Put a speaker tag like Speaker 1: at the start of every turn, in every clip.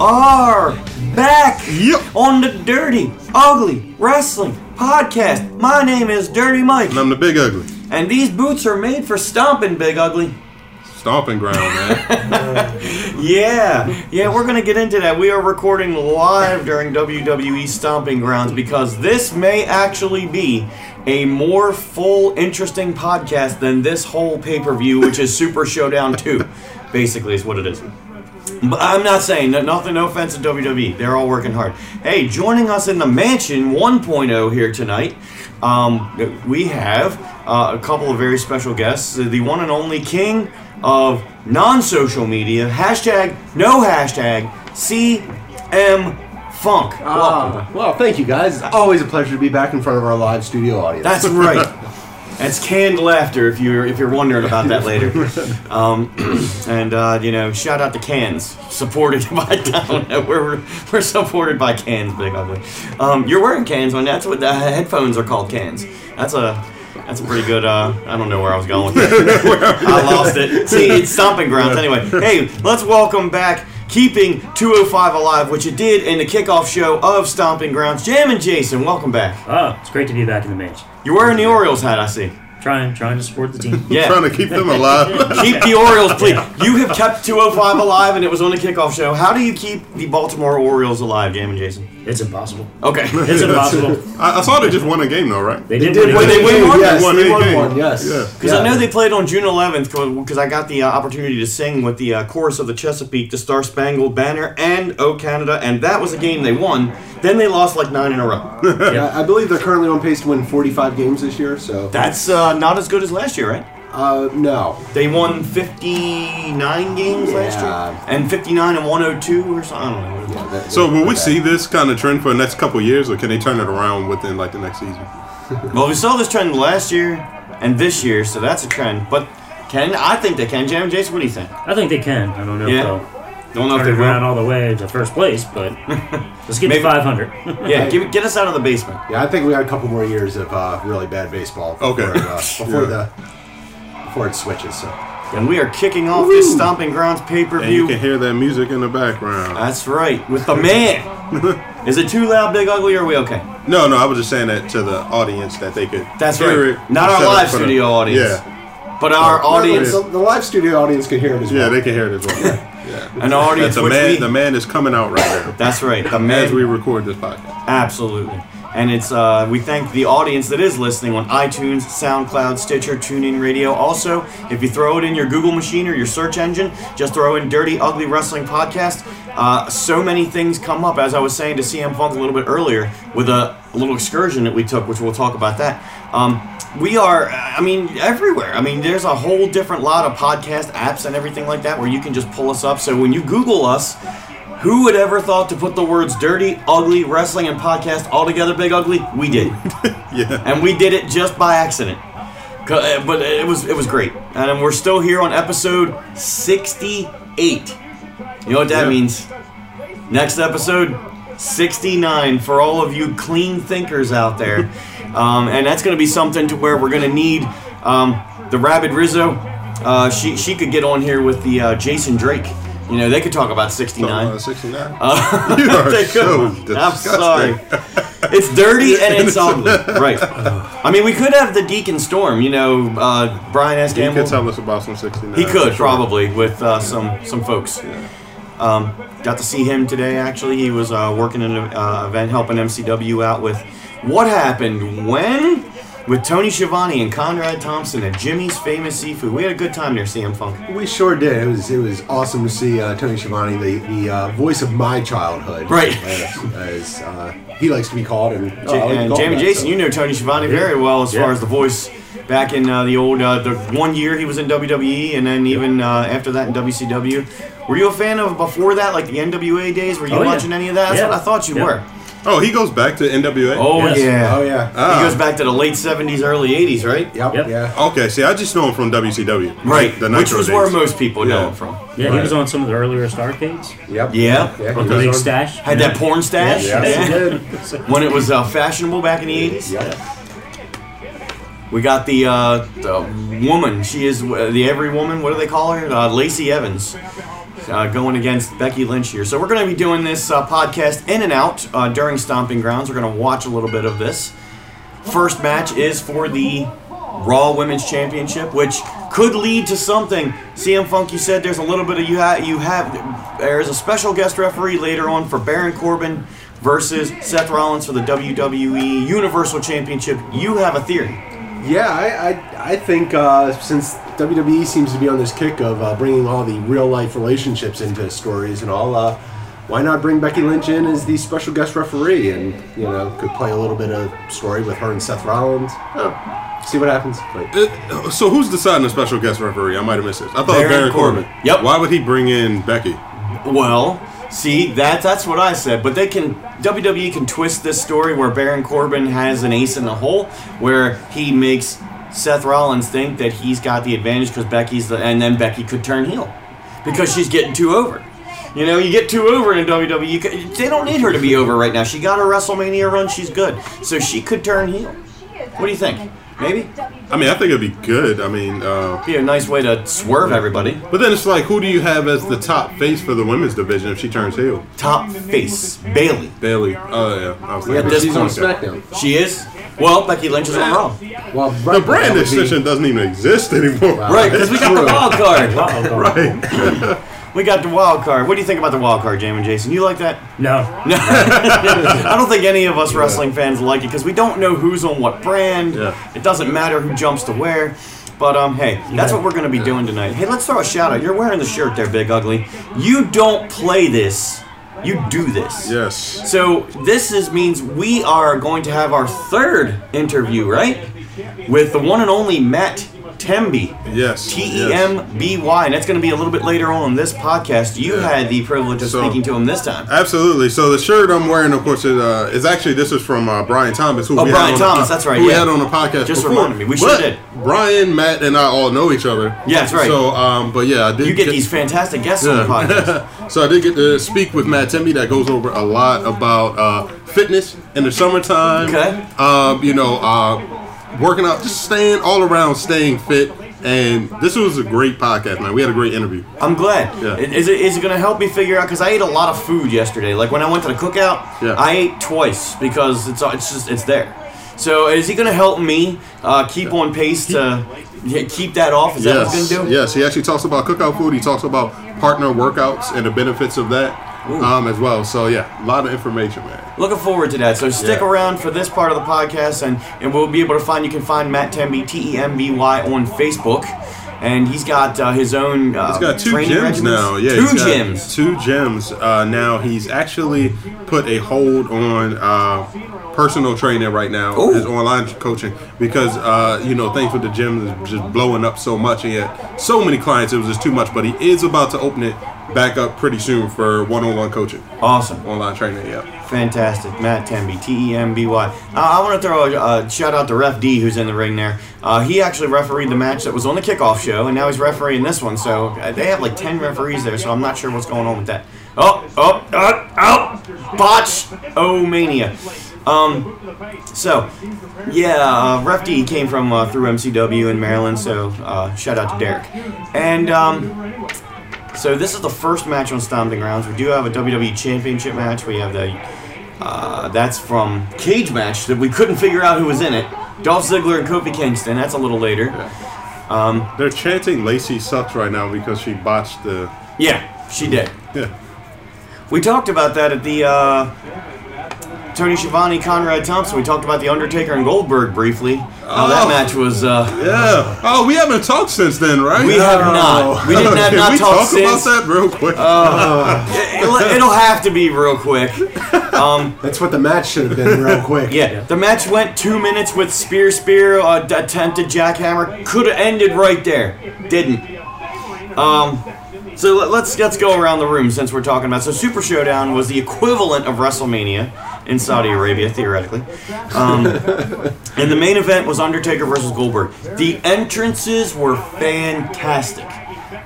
Speaker 1: are back
Speaker 2: Yep.
Speaker 1: on the Dirty Ugly Wrestling Podcast. My name is Dirty Mike,
Speaker 2: And I'm the big ugly.
Speaker 1: and these boots are made for stomping, Big Ugly.
Speaker 2: Stomping ground, man.
Speaker 1: Yeah, yeah, we're gonna get into that. We are recording live during WWE Stomping Grounds because this may actually be a more full, interesting podcast than this whole pay per view, which is Super Showdown 2, basically, is what it is. But I'm not saying no- nothing. No offense to WWE. They're all working hard. Hey, joining us in the mansion 1.0 here tonight, um, we have uh, a couple of very special guests. The one and only king of non-social media hashtag no hashtag CM Funk. Welcome.
Speaker 3: Ah, well, thank you guys. It's always a pleasure to be back in front of our live studio audience.
Speaker 1: That's right. That's canned laughter if you're if you're wondering about that later. Um, and uh, you know, shout out to cans supported by down. We're we're supported by cans, big ugly. Um, you're wearing cans on that's what the headphones are called cans. That's a that's a pretty good. Uh, I don't know where I was going. with that. I lost it. See, it's stomping grounds anyway. Hey, let's welcome back. Keeping 205 alive, which it did in the kickoff show of Stomping Grounds. Jam and Jason, welcome back.
Speaker 4: Oh, it's great to be back in the match.
Speaker 1: You're wearing the Orioles hat, I see.
Speaker 4: Trying, trying to support the team.
Speaker 1: Yeah.
Speaker 2: Trying to keep them alive.
Speaker 1: Keep the Orioles, please. You have kept 205 alive, and it was on the kickoff show. How do you keep the Baltimore Orioles alive, Jam and Jason?
Speaker 4: It's impossible.
Speaker 1: Okay.
Speaker 4: It's impossible.
Speaker 2: I, I saw they just won a game though, right?
Speaker 4: They did.
Speaker 3: did
Speaker 4: win
Speaker 1: win
Speaker 4: it.
Speaker 1: they won one?
Speaker 3: Yes,
Speaker 2: They won
Speaker 3: they
Speaker 2: any
Speaker 3: won
Speaker 2: game.
Speaker 3: one. Yes.
Speaker 2: Yeah.
Speaker 1: Because I know they played on June 11th, because I got the uh, opportunity to sing with the uh, chorus of the Chesapeake, the Star Spangled Banner, and O Canada, and that was a game they won. Then they lost like nine in a row.
Speaker 3: Yeah, I believe they're currently on pace to win 45 games this year. So,
Speaker 1: That's uh, not as good as last year, right?
Speaker 3: uh, no,
Speaker 1: They won 59 games last
Speaker 3: Yeah.
Speaker 1: year, and 59 and 102 or something. I don't know.
Speaker 3: Yeah, that-
Speaker 2: So will we
Speaker 3: that-
Speaker 2: see this kind of trend for the next couple years, or can they turn it around within like the next season?
Speaker 1: Well, we saw this trend last year and this year, so that's a trend. But can I think they can? Jam Jason, what do you think?
Speaker 4: I think they can. I don't know
Speaker 1: Yeah.
Speaker 4: if
Speaker 1: Don't know
Speaker 4: they'll
Speaker 1: if
Speaker 4: turn
Speaker 1: they
Speaker 4: it around
Speaker 1: will.
Speaker 4: all the way to first place, but let's get
Speaker 1: Maybe-
Speaker 4: to 500.
Speaker 1: Yeah, give, get us out of the basement.
Speaker 3: Yeah, I think we got a couple more years of uh, really bad baseball. Before,
Speaker 2: Okay.
Speaker 3: it, uh, before
Speaker 2: Yeah.
Speaker 3: the before it switches. So,
Speaker 1: And we are kicking off this Stomping Grounds pay per
Speaker 2: And you
Speaker 1: view.
Speaker 2: can hear that music in the background.
Speaker 1: That's right, with the man. Is it too loud, big ugly, or are we okay?
Speaker 2: No, no, I was just saying that to the audience that they could.
Speaker 1: That's
Speaker 2: hear
Speaker 1: right.
Speaker 2: it
Speaker 1: Not our
Speaker 2: instead of
Speaker 1: live
Speaker 2: for the-
Speaker 1: studio audience.
Speaker 2: Yeah,
Speaker 1: But our audience,
Speaker 3: the, the live studio audience can hear it as
Speaker 2: yeah,
Speaker 3: well.
Speaker 2: they can hear it as well. yeah.
Speaker 1: an audience
Speaker 2: the
Speaker 1: which
Speaker 2: man,
Speaker 1: we-
Speaker 2: the man is coming out right now
Speaker 1: that's right, the
Speaker 2: as
Speaker 1: man.
Speaker 2: we record this podcast.
Speaker 1: Absolutely. And it's uh, we thank the audience that is listening on iTunes, SoundCloud, Stitcher, TuneIn Radio. Also, if you throw it in your Google machine or your search engine, just throw in "Dirty Ugly Wrestling Podcast." Uh, so many things come up. As I was saying to CM Punk a little bit earlier, with a little excursion that we took, which we'll talk about that. Um, we are, I mean, everywhere. I mean, there's a whole different lot of podcast apps and everything like that where you can just pull us up. So when you Google us, who would ever thought to put the words dirty, ugly, wrestling, and podcast all together, big ugly? We did.
Speaker 2: Yeah.
Speaker 1: and we did it just by accident. 'Cause- uh, But it was it was great. And we're still here on episode 68. You know what that
Speaker 2: Yeah.
Speaker 1: means? Next episode 69 for all of you clean thinkers out there. Um, and that's going to be something to where we're going to need um, the Rabid Rizzo. Uh, she, she could get on here with the uh, Jason Drake. You know, they could talk about 69.
Speaker 2: Uh, 69. you are
Speaker 1: They
Speaker 2: so
Speaker 1: couldn't.
Speaker 2: disgusting.
Speaker 1: I'm sorry. It's dirty and it's ugly. Right. I mean, we could have the Deacon Storm, you know, uh, Brian S.
Speaker 2: He
Speaker 1: Gamble.
Speaker 2: could tell us about some 69.
Speaker 1: He could,
Speaker 2: for sure.
Speaker 1: probably, with uh, some, some folks. Um, got to see him today, actually. He was uh, working in an uh, event helping MCW out with What Happened When? With Tony Schiavone and Conrad Thompson at Jimmy's Famous Seafood. We had a good time there, CM Funk.
Speaker 3: We sure did. It was it was awesome to see uh, Tony Schiavone, the the uh, voice of my childhood,
Speaker 1: Right.
Speaker 3: As, as, uh, he likes to be called, and, oh, I like to
Speaker 1: and
Speaker 3: call him
Speaker 1: Jamie
Speaker 3: that,
Speaker 1: Jason,
Speaker 3: so.
Speaker 1: you know Tony Schiavone very well as
Speaker 4: Yeah.
Speaker 1: far as the voice back in uh, the old uh, the one year he was in WWE, and then even uh, after that in WCW. Were you a fan of before that, like the NWA days? Were you
Speaker 4: Oh, yeah.
Speaker 1: watching any of that? That's
Speaker 4: Yeah.
Speaker 1: what I thought you
Speaker 4: Yeah.
Speaker 1: were.
Speaker 2: Oh, he goes back to NWA.
Speaker 1: Oh
Speaker 4: Yes.
Speaker 1: yeah,
Speaker 3: Oh yeah.
Speaker 2: Ah.
Speaker 1: He goes back to the late '70s, early '80s, right?
Speaker 3: Yep.
Speaker 4: Yep.
Speaker 3: Yeah.
Speaker 2: Okay, see, I just know him from WCW.
Speaker 1: Right,
Speaker 2: The
Speaker 1: which
Speaker 2: Nitro
Speaker 1: was
Speaker 2: days.
Speaker 1: where most people know
Speaker 2: Yeah.
Speaker 1: him from.
Speaker 4: Yeah, he was on some of the earlier Starcades.
Speaker 3: Yep.
Speaker 1: Yeah.
Speaker 3: Yeah.
Speaker 4: The
Speaker 3: he was
Speaker 4: big
Speaker 3: on-
Speaker 4: stash.
Speaker 1: Had that porn stash
Speaker 3: Yeah.
Speaker 4: Yes, he
Speaker 1: Yeah.
Speaker 4: did.
Speaker 1: when it was uh, fashionable back in the '80s.
Speaker 3: Yep.
Speaker 1: We got the, uh, the woman. She is uh, the every woman. What do they call her? Uh, Lacey Evans. uh, going against Becky Lynch here. So we're going to be doing this uh, podcast in and out uh, during Stomping Grounds. We're going to watch a little bit of this. First match is for the Raw Women's Championship, which could lead to something. CM Funk, you said there's a little bit of you have you have there's a special guest referee later on for Baron Corbin versus Seth Rollins for the WWE Universal Championship. You have a theory.
Speaker 3: Yeah, I I, I think uh, since WWE seems to be on this kick of uh, bringing all the real life relationships into stories and all, uh, why not bring Becky Lynch in as the special guest referee and you know could play a little bit of story with her and Seth Rollins. Oh, see what happens. Like,
Speaker 2: Uh, so who's deciding the special guest referee? I might have missed this. I thought
Speaker 1: Baron
Speaker 2: Baron, Baron
Speaker 1: Corbin.
Speaker 2: Corbin.
Speaker 1: Yep.
Speaker 2: Why would he bring in Becky?
Speaker 1: Well, see that that's what I said. But they can WWE can twist this story where Baron Corbin has an ace in the hole, where he makes Seth Rollins think that he's got the advantage because Becky's the, and then Becky could turn heel because she's getting too over. You know, you get too over in WWE. You could, they don't need her to be over right now. She got her WrestleMania run. She's good, so she could turn heel. What do you think? Maybe
Speaker 2: I mean, I think it'd be good. I mean, uh,
Speaker 1: be a nice way to swerve everybody.
Speaker 2: but then it's like, who do you have as the top face for the women's division if she turns heel?
Speaker 1: Top face Bailey.
Speaker 2: Bailey. Oh yeah. I was
Speaker 3: yeah,
Speaker 2: like,
Speaker 3: but
Speaker 1: this
Speaker 3: she's on
Speaker 1: point-
Speaker 3: SmackDown.
Speaker 1: She is. Well, Becky Lynch is on Raw.
Speaker 3: Well, right,
Speaker 2: The
Speaker 3: but that
Speaker 2: brand
Speaker 3: would be-
Speaker 2: decision doesn't even exist anymore.
Speaker 3: Wow.
Speaker 1: Right, because we got the
Speaker 3: True.
Speaker 1: wild card.
Speaker 4: Wow, wow.
Speaker 2: Right.
Speaker 1: We got the wild card. What do you think about the wild card, Jamin Jason? You like that?
Speaker 4: No.
Speaker 1: No. I don't think any of us wrestling fans like it because we don't know who's on what brand.
Speaker 2: Yeah.
Speaker 1: It doesn't matter who jumps to where. But um, hey, that's
Speaker 4: Yeah.
Speaker 1: what we're gonna be doing tonight. Hey, let's throw a shout out. You're wearing the shirt there, Big Ugly. You don't play this. You do this.
Speaker 2: Yes.
Speaker 1: So this is means we are going to have our third interview, right? With the one and only Matt Temby.
Speaker 2: Yes.
Speaker 1: T E M B Y, and that's going to be a little bit later on in this podcast. You
Speaker 2: Yeah.
Speaker 1: had the privilege of
Speaker 2: So-
Speaker 1: speaking to him this time.
Speaker 2: Absolutely. So the shirt I'm wearing, of course, is, uh, is actually this is from uh, Brian Thomas, who
Speaker 1: Oh,
Speaker 2: we
Speaker 1: Brian
Speaker 2: had on
Speaker 1: Thomas,
Speaker 2: the,
Speaker 1: that's right,
Speaker 2: Who we
Speaker 1: yeah.
Speaker 2: had on the podcast.
Speaker 1: Just
Speaker 2: before.
Speaker 1: reminded me, we sure
Speaker 2: But
Speaker 1: did.
Speaker 2: Brian, Matt, and I all know each other.
Speaker 1: Yeah, that's right.
Speaker 2: So, um, but yeah, I did.
Speaker 1: you get these fantastic guests on the podcast.
Speaker 2: so I did get to speak with Matt Temby. That goes over a lot about uh, fitness in the summertime.
Speaker 1: Okay.
Speaker 2: Um, you know, uh, working out, just staying all around, staying fit. And this was a great podcast, man. We had a great interview.
Speaker 1: I'm glad.
Speaker 2: Yeah.
Speaker 1: Is it is it going to help me figure out? Because I ate a lot of food yesterday. Like when I went to the cookout,
Speaker 2: Yeah.
Speaker 1: I ate twice because it's it's just it's there. So is he going to help me uh, keep on pace to yeah, keep that off? Is that what he's
Speaker 2: Yes,
Speaker 1: going to do?
Speaker 2: yes. He actually talks about cookout food. He talks about partner workouts and the benefits of that um, as well. So yeah, a lot of information, man.
Speaker 1: Looking forward to that. So stick
Speaker 2: Yeah.
Speaker 1: around for this part of the podcast, and, and we'll be able to find you can find Matt Temby T E M B Y on Facebook, and he's got uh, his own. Uh,
Speaker 2: He's got two
Speaker 1: training
Speaker 2: gyms
Speaker 1: regimens.
Speaker 2: now. Yeah,
Speaker 1: two
Speaker 2: he's got
Speaker 1: gyms.
Speaker 2: Two gyms uh, now. He's actually put a hold on uh, personal training right now.
Speaker 1: Ooh.
Speaker 2: His online coaching because uh, you know things with the gym is just blowing up so much, and he had so many clients. It was just too much. But he is about to open it back up pretty soon for one-on-one coaching,
Speaker 1: Awesome.
Speaker 2: online training. Yeah.
Speaker 1: Fantastic, Matt Temby, T E M B Y. Uh, I want to throw a, a shout out to Ref D, who's in the ring there. Uh, he actually refereed the match that was on the kickoff show, and now he's refereeing this one. So uh, they have like ten referees there, so I'm not sure what's going on with that. Oh, oh, oh, oh! Botch, oh mania. Um, so yeah, uh, Ref D came from uh, through MCW in Maryland. So uh, shout out to Derek, and um. So this is the first match on Stomping Grounds. We do have a WWE Championship match. We have the uh, that's from Cage Match that we couldn't figure out who was in it. Dolph Ziggler and Kofi Kingston. That's a little later.
Speaker 2: They're chanting Lacey sucks right now because she botched the.
Speaker 1: Yeah, she did.
Speaker 2: Yeah.
Speaker 1: We talked about that at the uh, Tony Schiavone, Conrad Thompson. We talked about the Undertaker and Goldberg briefly. How that
Speaker 2: Oh.
Speaker 1: match was. Uh,
Speaker 2: Oh, we haven't talked since then, right?
Speaker 1: We have not. We did not-
Speaker 2: Can
Speaker 1: not
Speaker 2: we
Speaker 1: talk
Speaker 2: talk
Speaker 1: since.
Speaker 2: about that real quick?
Speaker 1: it'll, it'll have to be real quick.
Speaker 3: That's what the match should have been, real quick.
Speaker 1: Yeah, the match went two minutes with spear, spear, uh, d- attempted jackhammer. Could have ended right there. Didn't. Um, so let, let's let's go around the room since we're talking about. So Super Showdown was the equivalent of WrestleMania in Saudi Arabia, theoretically. Um, and the main event was Undertaker versus Goldberg. The entrances were fantastic.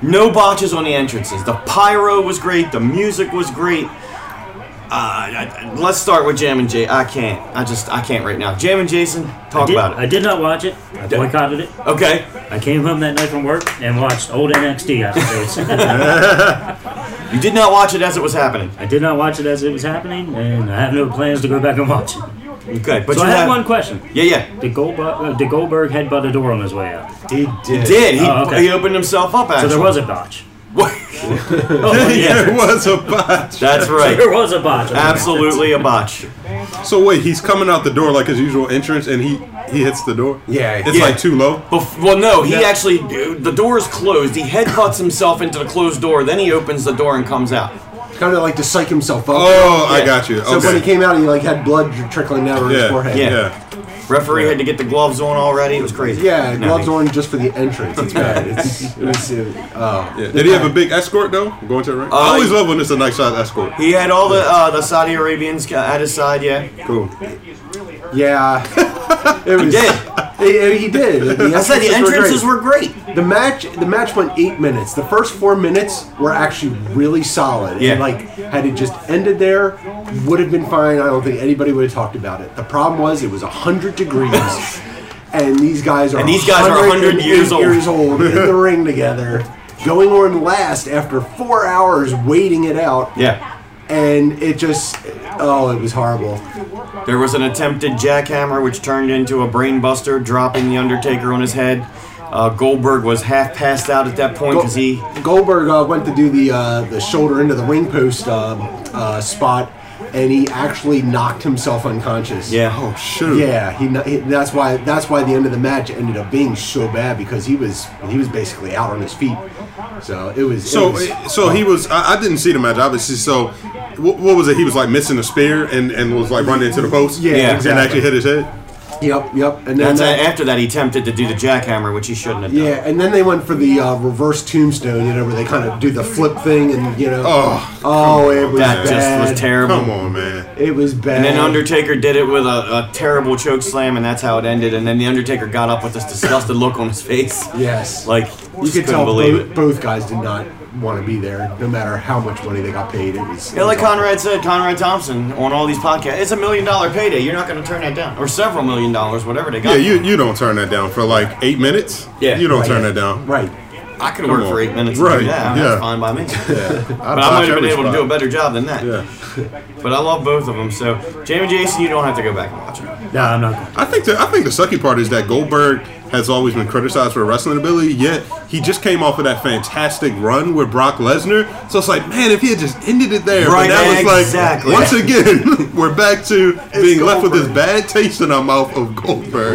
Speaker 1: No botches on the entrances. The pyro was great. The music was great. Uh, I- I- let's start with Jam and Jay. I can't. I just I can't right now. Jam and Jason,
Speaker 4: I
Speaker 1: talk
Speaker 4: did,
Speaker 1: about
Speaker 4: I
Speaker 1: it.
Speaker 4: did not watch it. I
Speaker 1: Yeah.
Speaker 4: boycotted it.
Speaker 1: Okay.
Speaker 4: I came home that night from work and watched old NXT afterwards.
Speaker 1: You did not watch it as it was happening.
Speaker 4: I did not watch it as it was happening, and I have no plans to go back and watch it.
Speaker 1: Okay, but
Speaker 4: so
Speaker 1: you
Speaker 4: I have
Speaker 1: have-
Speaker 4: one question.
Speaker 1: Yeah, yeah.
Speaker 4: Did Goldberg, uh, did Goldberg headbutt a door on his way out?
Speaker 3: He did.
Speaker 1: Did he?
Speaker 4: Oh, okay.
Speaker 1: He opened himself up.
Speaker 4: So
Speaker 1: Actually,
Speaker 4: there was a botch.
Speaker 2: yeah,
Speaker 4: Oh, yeah.
Speaker 2: it was a botch.
Speaker 1: That's
Speaker 4: There
Speaker 1: right.
Speaker 4: was a botch.
Speaker 1: Absolutely a botch.
Speaker 2: So wait, he's coming out the door like his usual entrance, and he he hits the door.
Speaker 3: Yeah.
Speaker 2: it's
Speaker 1: Yeah. Oh,
Speaker 2: like too low.
Speaker 1: Bef- well, no, he
Speaker 2: No.
Speaker 1: actually the door is closed. He headbutts himself into the closed door. Then he opens the door and comes out.
Speaker 3: Kind of like to psych himself up.
Speaker 2: Oh, I
Speaker 1: Yeah.
Speaker 2: got you.
Speaker 3: So
Speaker 2: Okay.
Speaker 3: when he came out, he like had blood trickling down on his
Speaker 2: yeah,
Speaker 3: forehead.
Speaker 1: Yeah.
Speaker 2: yeah.
Speaker 1: Referee had to get the gloves on already. It was crazy.
Speaker 3: Yeah,
Speaker 1: No,
Speaker 3: gloves
Speaker 1: he-
Speaker 3: on just for the entrance. It's bad. It's, it was, uh, oh.
Speaker 2: Yeah. Did he have a big escort though? Going to the ring. I always love when it's a nice shot escort.
Speaker 1: He had all the uh, the Saudi Arabians ca- at his side. Yeah,
Speaker 2: Cool.
Speaker 3: Yeah. It was,
Speaker 1: he did.
Speaker 3: He, he did. The
Speaker 1: I said the entrances were great.
Speaker 3: The match, the match went eight minutes. The first four minutes were actually really solid.
Speaker 1: Yeah.
Speaker 3: And like, had it just ended there, would have been fine. I don't think anybody would have talked about it. The problem was it was hundred degrees, and these guys are
Speaker 1: And these guys are 100 years old.
Speaker 3: years old in the ring together, going on last after four hours waiting it out.
Speaker 1: Yeah,
Speaker 3: And it just, oh, it was horrible.
Speaker 1: there was an attempted jackhammer which turned into a brainbuster, dropping the Undertaker on his head. Uh, Goldberg was half passed out at that point because he
Speaker 3: Goldberg uh, went to do the uh, the shoulder into the ring post um, uh, spot, and he actually knocked himself unconscious.
Speaker 1: yeah.
Speaker 2: Oh shoot.
Speaker 3: yeah. He, kn- he that's why that's why the end of the match ended up being so bad because he was he was basically out on his feet. So it was. it
Speaker 2: So, eh,
Speaker 3: was-
Speaker 2: so he was. I, I didn't see the match, obviously. So, what, what was it? He was like missing a spear and, and was like running into the post.
Speaker 3: Yeah,
Speaker 1: Yeah.
Speaker 2: and actually
Speaker 3: exactly.
Speaker 2: hit his head.
Speaker 3: Yep, yep. And then
Speaker 1: That's
Speaker 3: that-
Speaker 1: after that he attempted to do the jackhammer, which he shouldn't have done.
Speaker 3: yeah, and then they went for the uh, reverse tombstone, you know, where they kind of do the flip thing, and you know,
Speaker 2: Oh,
Speaker 3: Oh, it was
Speaker 1: that
Speaker 3: bad.
Speaker 1: just was terrible.
Speaker 2: Come on, man.
Speaker 3: It was bad.
Speaker 1: And then
Speaker 2: Um,
Speaker 1: Undertaker did it with a, a terrible choke slam, and that's how it ended. And then the Undertaker got up with this disgusted look on his face,
Speaker 3: Yes.
Speaker 1: like
Speaker 3: You could
Speaker 1: couldn't
Speaker 3: tell
Speaker 1: believe
Speaker 3: both,
Speaker 1: it.
Speaker 3: both guys did not want to be there, no matter how much money they got paid. It was
Speaker 1: Yeah, like
Speaker 3: it was awful.
Speaker 1: Conrad said, Conrad Thompson on all these podcasts, it's a million dollar payday. You're not going to turn that down, or several million dollars, whatever they got.
Speaker 2: Yeah, you you don't turn that down for like eight minutes.
Speaker 1: Yeah.
Speaker 2: you don't
Speaker 1: Right.
Speaker 2: turn that down.
Speaker 3: Right.
Speaker 1: I could work
Speaker 2: Come
Speaker 1: for
Speaker 2: on.
Speaker 1: eight minutes.
Speaker 2: Right,
Speaker 1: Yeah,
Speaker 2: yeah.
Speaker 1: that's fine by me.
Speaker 2: I
Speaker 1: But I might
Speaker 2: botch
Speaker 1: have been
Speaker 2: every
Speaker 1: able to do a
Speaker 2: spot.
Speaker 1: better job than that. But I love both of them. So, Jamie Jason, you don't have to go back and watch it.
Speaker 4: No, I'm not going.
Speaker 2: I think the I think the sucky part is that Goldberg has always been criticized for wrestling ability, yet he just came off of that fantastic run with Brock Lesnar. So it's like, man, if he had just ended it there,
Speaker 1: Right,
Speaker 2: but now
Speaker 1: exactly.
Speaker 2: it's like once again we're back to being left with this
Speaker 1: Goldberg.
Speaker 2: bad taste in our mouth of Goldberg.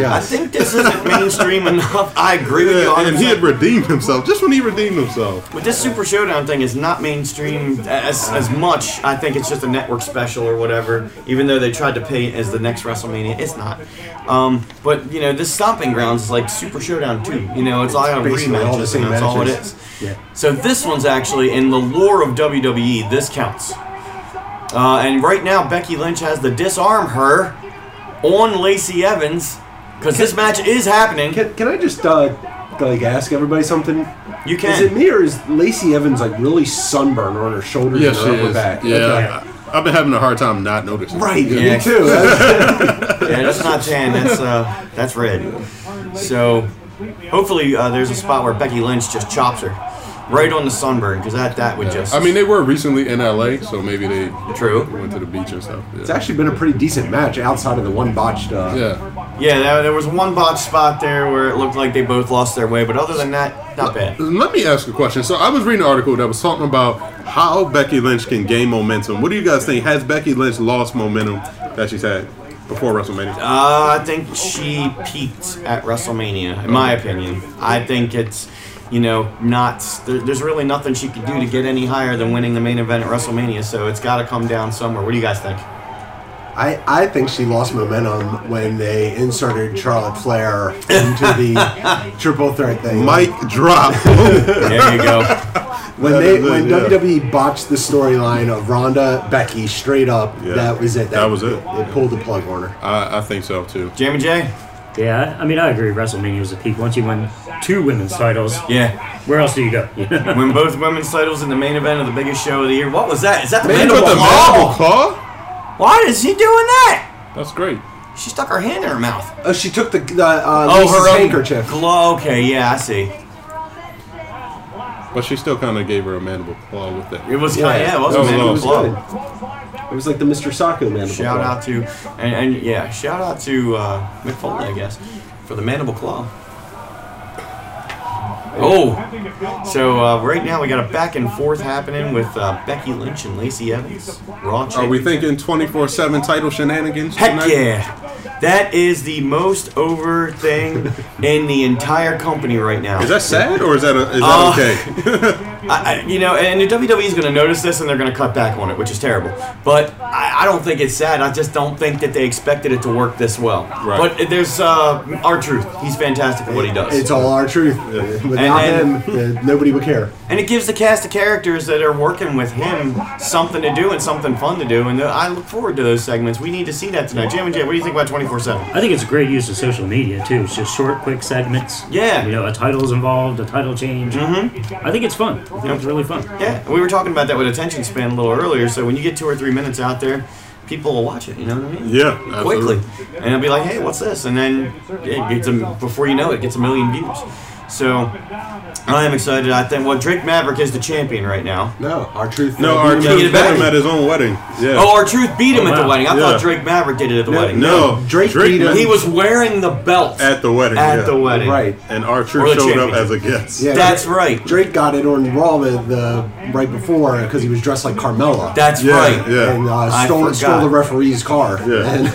Speaker 1: I
Speaker 3: Yeah.
Speaker 1: think this isn't mainstream enough. I agree with you.
Speaker 2: Yeah, and he
Speaker 1: 100%.
Speaker 2: had redeemed himself just when he redeemed himself.
Speaker 1: But this Super Showdown thing is not mainstream as, as much. I think it's just a network special or whatever. Even though they tried to pay it as the next WrestleMania, it's not. Um, but you know, this Stomping Grounds is like Super Showdown 2. You know, it's all out of
Speaker 3: basically all the
Speaker 1: rematches,
Speaker 3: same
Speaker 1: and that's all it
Speaker 3: matches.
Speaker 1: is.
Speaker 4: Yeah.
Speaker 1: So this one's actually in the lore of WWE. This counts. Uh, and right now, Becky Lynch has the disarm her on Lacey Evans because this match is happening.
Speaker 3: Can, can I just uh, like ask everybody something?
Speaker 1: You can.
Speaker 3: Is it me or is Lacey Evans like really sunburned on her shoulders and her upper back?
Speaker 2: Yeah,
Speaker 3: Okay.
Speaker 2: I- I've been having a hard time not noticing.
Speaker 3: Right.
Speaker 1: Yeah.
Speaker 3: Me too.
Speaker 1: Yeah, that's not tan. That's uh, that's red. So hopefully uh, there's a spot where Becky Lynch just chops her right on the sunburn because that that would just.
Speaker 2: I mean, they were recently in LA, so maybe they
Speaker 1: true.
Speaker 2: went to the beach or something.
Speaker 3: it's actually been a pretty decent match outside of the one botched. Uh,
Speaker 2: yeah.
Speaker 1: Yeah, there, there was one botch spot there where it looked like they both lost their way, but other than that, not bad.
Speaker 2: Let me ask a question. So I was reading an article that was talking about how Becky Lynch can gain momentum. What do you guys think? Has Becky Lynch lost momentum that she's had before WrestleMania?
Speaker 1: Uh, I think she peaked at WrestleMania, in my opinion. I think it's. You know, not there, there's really nothing she could do to get any higher than winning the main event at WrestleMania, so it's got to come down somewhere. What do you guys think?
Speaker 3: I, I think she lost momentum when they inserted Charlotte Flair into the triple threat thing.
Speaker 2: Mic drop.
Speaker 1: There you go.
Speaker 3: When
Speaker 2: That
Speaker 3: they
Speaker 2: is it,
Speaker 3: when
Speaker 2: yeah.
Speaker 3: WWE botched the storyline of Ronda Becky straight up,
Speaker 2: Yeah.
Speaker 3: that was it.
Speaker 2: That was it.
Speaker 3: It pulled the plug on her.
Speaker 2: I, I think so too.
Speaker 1: Jamie J.
Speaker 4: Yeah, I mean, I agree. WrestleMania was the peak. Once you win two women's titles,
Speaker 1: Yeah.
Speaker 4: where else do you go?
Speaker 1: Win both women's titles in the main event of the biggest show of the year. What was that? Is that the
Speaker 2: They
Speaker 1: mandible
Speaker 2: put the
Speaker 1: claw?
Speaker 2: mandible claw.
Speaker 1: Why is she doing that?
Speaker 2: That's great.
Speaker 1: She stuck her hand in her mouth.
Speaker 3: Oh, she took the,
Speaker 2: Oh,
Speaker 3: the uh, Lisa's
Speaker 1: Oh, own
Speaker 3: handkerchief.
Speaker 1: Glow. Okay, yeah, I see.
Speaker 2: But she still kind of gave her a mandible claw with it.
Speaker 1: It was
Speaker 3: Yeah.
Speaker 1: yeah, yeah it was
Speaker 2: That
Speaker 1: a
Speaker 2: was
Speaker 1: mandible
Speaker 2: awesome.
Speaker 1: claw.
Speaker 3: It was like the Mr. Socko man.
Speaker 1: Shout out to and, and yeah, shout out to uh, Mick Foley, I guess, for the mandible claw. Oh, so uh, right now we got a back and forth happening with uh, Becky Lynch and Lacey Evans. Raw
Speaker 2: Are we
Speaker 1: Championship.
Speaker 2: thinking 24 7 title shenanigans?
Speaker 1: Heck
Speaker 2: tonight?
Speaker 1: yeah! That is the most over thing in the entire company right now.
Speaker 2: Is that sad or is that, a, is that
Speaker 1: Uh,
Speaker 2: okay?
Speaker 1: I, I, you know, and the WWE is going to notice this and they're going to cut back on it, which is terrible. But I, I don't think it's sad. I just don't think that they expected it to work this well.
Speaker 2: Right.
Speaker 1: But there's uh, our truth. He's fantastic at what he does,
Speaker 3: It's all our truth. Without
Speaker 1: And
Speaker 3: him, uh, nobody would care.
Speaker 1: and it gives the cast of characters that are working with him something to do and something fun to do. And th- I look forward to those segments. We need to see that tonight. Jam and Jay, what do you think about twenty four seven?
Speaker 4: I think it's a great use of social media too. It's just short, quick segments.
Speaker 1: Yeah.
Speaker 4: You know, a title's involved, a title change. Mm-hmm. I think it's fun. I think it's really fun.
Speaker 1: Yeah, we were talking about that with attention span a little earlier. So when you get two or three minutes out there, people will watch it. You know what I mean?
Speaker 2: yeah.
Speaker 1: quickly,
Speaker 2: absolutely.
Speaker 1: and it'll be like, "Hey, what's this?" And then it gets a, before you know it, it gets a million views. So I am excited. I think well, Drake Maverick is the champion right now.
Speaker 3: No, our truth.
Speaker 2: No,
Speaker 3: uh,
Speaker 2: our
Speaker 3: beat
Speaker 1: Truth
Speaker 3: him
Speaker 2: kid
Speaker 1: it
Speaker 2: met him
Speaker 1: back.
Speaker 2: at his own wedding. Yeah.
Speaker 1: Oh, our truth beat him
Speaker 4: Oh,
Speaker 1: at the
Speaker 4: wow.
Speaker 1: wedding. I
Speaker 2: Yeah.
Speaker 1: thought Drake Maverick did it at the wedding.
Speaker 2: no,
Speaker 3: Drake beat
Speaker 2: met
Speaker 3: him.
Speaker 1: he was wearing the belt
Speaker 2: at the wedding.
Speaker 1: at
Speaker 2: yeah.
Speaker 1: the
Speaker 3: up.
Speaker 1: wedding.
Speaker 3: Right.
Speaker 2: And Archer
Speaker 1: World
Speaker 2: showed up
Speaker 1: champion.
Speaker 2: as a guest.
Speaker 3: Yeah.
Speaker 1: That's right.
Speaker 3: Drake got it on Raw the, the right before because he was dressed like Carmella.
Speaker 1: That's
Speaker 2: Yeah,
Speaker 1: right.
Speaker 2: yeah.
Speaker 3: and uh,
Speaker 1: I
Speaker 3: stole, stole
Speaker 1: forgot.
Speaker 3: the referee's car.
Speaker 2: Yeah.
Speaker 3: And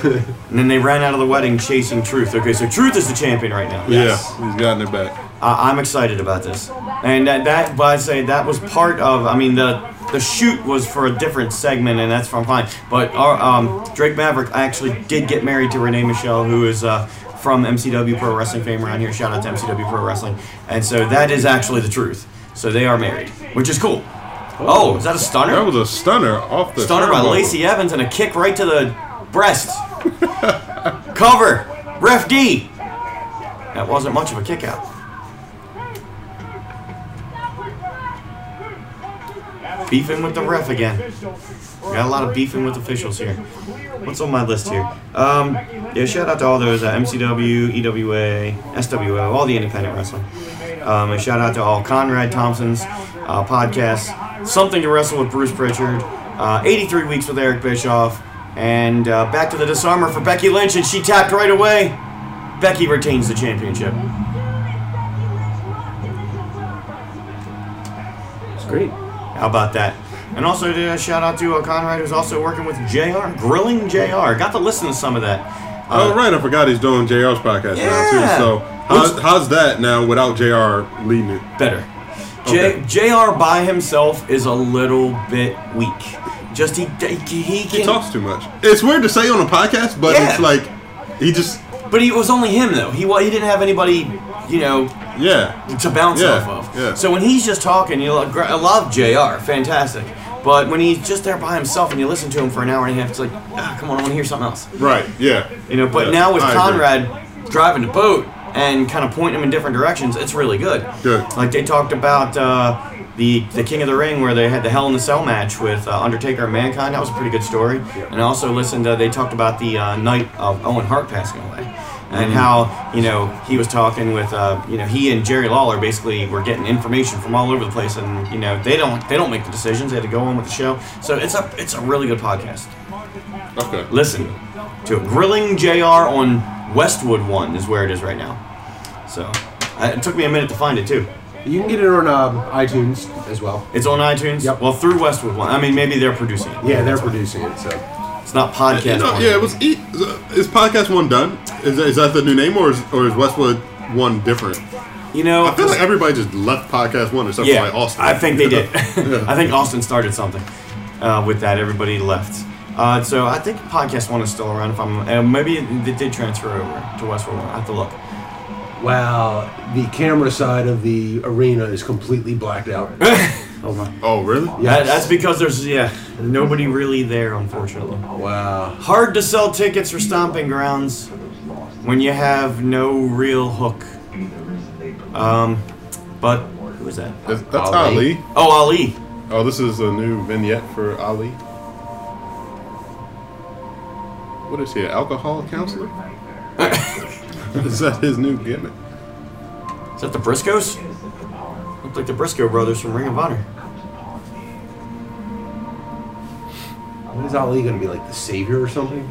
Speaker 1: And then they ran out of the wedding chasing Truth. Okay, so Truth is the champion right now.
Speaker 2: Yeah, he's gotten it back.
Speaker 1: I I'm excited about this, and that, that by saying that was part of. I mean the the shoot was for a different segment, and that's from fine. But our um, Drake Maverick actually did get married to Renee Michelle, who is. Uh, from MCW Pro Wrestling fame around here. Shout out to MCW Pro Wrestling. And so that is actually the truth. So they are married, which is cool. Oh, is that a stunner?
Speaker 2: That was a stunner off the
Speaker 1: Stunner by
Speaker 2: turnbuckle.
Speaker 1: Lacey Evans and a kick right to the breast. Cover. Ref D. That wasn't much of a kick out. Beefing with the ref again. Got a lot of beefing with officials here. What's on my list here? Um, yeah, shout out to all those uh, MCW, EWA, SWO, all the independent wrestling. Um, and shout out to all Conrad Thompson's uh, podcast, Something to Wrestle with Bruce Pritchard, uh, 83 Weeks with Eric Bischoff, and uh, Back to the Disarmer for Becky Lynch, and she tapped right away. Becky retains the championship.
Speaker 4: It's great.
Speaker 1: How about that? And also to uh, shout out to uh, Conrad, who's also working with JR, Grilling JR. Got to listen to some of that. Uh,
Speaker 2: Oh right, I forgot he's doing JR's podcast
Speaker 1: Yeah.
Speaker 2: now too. So how's,
Speaker 1: Which-
Speaker 2: how's that now without JR leading it?
Speaker 1: better.
Speaker 2: Okay.
Speaker 1: J, JR by himself is a little bit weak. Just he he, he
Speaker 2: He
Speaker 1: can,
Speaker 2: talks too much. It's weird to say on a podcast, but
Speaker 1: Yeah.
Speaker 2: it's like he just
Speaker 1: but he it was only him though. He wa- he didn't have anybody, you know,
Speaker 2: yeah.
Speaker 1: to bounce
Speaker 2: Yeah,
Speaker 1: off of.
Speaker 2: yeah.
Speaker 1: So when he's just talking, you lo- gr- I love Jr. Fantastic. But when he's just there by himself and you listen to him for an hour and a half, it's like, ah, come on, I want to hear something else.
Speaker 2: Right. Yeah.
Speaker 1: You know, but
Speaker 2: Yeah,
Speaker 1: now with
Speaker 2: I agree.
Speaker 1: Conrad driving the boat and kind of pointing them in different directions, it's really good.
Speaker 2: Good.
Speaker 1: Like they talked about uh, the the King of the Ring where they had the Hell in the Cell match with uh, Undertaker and Mankind. That was a pretty good story. And I also listened. Uh, they talked about the uh, night of Owen Hart passing away.
Speaker 2: Mm-hmm.
Speaker 1: And how you know he was talking with uh, you know he and Jerry Lawler basically were getting information from all over the place, and you know they don't they don't make the decisions; they had to go on with the show. So it's a it's a really good podcast
Speaker 2: Okay.
Speaker 1: listen to it. Grilling JR on Westwood 1 is where it is right now. So I, it took me a minute to find it too.
Speaker 3: you can get it on um, iTunes as well.
Speaker 1: It's on iTunes.
Speaker 3: Yep.
Speaker 1: Well, through Westwood 1. I mean, maybe they're producing it.
Speaker 3: Yeah, they're producing it. So
Speaker 1: It's not podcast.
Speaker 2: You know,
Speaker 1: one.
Speaker 2: yeah, it was. E- Is podcast one done? Is that, is that the new name, or is or is Westwood one different?
Speaker 1: You know,
Speaker 2: I feel like everybody just left podcast one, except
Speaker 1: yeah,
Speaker 2: for like Austin.
Speaker 1: I think they did. I think Austin started something uh, with that. Everybody left. Uh, so I think podcast one is still around. If I'm, uh, maybe it, it did transfer over to Westwood one. I have to look.
Speaker 3: wow, the camera side of the arena is completely blacked out.
Speaker 4: Oh my.
Speaker 2: oh, really?
Speaker 1: That- that's because there's yeah nobody really there, unfortunately.
Speaker 3: Wow.
Speaker 1: Hard to sell tickets for stomping grounds when you have no real hook. Um, but who is that?
Speaker 2: That's, that's
Speaker 3: Ali.
Speaker 2: Ali.
Speaker 1: Oh, Ali.
Speaker 2: Oh, this is a new vignette for Ali. What is he? An alcohol counselor? is that his new gimmick?
Speaker 1: Is that the Briscoes? Look like the Briscoe brothers from Ring of Honor.
Speaker 3: When is Ali going to be like the savior or something?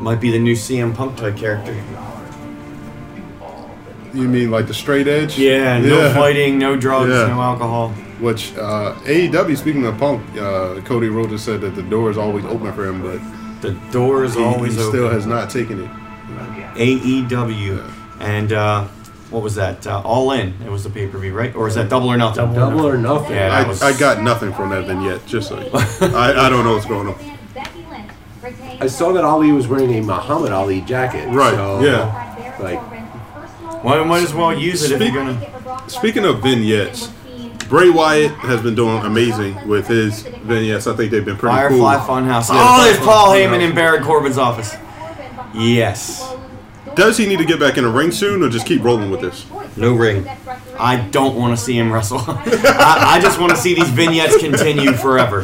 Speaker 1: Might be the new CM Punk type character.
Speaker 5: You mean like the straight edge?
Speaker 1: Yeah, no fighting, no drugs,
Speaker 5: Yeah.
Speaker 1: no alcohol.
Speaker 5: Which uh, AEW, speaking of Punk, uh, Cody Rhodes just said that the door is always open for him, but
Speaker 1: The door is
Speaker 5: he,
Speaker 1: always
Speaker 5: he
Speaker 1: open.
Speaker 5: still has not taken it.
Speaker 1: AEW. And uh, what was that? Uh, All In. It was the pay per view, right? Or is that Double or Nothing?
Speaker 4: Double.
Speaker 3: Double or nothing.
Speaker 1: Yeah,
Speaker 5: I,
Speaker 1: that was-
Speaker 5: I got nothing from that vignette, just so you I, I don't know what's going on.
Speaker 3: I saw that Ali was wearing a Muhammad Ali jacket.
Speaker 5: Right,
Speaker 3: so-
Speaker 5: yeah.
Speaker 3: Like-
Speaker 1: Well, might as well use it if you're gonna.
Speaker 5: Speaking of vignettes, Bray Wyatt has been doing amazing with his vignettes. I think they've been pretty
Speaker 1: Firefly
Speaker 5: cool.
Speaker 1: Funhouse.
Speaker 5: Yeah,
Speaker 1: oh,
Speaker 5: the
Speaker 1: there's
Speaker 5: Firefly
Speaker 1: Paul
Speaker 5: Funhouse.
Speaker 1: Heyman in Barrett Corbin's office. Yes.
Speaker 5: Does he need to get back in the ring soon, or just keep rolling with this?
Speaker 1: No ring. I don't want to see him wrestle. I, I just want to see these vignettes continue forever.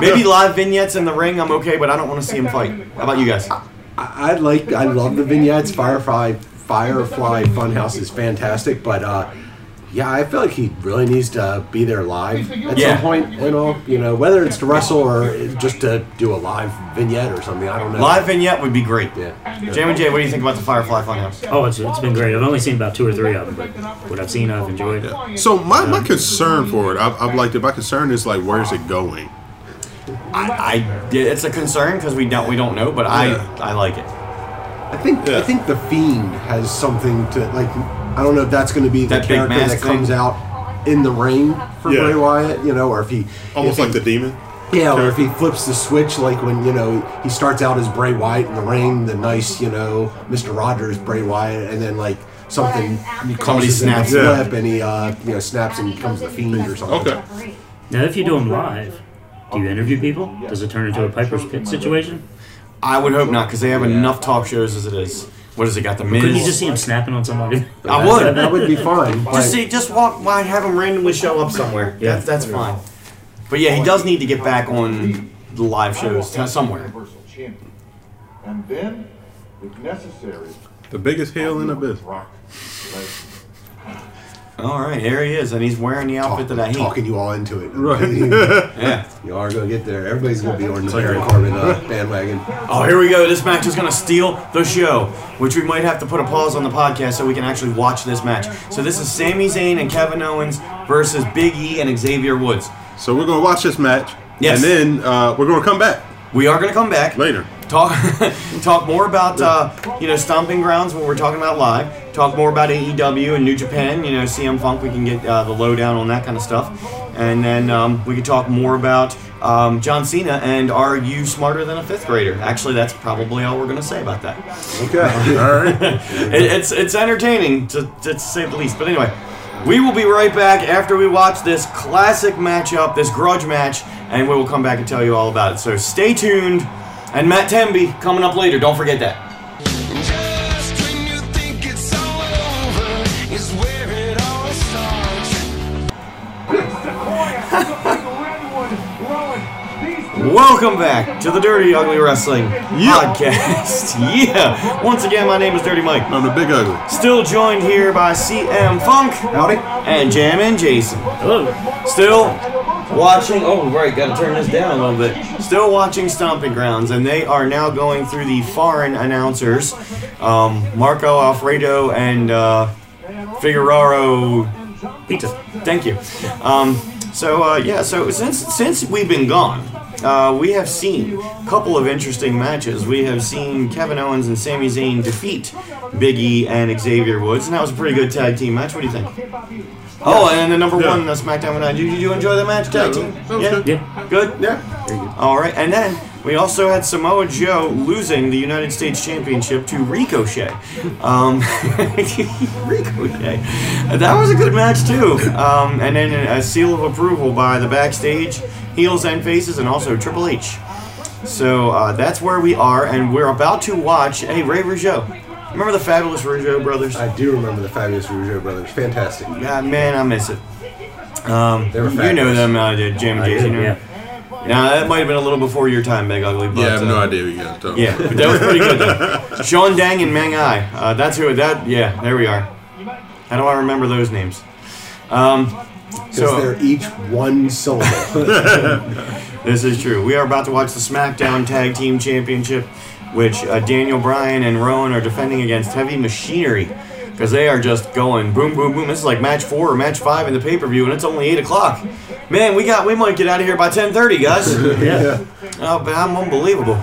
Speaker 1: Maybe live vignettes in the ring, I'm okay, but I don't want to see him fight. How about you guys?
Speaker 3: I, I like. I love the vignettes. Firefly Firefly Funhouse is fantastic, but uh, yeah, I feel like he really needs to be there live at
Speaker 1: Yeah.
Speaker 3: some point. You know, you know, whether it's to wrestle or just to do a live vignette or something. I don't know.
Speaker 1: Live vignette would be great.
Speaker 3: Yeah.
Speaker 1: Jam and Jay, what do you think about the Firefly Funhouse?
Speaker 4: Oh, it's, it's been great. I've only seen about two or three of them, but what I've seen, I've enjoyed.
Speaker 5: So my, my concern for it, I've, I've liked it. My concern is like, where's it going?
Speaker 1: I, I it's a concern because we don't we don't know, but I
Speaker 5: Yeah.
Speaker 1: I like it.
Speaker 3: I think
Speaker 5: Yeah.
Speaker 3: I think the Fiend has something to like. I don't know if that's going to be the
Speaker 1: That big
Speaker 3: character
Speaker 1: mask
Speaker 3: that comes
Speaker 1: thing?
Speaker 3: out in the ring for
Speaker 5: Yeah.
Speaker 3: Bray Wyatt, you know, or if he if
Speaker 5: Almost like
Speaker 3: he-
Speaker 5: the demon.
Speaker 3: Yeah, or if he flips the switch, like when you know he starts out as Bray Wyatt in the ring, the nice you know Mister Rogers Bray Wyatt, and then like something
Speaker 1: Somebody
Speaker 3: causes him to
Speaker 1: snaps.
Speaker 5: Yeah.
Speaker 3: flip, and he uh, you know snaps and becomes the fiend or something.
Speaker 5: Okay.
Speaker 4: Now, if you do them live, do you interview people? Does it turn into a Piper's Pit situation?
Speaker 1: I would hope not because they have enough talk shows as it is. What has it got? The Miz.
Speaker 4: Couldn't you just see him snapping on somebody?
Speaker 1: I would.
Speaker 3: That would be fun. but-
Speaker 1: Just see, just walk by, and have him randomly show up somewhere.
Speaker 4: Yeah.
Speaker 1: That's that's fine. But yeah, he does need to get back on the live shows t- somewhere.
Speaker 6: And then, if necessary,
Speaker 5: The biggest heel in the business.
Speaker 6: Rock. Lesnar.
Speaker 1: All right, here he is, and he's wearing the outfit that I hate.
Speaker 3: oh, talking you all into it.
Speaker 5: Right.
Speaker 1: Yeah.
Speaker 3: you are gonna get there. Everybody's gonna be on the Baron Corbin uh, bandwagon.
Speaker 1: Oh, here we go. This match is going to steal the show, which we might have to put a pause on the podcast so we can actually watch this match. So this is Sami Zayn and Kevin Owens versus Big E and Xavier Woods.
Speaker 5: So we're gonna watch this match,
Speaker 1: Yes.
Speaker 5: and then uh, we're gonna come back
Speaker 1: We are going to come back.
Speaker 5: later.
Speaker 1: talk talk more about uh, you know stomping grounds what we're talking about live talk more about aew and new japan you know cm funk we can get uh, the lowdown on that kind of stuff and then um, we can talk more about um, john cena and are you smarter than a fifth grader actually that's probably all we're going to say about that
Speaker 3: Okay.
Speaker 5: All right.
Speaker 1: it, it's it's entertaining to, to say the least but anyway we will be right back after we watch this classic matchup this grudge match and we will come back and tell you all about it so stay tuned and matt temby coming up later don't forget that
Speaker 7: Just when you think it's all over is where it all starts.
Speaker 1: Welcome back to the Dirty Ugly Wrestling Podcast. Yeah. Once again, my name is Dirty Mike.
Speaker 5: I'm the big ugly.
Speaker 1: Still joined here by CM Funk
Speaker 3: Howdy.
Speaker 1: and Jammin' Jason.
Speaker 4: Hello.
Speaker 1: Still watching. Oh, right. Got to turn this down a little bit. Still watching Stomping Grounds, and they are now going through the foreign announcers, um, Marco Alfredo and uh, Figueroa
Speaker 4: Pizza.
Speaker 1: Thank you. Um, so uh, yeah, so since since we've been gone, uh, we have seen a couple of interesting matches. We have seen Kevin Owens and Sami Zayn defeat Big E and Xavier Woods, and that was a pretty good tag team match. What do you think? Oh, and the number
Speaker 5: Yeah.
Speaker 1: one uh, SmackDown Night. Did you, did you enjoy the match tag team?
Speaker 5: that was good.
Speaker 4: Yeah.
Speaker 1: Good.
Speaker 5: Yeah.
Speaker 1: All right, and then we also had Samoa Joe losing the United States Championship to Ricochet. Um, Ricochet. That was a good match too. Um, and then a seal of approval by the backstage heels and faces, and also Triple H. So uh, that's where we are, and we're about to watch. Hey, Ray Rougeau. Remember the fabulous Rougeau brothers?
Speaker 3: I do remember the fabulous Rougeau brothers. Fantastic.
Speaker 1: Ah, man, I miss it. Um,
Speaker 3: They were
Speaker 1: you know
Speaker 3: fabulous.
Speaker 1: them, uh, Jim and Jason.
Speaker 4: Yeah.
Speaker 1: Now that might have been a little before your time, Big Ugly. But,
Speaker 5: Yeah, I have no
Speaker 1: uh,
Speaker 5: idea what you guys are talking
Speaker 1: Yeah,
Speaker 5: about.
Speaker 1: but that was pretty good. Though. Sean Dang and Mang Ai. Uh, that's who. That yeah. There we are. How do I remember those names? Um,
Speaker 3: Because
Speaker 1: so
Speaker 3: they're each one syllable.
Speaker 1: this is true. We are about to watch the SmackDown Tag Team Championship, which uh, Daniel Bryan and Rowan are defending against Heavy Machinery because they are just going boom, boom, boom. This is like match four or match five in the pay per view, and it's only eight o'clock. Man, we got we might get out of here by ten thirty, guys.
Speaker 4: Yeah.
Speaker 1: Oh, but I'm unbelievable.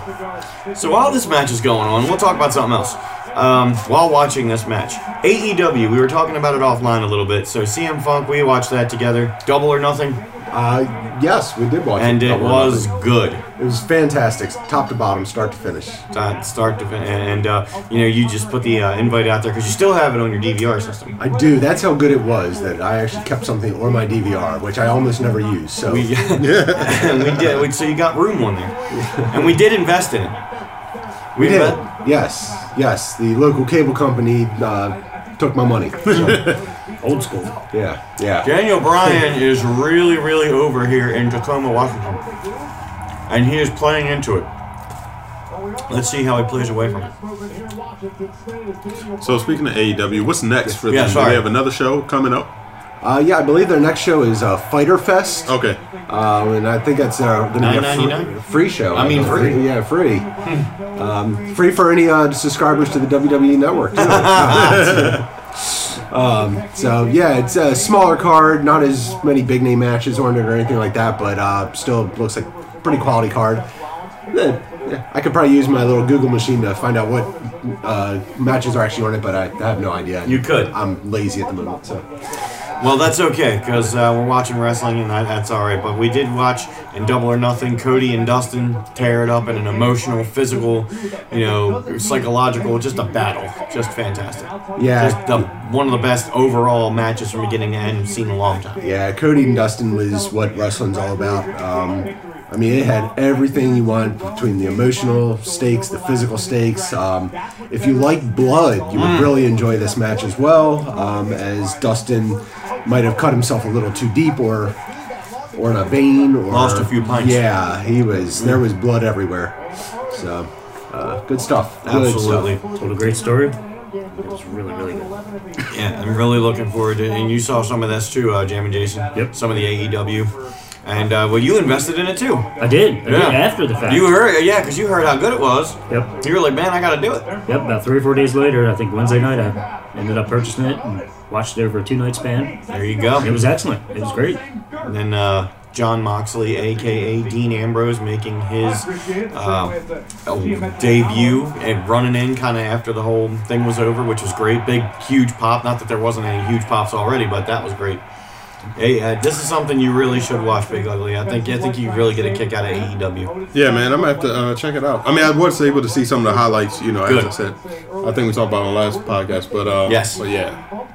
Speaker 1: So while this match is going on, we'll talk about something else. Um, while watching this match, AEW, we were talking about it offline a little bit. So CM Funk, we watched that together, Double or Nothing,
Speaker 3: uh, yes, we did watch
Speaker 1: and
Speaker 3: it.
Speaker 1: it
Speaker 3: Double or
Speaker 1: was
Speaker 3: nothing.
Speaker 1: good,
Speaker 3: It was fantastic, top to bottom, start to finish.
Speaker 1: uh, start to fin- And uh, you know, you just put the uh, invite out there because you still have it on your DVR system.
Speaker 3: I do. That's how good it was that I actually kept something on my DVR, which I almost never use. So
Speaker 1: We, we did. We, so you got room on there, and we did invest in it. We,
Speaker 3: did.
Speaker 1: inve-
Speaker 3: Yes, yes. The local cable company uh, took my money. So,
Speaker 4: Old school.
Speaker 3: yeah, yeah.
Speaker 1: Daniel Bryan is really, really over here in Tacoma, Washington. And he is playing into it. Let's see how he plays away from it.
Speaker 2: So speaking of
Speaker 5: E
Speaker 2: AEW, what's next for
Speaker 1: Yeah,
Speaker 2: them? Do
Speaker 1: sorry.
Speaker 2: they have another show coming up?
Speaker 3: Uh, yeah, I believe their next show is uh, Fighter Fest.
Speaker 2: Okay.
Speaker 3: Uh, and I think that's uh, gonna be a free,
Speaker 1: $9.99?
Speaker 3: free show.
Speaker 1: I mean, free. Hmm.
Speaker 3: Yeah, free. um, free for any uh, subscribers to the WWE Network. Too. um, so yeah, it's a smaller card, not as many big name matches on it or anything like that, but uh, still looks like pretty quality card. Eh, yeah, I could probably use my little Google machine to find out what uh, matches are actually on it, but I, I have no idea.
Speaker 1: You could.
Speaker 3: I'm lazy at the moment, so.
Speaker 1: Well, that's okay, because uh, we're watching wrestling and that, that's all right. But we did watch in Double or Nothing, Cody and Dustin tear it up in an emotional, physical, you know, psychological, just a battle. Just fantastic.
Speaker 3: Yeah.
Speaker 1: Just the, one of the best overall matches from beginning to end seen in a long time.
Speaker 3: Yeah, Cody and Dustin was what wrestling's all about. Um, I mean, it had everything you want between the emotional stakes, the physical stakes. Um, if you like blood, you
Speaker 1: Mm.
Speaker 3: would really enjoy this match as well, um, as Dustin might have cut himself a little too deep or or in a vein or
Speaker 1: Lost a few pints.
Speaker 3: Yeah, he was there was blood everywhere. So, uh, good stuff. Good stuff.
Speaker 1: Absolutely.
Speaker 4: Told a great story. It was really, really good.
Speaker 1: Yeah, I'm really looking forward to And you saw some of this too, uh, Jam and Jason.
Speaker 4: Yep.
Speaker 1: Some of the AEW. And, uh, well, you invested in it too.
Speaker 4: I did. I did after the fact.
Speaker 1: You heard, yeah, because you heard how good it was.
Speaker 4: Yep.
Speaker 1: You were like, man, I got to do it.
Speaker 4: Yep. About three or four days later, I think Wednesday night, I ended up purchasing it and watched it over a two night span.
Speaker 1: There you go.
Speaker 4: It was excellent. It was great.
Speaker 1: And then uh, John Moxley, a.k.a. Dean Ambrose, making his uh, uh, debut and running in kind of after the whole thing was over, which was great. Big, huge pop. Not that there wasn't any huge pops already, but that was great. Hey, uh, this is something you really should watch, Big Ugly. I think I think you really get a E kick out of AEW.
Speaker 2: Yeah, man, I'm gonna have to uh, check it out. I mean, I was able to see some of the highlights. You know, as I
Speaker 1: Good.
Speaker 2: said, I think we talked about it on the last podcast. But uh,
Speaker 1: Yes.
Speaker 2: but yeah,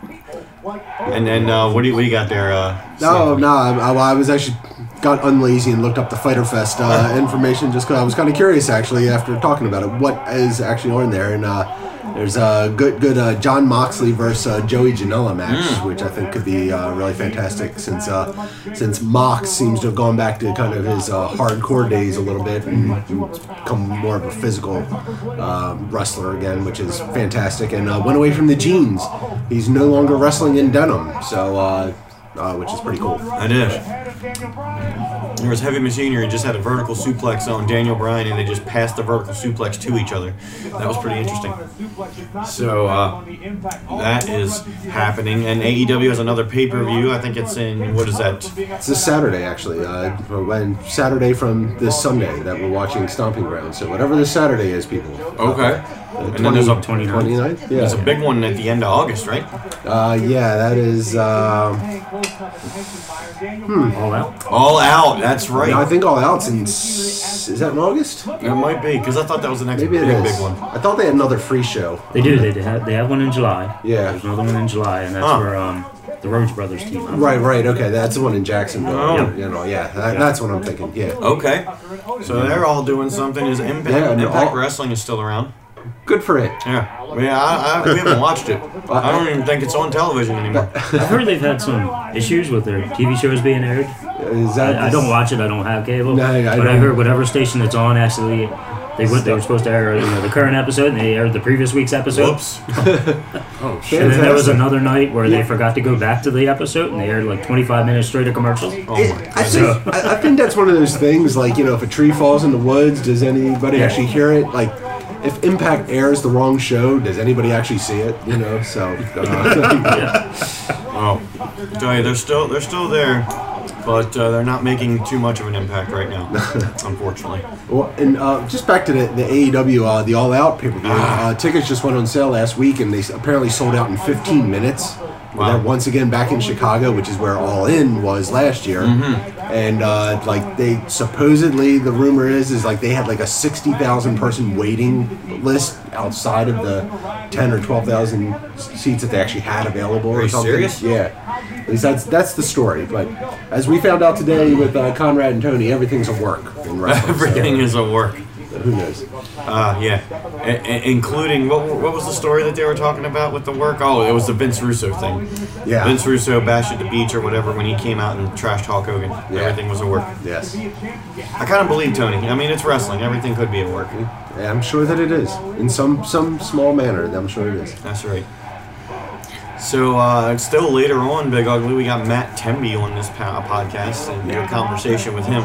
Speaker 1: And then uh, what do you, what do you got there? Uh,
Speaker 3: No, no, I, I- I was actually got unlazy and looked up the Fighter Fest uh, information just because I was kind of curious actually after talking about it. What is actually on there? And uh, there's a good, good uh, John Moxley versus uh, Joey Janela match, which I think could be uh, really fantastic since uh, since Mox seems to have gone back to kind of his uh, hardcore days a little bit and become more of a physical uh, wrestler again, which is fantastic. And uh, went away from the jeans. He's no longer wrestling in denim, so. Uh, uh, which is pretty cool.
Speaker 1: I did. There was heavy machinery and just had a vertical suplex on Daniel Bryan, and they just passed the vertical suplex to each other. That was pretty interesting. So uh, that is happening, and AEW has another pay per view. I think it's in what is that?
Speaker 3: It's this Saturday, actually. Uh, when Saturday from this Sunday that we're watching Stomping Ground. So whatever this Saturday is, people.
Speaker 1: Okay. And then there's a
Speaker 4: 29.
Speaker 3: 29th?
Speaker 1: there's a
Speaker 3: Yeah.
Speaker 1: big one at the end of August, right?
Speaker 3: Uh, yeah, that is. Um,
Speaker 4: Hmm. All out.
Speaker 1: All out. That's right.
Speaker 3: no, I think All Out's in. s- Is that in August?
Speaker 1: It might be because I thought that was the next
Speaker 3: Maybe
Speaker 1: big,
Speaker 3: it is.
Speaker 1: big one.
Speaker 3: I thought they had another free show.
Speaker 4: They do. They, they have. They have one in July.
Speaker 3: Yeah.
Speaker 4: There's another one in July, and that's
Speaker 1: Huh.
Speaker 4: where um, the Rhodes brothers team up.
Speaker 3: Right, right. Okay, that's the one in Jacksonville.
Speaker 1: Oh.
Speaker 3: You know, yeah, that, that's what I'm thinking. Yeah.
Speaker 1: Okay. So they're all doing something. Is Impact,
Speaker 3: Yeah, and
Speaker 1: Impact
Speaker 3: all-
Speaker 1: Wrestling is still around?
Speaker 3: Good for it.
Speaker 1: Yeah, yeah. I, I, we haven't watched it. I don't even think it's on television anymore.
Speaker 4: I've heard they've had some issues with their TV shows being aired.
Speaker 3: Is that
Speaker 4: I, I don't watch it. I don't have cable.
Speaker 3: No, I
Speaker 4: but I
Speaker 3: don't.
Speaker 4: heard whatever station it's on actually They went. They were supposed to air you know, the current episode, and they aired the previous week's episode.
Speaker 1: Whoops.
Speaker 2: Oh
Speaker 4: And
Speaker 2: shit!
Speaker 4: then there was another night where they forgot to go back to the episode, and they aired like 25 minutes straight of commercials.
Speaker 1: Oh.
Speaker 3: It- I think I, I think that's one of those things. Like you know, if a tree falls in the woods, does anybody
Speaker 4: Yeah.
Speaker 3: actually hear it? Like, if Impact airs the wrong show, does anybody actually see it? You know, so uh,
Speaker 2: Oh,
Speaker 1: Tell you, they're still they're still there, but uh, they're not making too much of an impact right now, unfortunately.
Speaker 3: well, and uh, just back to the, the AEW, uh, the All Out pay per view.
Speaker 1: Ah.
Speaker 3: Uh, tickets just went on sale last week, and they s- apparently sold out in 15 minutes.
Speaker 1: Wow.
Speaker 3: They're once again back in Chicago, which is where All In was last year,
Speaker 1: Mm-hmm.
Speaker 3: and uh, like they supposedly the rumor is is like they had like a 60,000 person waiting list outside of the 10 or 12,000 s- seats that they actually had available
Speaker 1: Are
Speaker 3: or
Speaker 1: you
Speaker 3: something.
Speaker 1: serious?
Speaker 3: Yeah, at least that's that's the story. But as we found out today with uh, Conrad and Tony, everything's a work. In wrestling,
Speaker 1: Everything is a work.
Speaker 3: so who knows?
Speaker 1: Uh, yeah, I- I- including what, what was the story that they were talking about with the work? Oh, it was the Vince Russo thing.
Speaker 3: Yeah.
Speaker 1: Vince Russo bashed at the beach or whatever when he came out and trashed Hulk Hogan.
Speaker 3: Yeah.
Speaker 1: Everything was a work.
Speaker 3: Yes,
Speaker 1: I kind of believe Tony. I mean, it's wrestling. Everything could be a work.
Speaker 3: Yeah, I'm sure that it is in some some small manner. I'm sure it is.
Speaker 1: That's right. So, uh, it's still later on, Big Ugly, we got Matt Temby on this po- podcast and your conversation with him.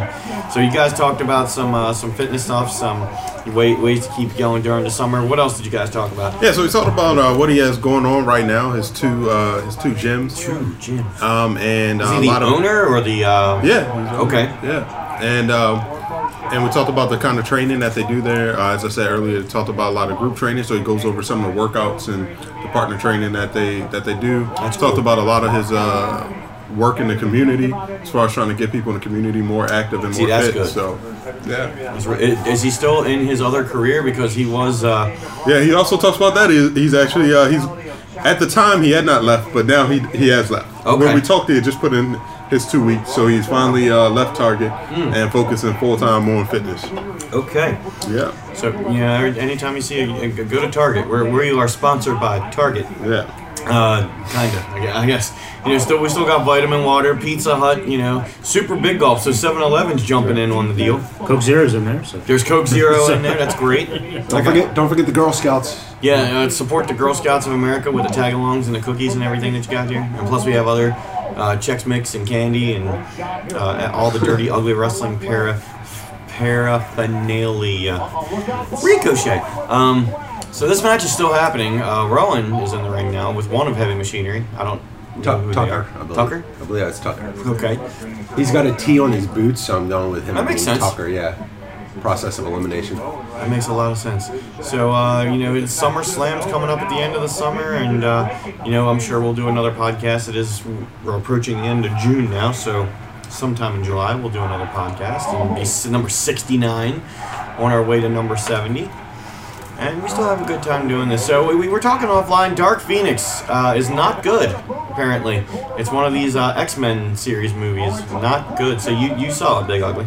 Speaker 1: So, you guys talked about some uh, some fitness stuff, some weight ways to keep going during the summer. What else did you guys talk about?
Speaker 2: yeah. So we talked about uh, what he has going on right now. His two, uh, his two gyms.
Speaker 1: True, Jim.
Speaker 2: Um, and uh,
Speaker 1: Is he
Speaker 2: a
Speaker 1: the
Speaker 2: lot of
Speaker 1: owner or the? Uh,
Speaker 2: Yeah.
Speaker 1: Okay.
Speaker 2: Yeah, and um, and we talked about the kind of training that they do there. Uh, as I said earlier, we talked about a lot of group training. So he goes over some of the workouts and the partner training that they that they do. That's talked about a lot of his uh, work in the community, as far as trying to get people in the community more active and
Speaker 1: See,
Speaker 2: more
Speaker 1: that's
Speaker 2: fit.
Speaker 1: good.
Speaker 2: So yeah,
Speaker 1: Is, is he still in his other career because he was? Uh,
Speaker 2: yeah. He also talks about that. He's, he's actually uh, he's at the time he had not left, but now he he has left.
Speaker 1: Okay.
Speaker 2: When we talked, he had just put in his two weeks, so he's finally uh, left Target
Speaker 1: Hmm.
Speaker 2: and focusing full time on fitness.
Speaker 1: okay.
Speaker 2: Yeah,
Speaker 1: So yeah, every- anytime you see a, a- go to Target, where where you are sponsored by Target,
Speaker 2: yeah.
Speaker 1: uh, kind of, I gue- I guess. You know, still we still got vitamin water, Pizza Hut, you know, Super Big Golf. So 7-Eleven's jumping in on the deal.
Speaker 4: Coke Zero's in there, so
Speaker 1: There's Coke Zero in there. That's great.
Speaker 3: Don't forget, don't forget the Girl Scouts.
Speaker 1: Yeah, uh, support the Girl Scouts of America with the tagalongs and the cookies and everything that you got here. And plus, we have other uh, Chex Mix and candy and uh, all the dirty, ugly wrestling para paraphernalia. Ricochet. Um, so this match is still happening. Uh, Rowan is in the ring now with one of Heavy Machinery. I don't. know who
Speaker 3: Tuck,
Speaker 1: they
Speaker 3: Tucker,
Speaker 1: are.
Speaker 3: I believe.
Speaker 1: Tucker.
Speaker 3: I believe that's Tucker.
Speaker 1: Okay.
Speaker 3: He's got a T on his boots, so I'm going with him.
Speaker 1: That makes
Speaker 3: being
Speaker 1: sense.
Speaker 3: Tucker, yeah. Process of elimination.
Speaker 1: That makes a lot of sense. So, uh, you know, it's Summer Slam's coming up at the end of the summer, and, uh, you know, I'm sure we'll do another podcast. It is, we're approaching the end of June now, so sometime in July we'll do another podcast. And it'll be s- number 69 on our way to number 70. And we still have a good time doing this. So we, we were talking offline. Dark Phoenix uh, is not good, apparently. It's one of these uh, X Men series movies. Not good. So you, you saw it, Big Ugly.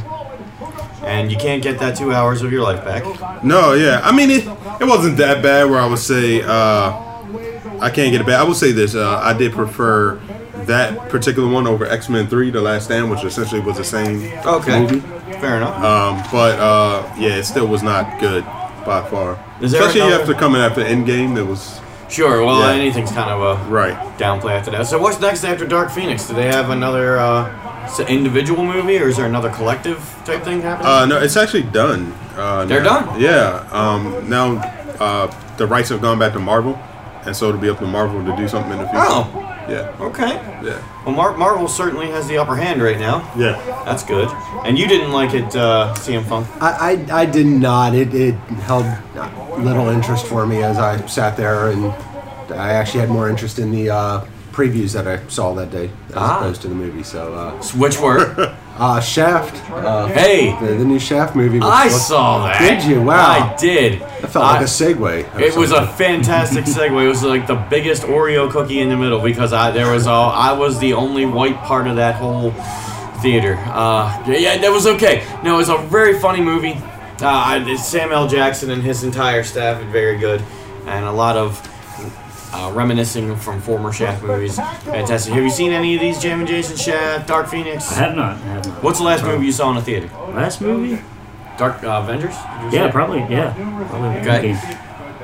Speaker 1: And you can't get that two hours of your life back.
Speaker 2: No, yeah. I mean, it, it wasn't that bad where I would say uh, I can't get it back. I would say this. Uh, I did prefer that particular one over X Men 3, The Last Stand, which essentially was the same
Speaker 1: Okay.
Speaker 2: movie.
Speaker 1: Fair enough.
Speaker 2: Um, but uh, yeah, it still was not good by far.
Speaker 1: Is there
Speaker 2: Especially
Speaker 1: another-
Speaker 2: after coming after Endgame, it was.
Speaker 1: Uh, sure. Well,
Speaker 2: yeah.
Speaker 1: anything's kind of a
Speaker 2: Right.
Speaker 1: downplay after that. So what's next after Dark Phoenix? Do they have another uh, s- individual movie, or is there another collective type thing happening?
Speaker 2: Uh, no, it's actually done. Uh,
Speaker 1: They're
Speaker 2: now.
Speaker 1: done?
Speaker 2: Yeah. Um, now uh, the rights have gone back to Marvel, and so it'll be up to Marvel to do something in the future.
Speaker 1: Oh.
Speaker 2: Yeah.
Speaker 1: okay.
Speaker 2: Yeah.
Speaker 1: Well, Mar- Marvel certainly has the upper hand right now.
Speaker 2: Yeah.
Speaker 1: That's good. And you didn't like it, uh, CM Punk.
Speaker 3: I, I, I did not. It, it held little interest for me as I sat there, and I actually had more interest in the uh, previews that I saw that day as
Speaker 1: Ah.
Speaker 3: opposed to the movie. So, uh,
Speaker 1: Which were?
Speaker 3: uh, Shaft. Uh,
Speaker 1: hey,
Speaker 3: The, the new Shaft movie. which
Speaker 1: I
Speaker 3: looked-
Speaker 1: saw that.
Speaker 3: Did you? Wow.
Speaker 1: I did.
Speaker 3: That felt like a segue. or
Speaker 1: It was a
Speaker 3: something.
Speaker 1: fantastic segue. It was like the biggest Oreo cookie in the middle because I there was all I was the only white part of that whole theater. Uh, yeah, yeah, that was okay. No, it was a very funny movie. Uh, I- it's Sam L. Jackson and his entire staff did very good, and a lot of uh, reminiscing from former Shaft movies. Fantastic. Have you seen any of these? Jam and Jason Shaft, Dark Phoenix.
Speaker 4: I have not. I have not.
Speaker 1: What's the last movie you saw in a theater?
Speaker 4: Last movie?
Speaker 8: Dark uh, Avengers? Did you
Speaker 4: Yeah,
Speaker 8: say?
Speaker 4: probably. Yeah, probably the
Speaker 8: Okay.
Speaker 4: game.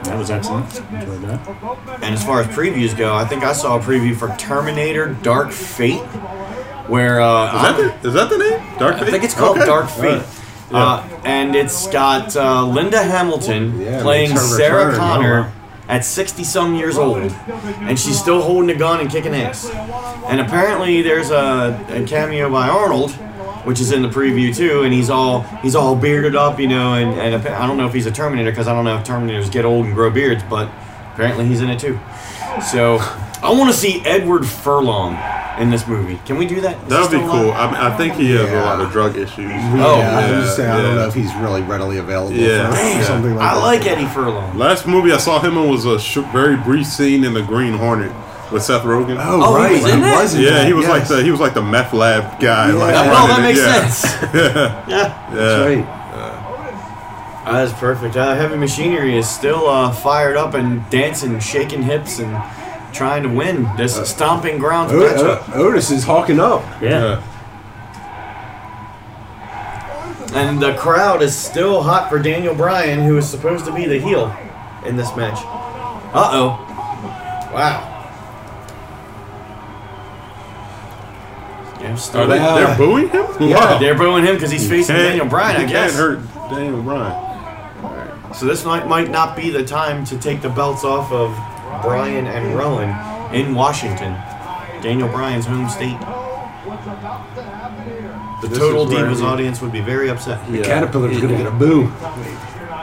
Speaker 4: That was excellent. Enjoyed that.
Speaker 1: And as far as previews go, I think I saw a preview for Terminator Dark Fate, where uh,
Speaker 2: Is that, the, is that the name? Dark Fate?
Speaker 1: I think it's called
Speaker 2: Okay.
Speaker 1: Dark Fate. Uh, and it's got uh, Linda Hamilton
Speaker 3: Yeah,
Speaker 1: playing
Speaker 3: makes her
Speaker 1: Sarah
Speaker 3: return,
Speaker 1: Connor
Speaker 3: huh?
Speaker 1: at 60 some years old. And she's still holding a gun and kicking ass. And apparently there's a, a cameo by Arnold, which is in the preview too. And he's all he's all bearded up, you know. And, and appa- I don't know if he's a Terminator because I don't know if Terminators get old and grow beards, but apparently he's in it too. So I want to see Edward Furlong in this movie. Can we do that? Is he
Speaker 2: That would be
Speaker 1: still alive?
Speaker 2: cool. I, I think he has a
Speaker 3: Yeah.
Speaker 2: lot of drug issues.
Speaker 1: Oh,
Speaker 3: yeah, I
Speaker 2: yeah,
Speaker 3: was just saying, I
Speaker 2: yeah.
Speaker 3: don't know if he's really readily available
Speaker 2: Yeah,
Speaker 3: for
Speaker 2: yeah.
Speaker 3: something like
Speaker 1: I
Speaker 3: that.
Speaker 1: like Eddie Furlong.
Speaker 2: Last movie I saw him in was a sh- very brief scene in The Green Hornet with Seth Rogen.
Speaker 3: Oh,
Speaker 1: Oh, he
Speaker 3: right,
Speaker 1: was in it?
Speaker 3: was in
Speaker 2: yeah,
Speaker 3: that,
Speaker 2: he was like
Speaker 3: yes.
Speaker 2: the he was like the meth lab guy.
Speaker 3: Yeah.
Speaker 2: Like,
Speaker 3: Oh,
Speaker 1: well, that
Speaker 2: running it.
Speaker 1: makes
Speaker 2: yeah.
Speaker 1: sense. yeah,
Speaker 2: Yeah.
Speaker 3: That's right.
Speaker 1: that's perfect. Uh, heavy machinery is still uh, fired up and dancing, shaking hips, and trying to win this
Speaker 2: Uh,
Speaker 1: stomping grounds
Speaker 3: O-
Speaker 1: matchup.
Speaker 3: O- Otis is hawking up.
Speaker 4: Yeah.
Speaker 1: And the crowd is still hot for Daniel Bryan, who is supposed to be the heel in this match. Uh oh. Wow. Yeah,
Speaker 2: Are
Speaker 1: still
Speaker 2: they
Speaker 3: Yeah.
Speaker 2: they're booing him? Wow.
Speaker 1: They're booing him because he's facing
Speaker 2: Can't-
Speaker 1: Daniel Bryan, I
Speaker 2: you
Speaker 1: guess.
Speaker 2: Can't hurt Daniel Bryan.
Speaker 1: So this night might not be the time to take the belts off of Bryan and Rowan in Washington, Daniel Bryan's home state. The
Speaker 2: This
Speaker 1: total
Speaker 2: is where
Speaker 1: Divas
Speaker 2: we-
Speaker 1: audience would be very upset.
Speaker 3: The caterpillar's gonna get a boo.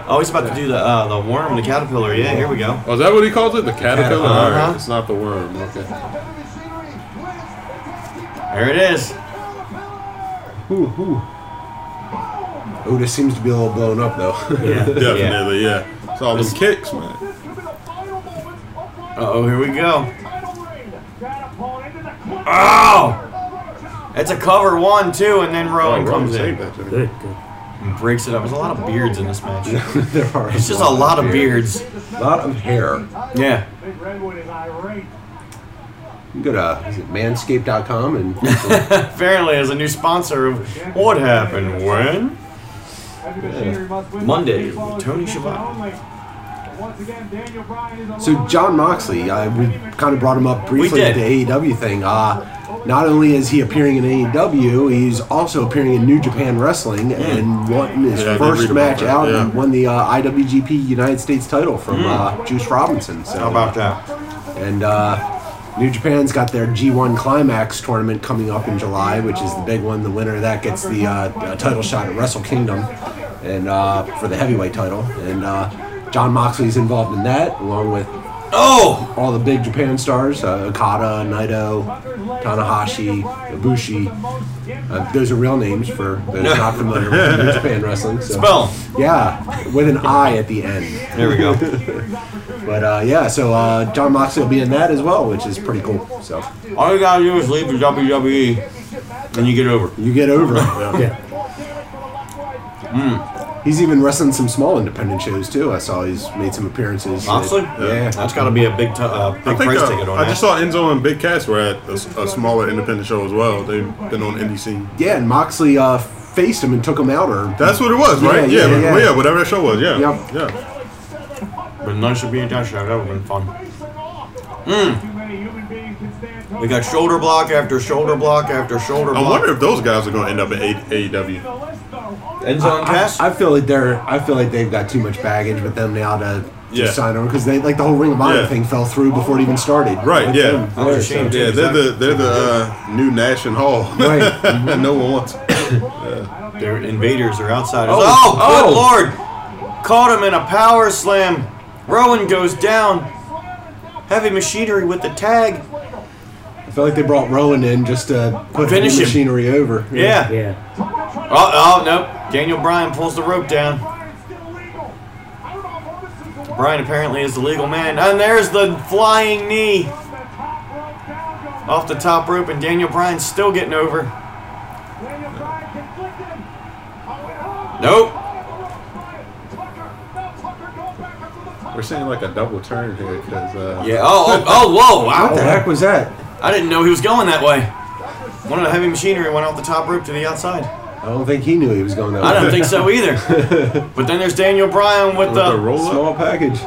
Speaker 1: Oh, he's about to do the uh, the worm, the caterpillar. Yeah, here we go.
Speaker 2: Oh, is that what he calls it? The caterpillar. All
Speaker 1: Uh-huh.
Speaker 2: right, it's not the worm. Okay.
Speaker 1: There it is.
Speaker 3: Ooh, ooh. Otis seems to be a little blown up though.
Speaker 4: Yeah.
Speaker 2: Definitely, yeah. It's all them kicks, man.
Speaker 1: Uh oh, here we go. Oh! It's a cover one, two, and then Rowan comes in
Speaker 4: Good. Good.
Speaker 1: and breaks it up. There's a lot of beards in this match.
Speaker 3: there are
Speaker 1: It's just a lot of beards.
Speaker 3: a lot of hair.
Speaker 1: Yeah.
Speaker 3: You go to is it manscaped.com and
Speaker 1: Apparently, as a new sponsor of What Happened When? Monday, with Tony Schiavone.
Speaker 3: So John Moxley, uh, we kind of brought him up briefly
Speaker 1: did.
Speaker 3: at the AEW thing. Uh, not only is he appearing in AEW, he's also appearing in New Japan Wrestling and won his
Speaker 2: Hmm. Yeah, I did read
Speaker 3: first
Speaker 2: about
Speaker 3: match
Speaker 2: that,
Speaker 3: out
Speaker 2: yeah. Hmm.
Speaker 3: and won the uh, IWGP United States title from uh, Juice Robinson. So
Speaker 1: How about that?
Speaker 3: and uh, New Japan's got their G1 Climax tournament coming up in July, which is the big one. The winner of that gets the uh, uh, title shot at Wrestle Kingdom, and uh, for the heavyweight title. And uh, John Moxley's involved in that, along with
Speaker 1: Oh!
Speaker 3: all the big Japan stars: uh, Okada, Naito, Tanahashi, Ibushi. Uh, those are real names for those not familiar with New Japan wrestling. So.
Speaker 1: Spell.
Speaker 3: Yeah, with an I at the end.
Speaker 1: There we go.
Speaker 3: But uh, yeah, so uh, John Moxley will be in that as well, which is pretty cool. So
Speaker 1: All you gotta do is leave the WWE and E, you get over.
Speaker 3: you get over. it.
Speaker 4: Yeah.
Speaker 3: Hmm. He's even wrestling some small independent shows too. I saw he's made some appearances.
Speaker 1: Moxley?
Speaker 3: Yeah.
Speaker 1: That's gotta be a big, t- uh,
Speaker 2: I
Speaker 1: big
Speaker 2: think
Speaker 1: price
Speaker 2: uh,
Speaker 1: ticket on
Speaker 2: I
Speaker 1: that.
Speaker 2: just saw Enzo and Big Cass were at a, s- a smaller independent show as well. They've been on indie scene.
Speaker 3: Yeah, and Moxley uh, faced him and took him out. Or
Speaker 2: That's what it was,
Speaker 3: Yeah,
Speaker 2: right?
Speaker 3: yeah,
Speaker 2: Yeah, yeah,
Speaker 3: yeah.
Speaker 2: well, yeah, whatever that show was. Yeah,
Speaker 3: Yep.
Speaker 2: yeah.
Speaker 1: but nice to be at that show. That would've been fun. We got shoulder block after shoulder block after shoulder block.
Speaker 2: I wonder if those guys are going to end up at A- E AEW.
Speaker 1: Enzo and Cass?
Speaker 3: I, I feel like they're. I feel like they've got too much baggage with them now to. to
Speaker 2: Yeah.
Speaker 3: sign over because they like the whole Ring of Honor
Speaker 2: Yeah.
Speaker 3: thing fell through before it even started.
Speaker 2: Right?
Speaker 3: Like
Speaker 2: Yeah,
Speaker 3: them.
Speaker 1: That was a shame, too,
Speaker 2: yeah. They're
Speaker 1: 'cause
Speaker 2: the they're the uh, new Nash and Hall.
Speaker 3: Right.
Speaker 1: Mm-hmm.
Speaker 2: no one wants.
Speaker 1: Their invaders are outside. Oh,
Speaker 3: Oh,
Speaker 1: good
Speaker 3: oh.
Speaker 1: lord! Caught him in a power slam. Rowan goes down. Heavy machinery with the tag.
Speaker 3: I feel like they brought Rowan in just to put
Speaker 1: Finish
Speaker 3: the
Speaker 1: him.
Speaker 3: machinery over.
Speaker 1: Yeah.
Speaker 4: Yeah.
Speaker 1: Oh, oh, nope. Daniel Bryan pulls the rope down. Bryan apparently is the legal man. And there's the flying knee off the top rope, and Daniel Bryan's still getting over. Nope.
Speaker 2: We're seeing like a double turn here because uh,
Speaker 1: Yeah. Oh, oh, oh whoa. Wow.
Speaker 3: What the heck was that?
Speaker 1: I didn't know he was going that way. One of the heavy machinery went off the top rope to the outside.
Speaker 3: I don't think he knew he was going that
Speaker 1: I don't
Speaker 3: way.
Speaker 1: think so either. But then there's Daniel Bryan with,
Speaker 2: With
Speaker 1: the,
Speaker 2: the roll up.
Speaker 3: Small package.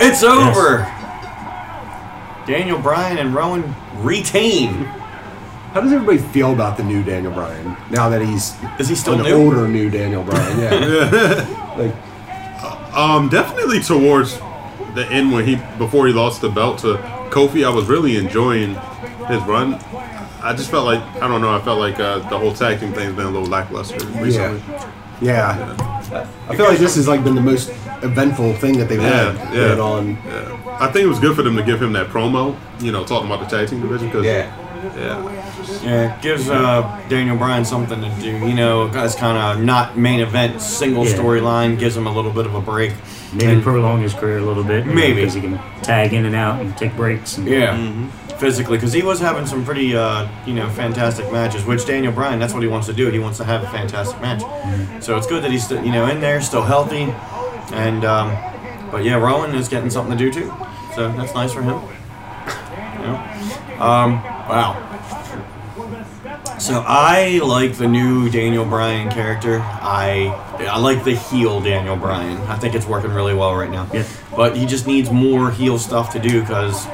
Speaker 1: It's over. Daniel Bryan and Rowan retain.
Speaker 3: How does everybody feel about the new Daniel Bryan now that he's
Speaker 1: Is he still
Speaker 3: an
Speaker 1: new?
Speaker 3: older new Daniel Bryan? Yeah. like
Speaker 2: Um, definitely towards the end when he before he lost the belt to Kofi, I was really enjoying his run. I just felt like I don't know. I felt like uh, the whole tag team thing's been a little lackluster recently.
Speaker 3: yeah, yeah. I feel like this has like been the most eventful thing that they've
Speaker 2: Yeah,
Speaker 3: had
Speaker 2: yeah.
Speaker 3: going on.
Speaker 2: Yeah. I think it was good for them to give him that promo. You know, talking about the tag team division because
Speaker 3: Yeah,
Speaker 2: yeah,
Speaker 1: Yeah, it gives uh, Daniel Bryan something to do. You know, it's kind of not main event, single
Speaker 4: Yeah.
Speaker 1: storyline. Gives him a little bit of a break.
Speaker 4: Maybe
Speaker 1: And-
Speaker 4: prolong his career a little bit. you know,
Speaker 1: Maybe.
Speaker 4: because he can tag in and out and take breaks. And,
Speaker 1: Yeah, Mm-hmm. physically, because he was having some pretty, uh, you know, fantastic matches. Which Daniel Bryan, that's what he wants to do. He wants to have a fantastic match. So it's good that he's, still, you know, in there, still healthy, and um, but yeah, Rowan is getting something to do too. So that's nice for him. You know? um, wow. So I like the new Daniel Bryan character. I I like the heel Daniel Bryan. I think it's working really well right now.
Speaker 4: Yeah.
Speaker 1: But he just needs more heel stuff to do because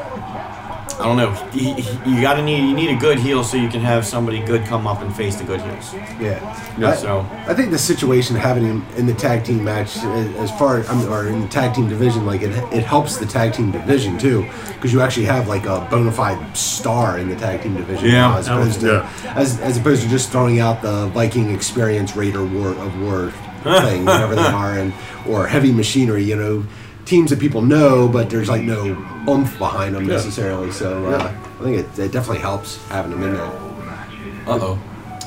Speaker 1: I don't know. He, he, you gotta need you need a good heel so you can have somebody good come up and face the good heels.
Speaker 3: yeah.
Speaker 1: Yeah,
Speaker 3: I,
Speaker 1: so-
Speaker 3: I think the situation having him in the tag team match, a- as far I mean, or in the tag team division, like it, it helps the tag team division too, because you actually have like a bona fide star in the tag team division.
Speaker 1: Yeah.
Speaker 3: now, as opposed to
Speaker 2: Yeah.
Speaker 3: as, as opposed to just throwing out the Viking Experience Raider War of War thing, whatever they are, and or heavy machinery, you know, teams that people know, but there's like no oomph behind them necessarily. So uh, I think it, it definitely helps having them in there.
Speaker 1: Uh oh.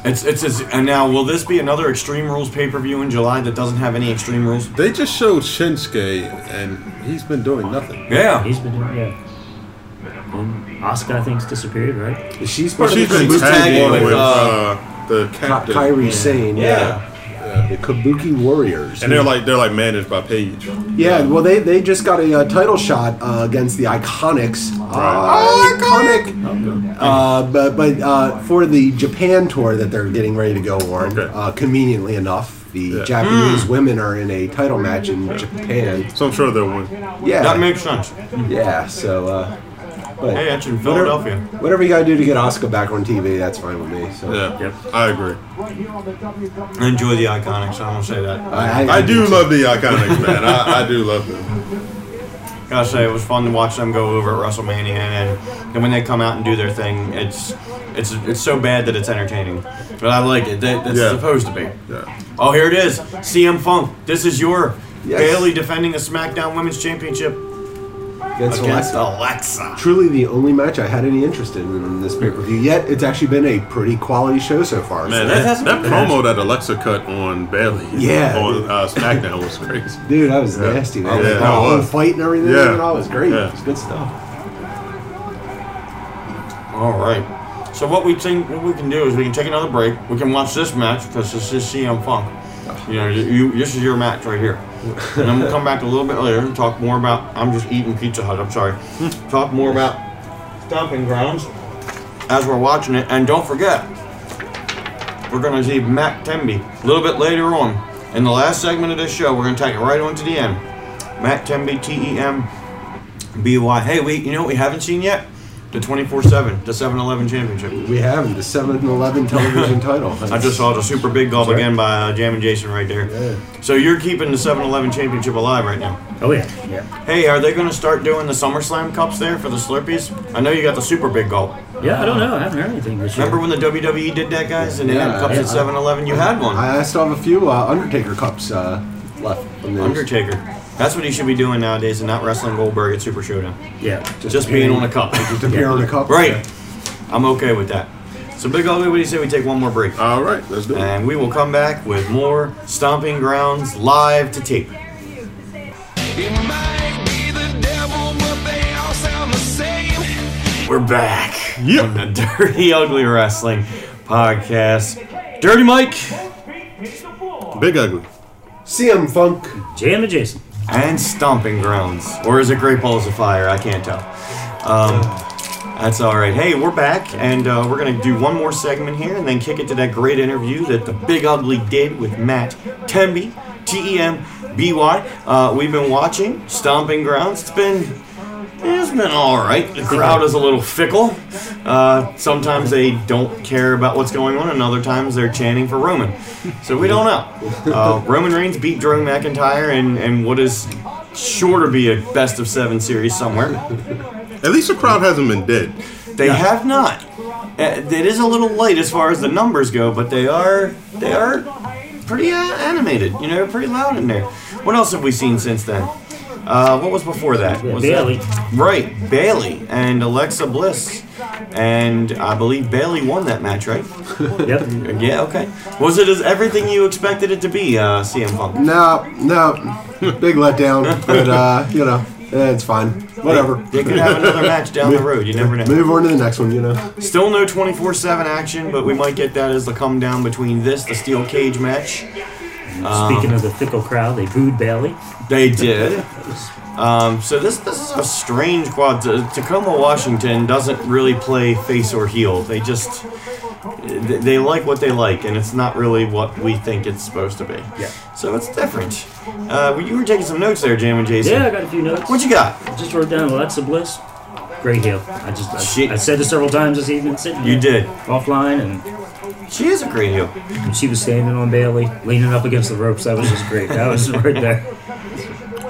Speaker 1: It's it's it's and now will this be another Extreme Rules pay per view in July that doesn't have any Extreme Rules?
Speaker 2: they just showed Shinsuke and he's been doing nothing.
Speaker 1: Yeah.
Speaker 4: He's been doing yeah. And Asuka, I think's disappeared, right?
Speaker 3: She's
Speaker 2: But
Speaker 3: part
Speaker 2: she's
Speaker 3: of the
Speaker 2: been
Speaker 1: was
Speaker 3: Kabuki,
Speaker 2: tagging
Speaker 1: tagging
Speaker 2: with
Speaker 1: with, uh,
Speaker 2: uh, the captain,
Speaker 3: Kyrie Sane,
Speaker 1: Yeah.
Speaker 3: yeah. the Kabuki Warriors,
Speaker 2: and they're like they're like managed by Paige.
Speaker 3: yeah. Well, they they just got a, uh title shot uh, against the Iconics. Uh,
Speaker 2: Right.
Speaker 3: iconic. Uh, but but uh, for the Japan tour that they're getting ready to go on,
Speaker 2: Okay.
Speaker 3: uh, conveniently enough, the
Speaker 2: Yeah.
Speaker 3: Japanese women are in a title match in Japan.
Speaker 2: So I'm sure they'll win.
Speaker 3: Yeah,
Speaker 1: That makes sense.
Speaker 3: yeah. So, uh, but
Speaker 1: Hey, that's in
Speaker 3: whatever-
Speaker 1: Philadelphia.
Speaker 3: Whatever, you gotta do to get Oscar back on TV, that's fine with me. So.
Speaker 2: Yeah,
Speaker 4: Yep.
Speaker 2: I agree.
Speaker 1: I enjoy the iconics. I won't say that.
Speaker 2: I do love the Iconics, man. I, I do love them.
Speaker 1: Gotta say, it was fun to watch them go over at WrestleMania, and and when they come out and do their thing, it's it's it's so bad that it's entertaining. But I like it. That, that's
Speaker 2: Yeah.
Speaker 1: supposed to be.
Speaker 2: Yeah.
Speaker 1: Oh, here it is. CM Funk. This is your
Speaker 3: Yes.
Speaker 1: Bailey defending the SmackDown Women's Championship
Speaker 3: against
Speaker 1: against
Speaker 3: Alexa.
Speaker 1: Alexa.
Speaker 3: Truly the only match I had any interest in in
Speaker 1: Hmm.
Speaker 3: this pay per view. Yet it's actually been a pretty quality show so far.
Speaker 2: Man, that,
Speaker 3: so-
Speaker 2: that promo that Alexa cut on Bailey
Speaker 3: Yeah.
Speaker 2: on uh, SmackDown was crazy.
Speaker 3: Dude, that was
Speaker 2: Yeah.
Speaker 3: nasty,
Speaker 1: Oh,
Speaker 3: man.
Speaker 2: Yeah,
Speaker 3: the
Speaker 2: that
Speaker 3: whole
Speaker 2: was.
Speaker 3: fight and everything.
Speaker 2: Yeah.
Speaker 3: and all was great.
Speaker 2: Yeah.
Speaker 3: It was good stuff.
Speaker 1: All right. So what we think what we can do is we can take another break. We can watch this match because this is CM Funk. You know, you, this is your match right here. And then we'll come back a little bit later and talk more about. I'm just eating Pizza Hut. I'm sorry. Talk more about stomping grounds as we're watching it. And don't forget, we're gonna see Matt Temby a little bit later on in the last segment of this show. We're gonna take it right on to the end. Matt Temby, T E M B Y. Hey, we you know what we haven't seen yet? The 24/7, the 7-Eleven Championship.
Speaker 3: We have the 7 11 television title.
Speaker 1: I just saw the super big gulp again by uh, Jam and Jason right there.
Speaker 3: Yeah.
Speaker 1: So you're keeping the 7-Eleven Championship alive right now.
Speaker 4: Oh yeah, yeah,
Speaker 1: Hey, are they going to start doing the SummerSlam cups there for the Slurpees? I know you got the super big gulp.
Speaker 4: yeah. I don't know. I haven't heard anything this year.
Speaker 1: Remember when the WWE did that, guys? And they
Speaker 3: Yeah,
Speaker 1: had cups
Speaker 4: yeah.
Speaker 1: at 7-Eleven. You had one.
Speaker 3: I I still have a few uh, Undertaker cups uh, left. From the
Speaker 1: Undertaker. That's what he should be doing nowadays and not wrestling Goldberg at Super Showdown.
Speaker 4: Yeah,
Speaker 1: Just, being on a cup.
Speaker 3: Just appear on a cup.
Speaker 1: right. I'm okay with that. So, Big Ugly, what do you say we take one more break?
Speaker 2: All right, let's do it.
Speaker 1: And we will come back with more Stomping Grounds live to tape.
Speaker 7: It might be the devil, but they all sound the same.
Speaker 1: We're back
Speaker 2: Yep.
Speaker 1: on the Dirty Ugly Wrestling podcast. Dirty Mike
Speaker 2: Big Ugly.
Speaker 3: CM Funk.
Speaker 4: Jam and Jason.
Speaker 1: and Stomping Grounds. Or is it Great Balls of Fire? I can't tell. Um, That's all right. Hey, we're back, and uh, we're gonna do one more segment here, and then kick it to that great interview that the Big Ugly did with Matt Temby, T E M B Y. Uh, we've been watching Stomping Grounds. It's been it's been all right. The crowd is a little fickle. Uh, sometimes they don't care about what's going on, and other times they're chanting for Roman. So we don't know. Uh, Roman Reigns beat Drew McIntyre in, in what is sure to be a best of seven series somewhere.
Speaker 2: At least the crowd hasn't been dead.
Speaker 1: They have not. Uh, It is a little light as far as the numbers go, but they are they are pretty uh, animated. You know, pretty loud in there. What else have we seen since then? Uh, what was before that? Was that-
Speaker 4: Bailey.
Speaker 1: right, Bailey and Alexa Bliss, and I believe Bailey won that match, right?
Speaker 4: Yep.
Speaker 1: Yeah, okay. Was it as everything you expected it to be, uh, CM Punk?
Speaker 3: No, no, big letdown. But uh, you know, eh, it's fine. Whatever.
Speaker 1: They could have another match down the road. You never know.
Speaker 3: Move on to the next one. You know.
Speaker 1: Still no 24 7 action, but we might get that as the come down between this, the steel cage match. Um,
Speaker 4: Speaking of the fickle crowd, they booed Bailey.
Speaker 1: They did. Um, so this this is a strange quad. Ta- Tacoma, Washington doesn't really play face or heel. They just they they like what they like, and it's not really what we think it's supposed to be.
Speaker 4: Yeah.
Speaker 1: So it's different. Uh, well, you were taking some notes there, Jam and Jason.
Speaker 4: Yeah, I got a few notes.
Speaker 1: What you got?
Speaker 4: Just wrote down Alexa Bliss. Great heel. I just
Speaker 1: She-
Speaker 4: I, I said this several times this evening. Sitting
Speaker 1: You
Speaker 4: here
Speaker 1: did.
Speaker 4: offline, and
Speaker 1: She is a great heel.
Speaker 4: she was standing on Bailey, leaning up against the ropes. That was just great. That was right there.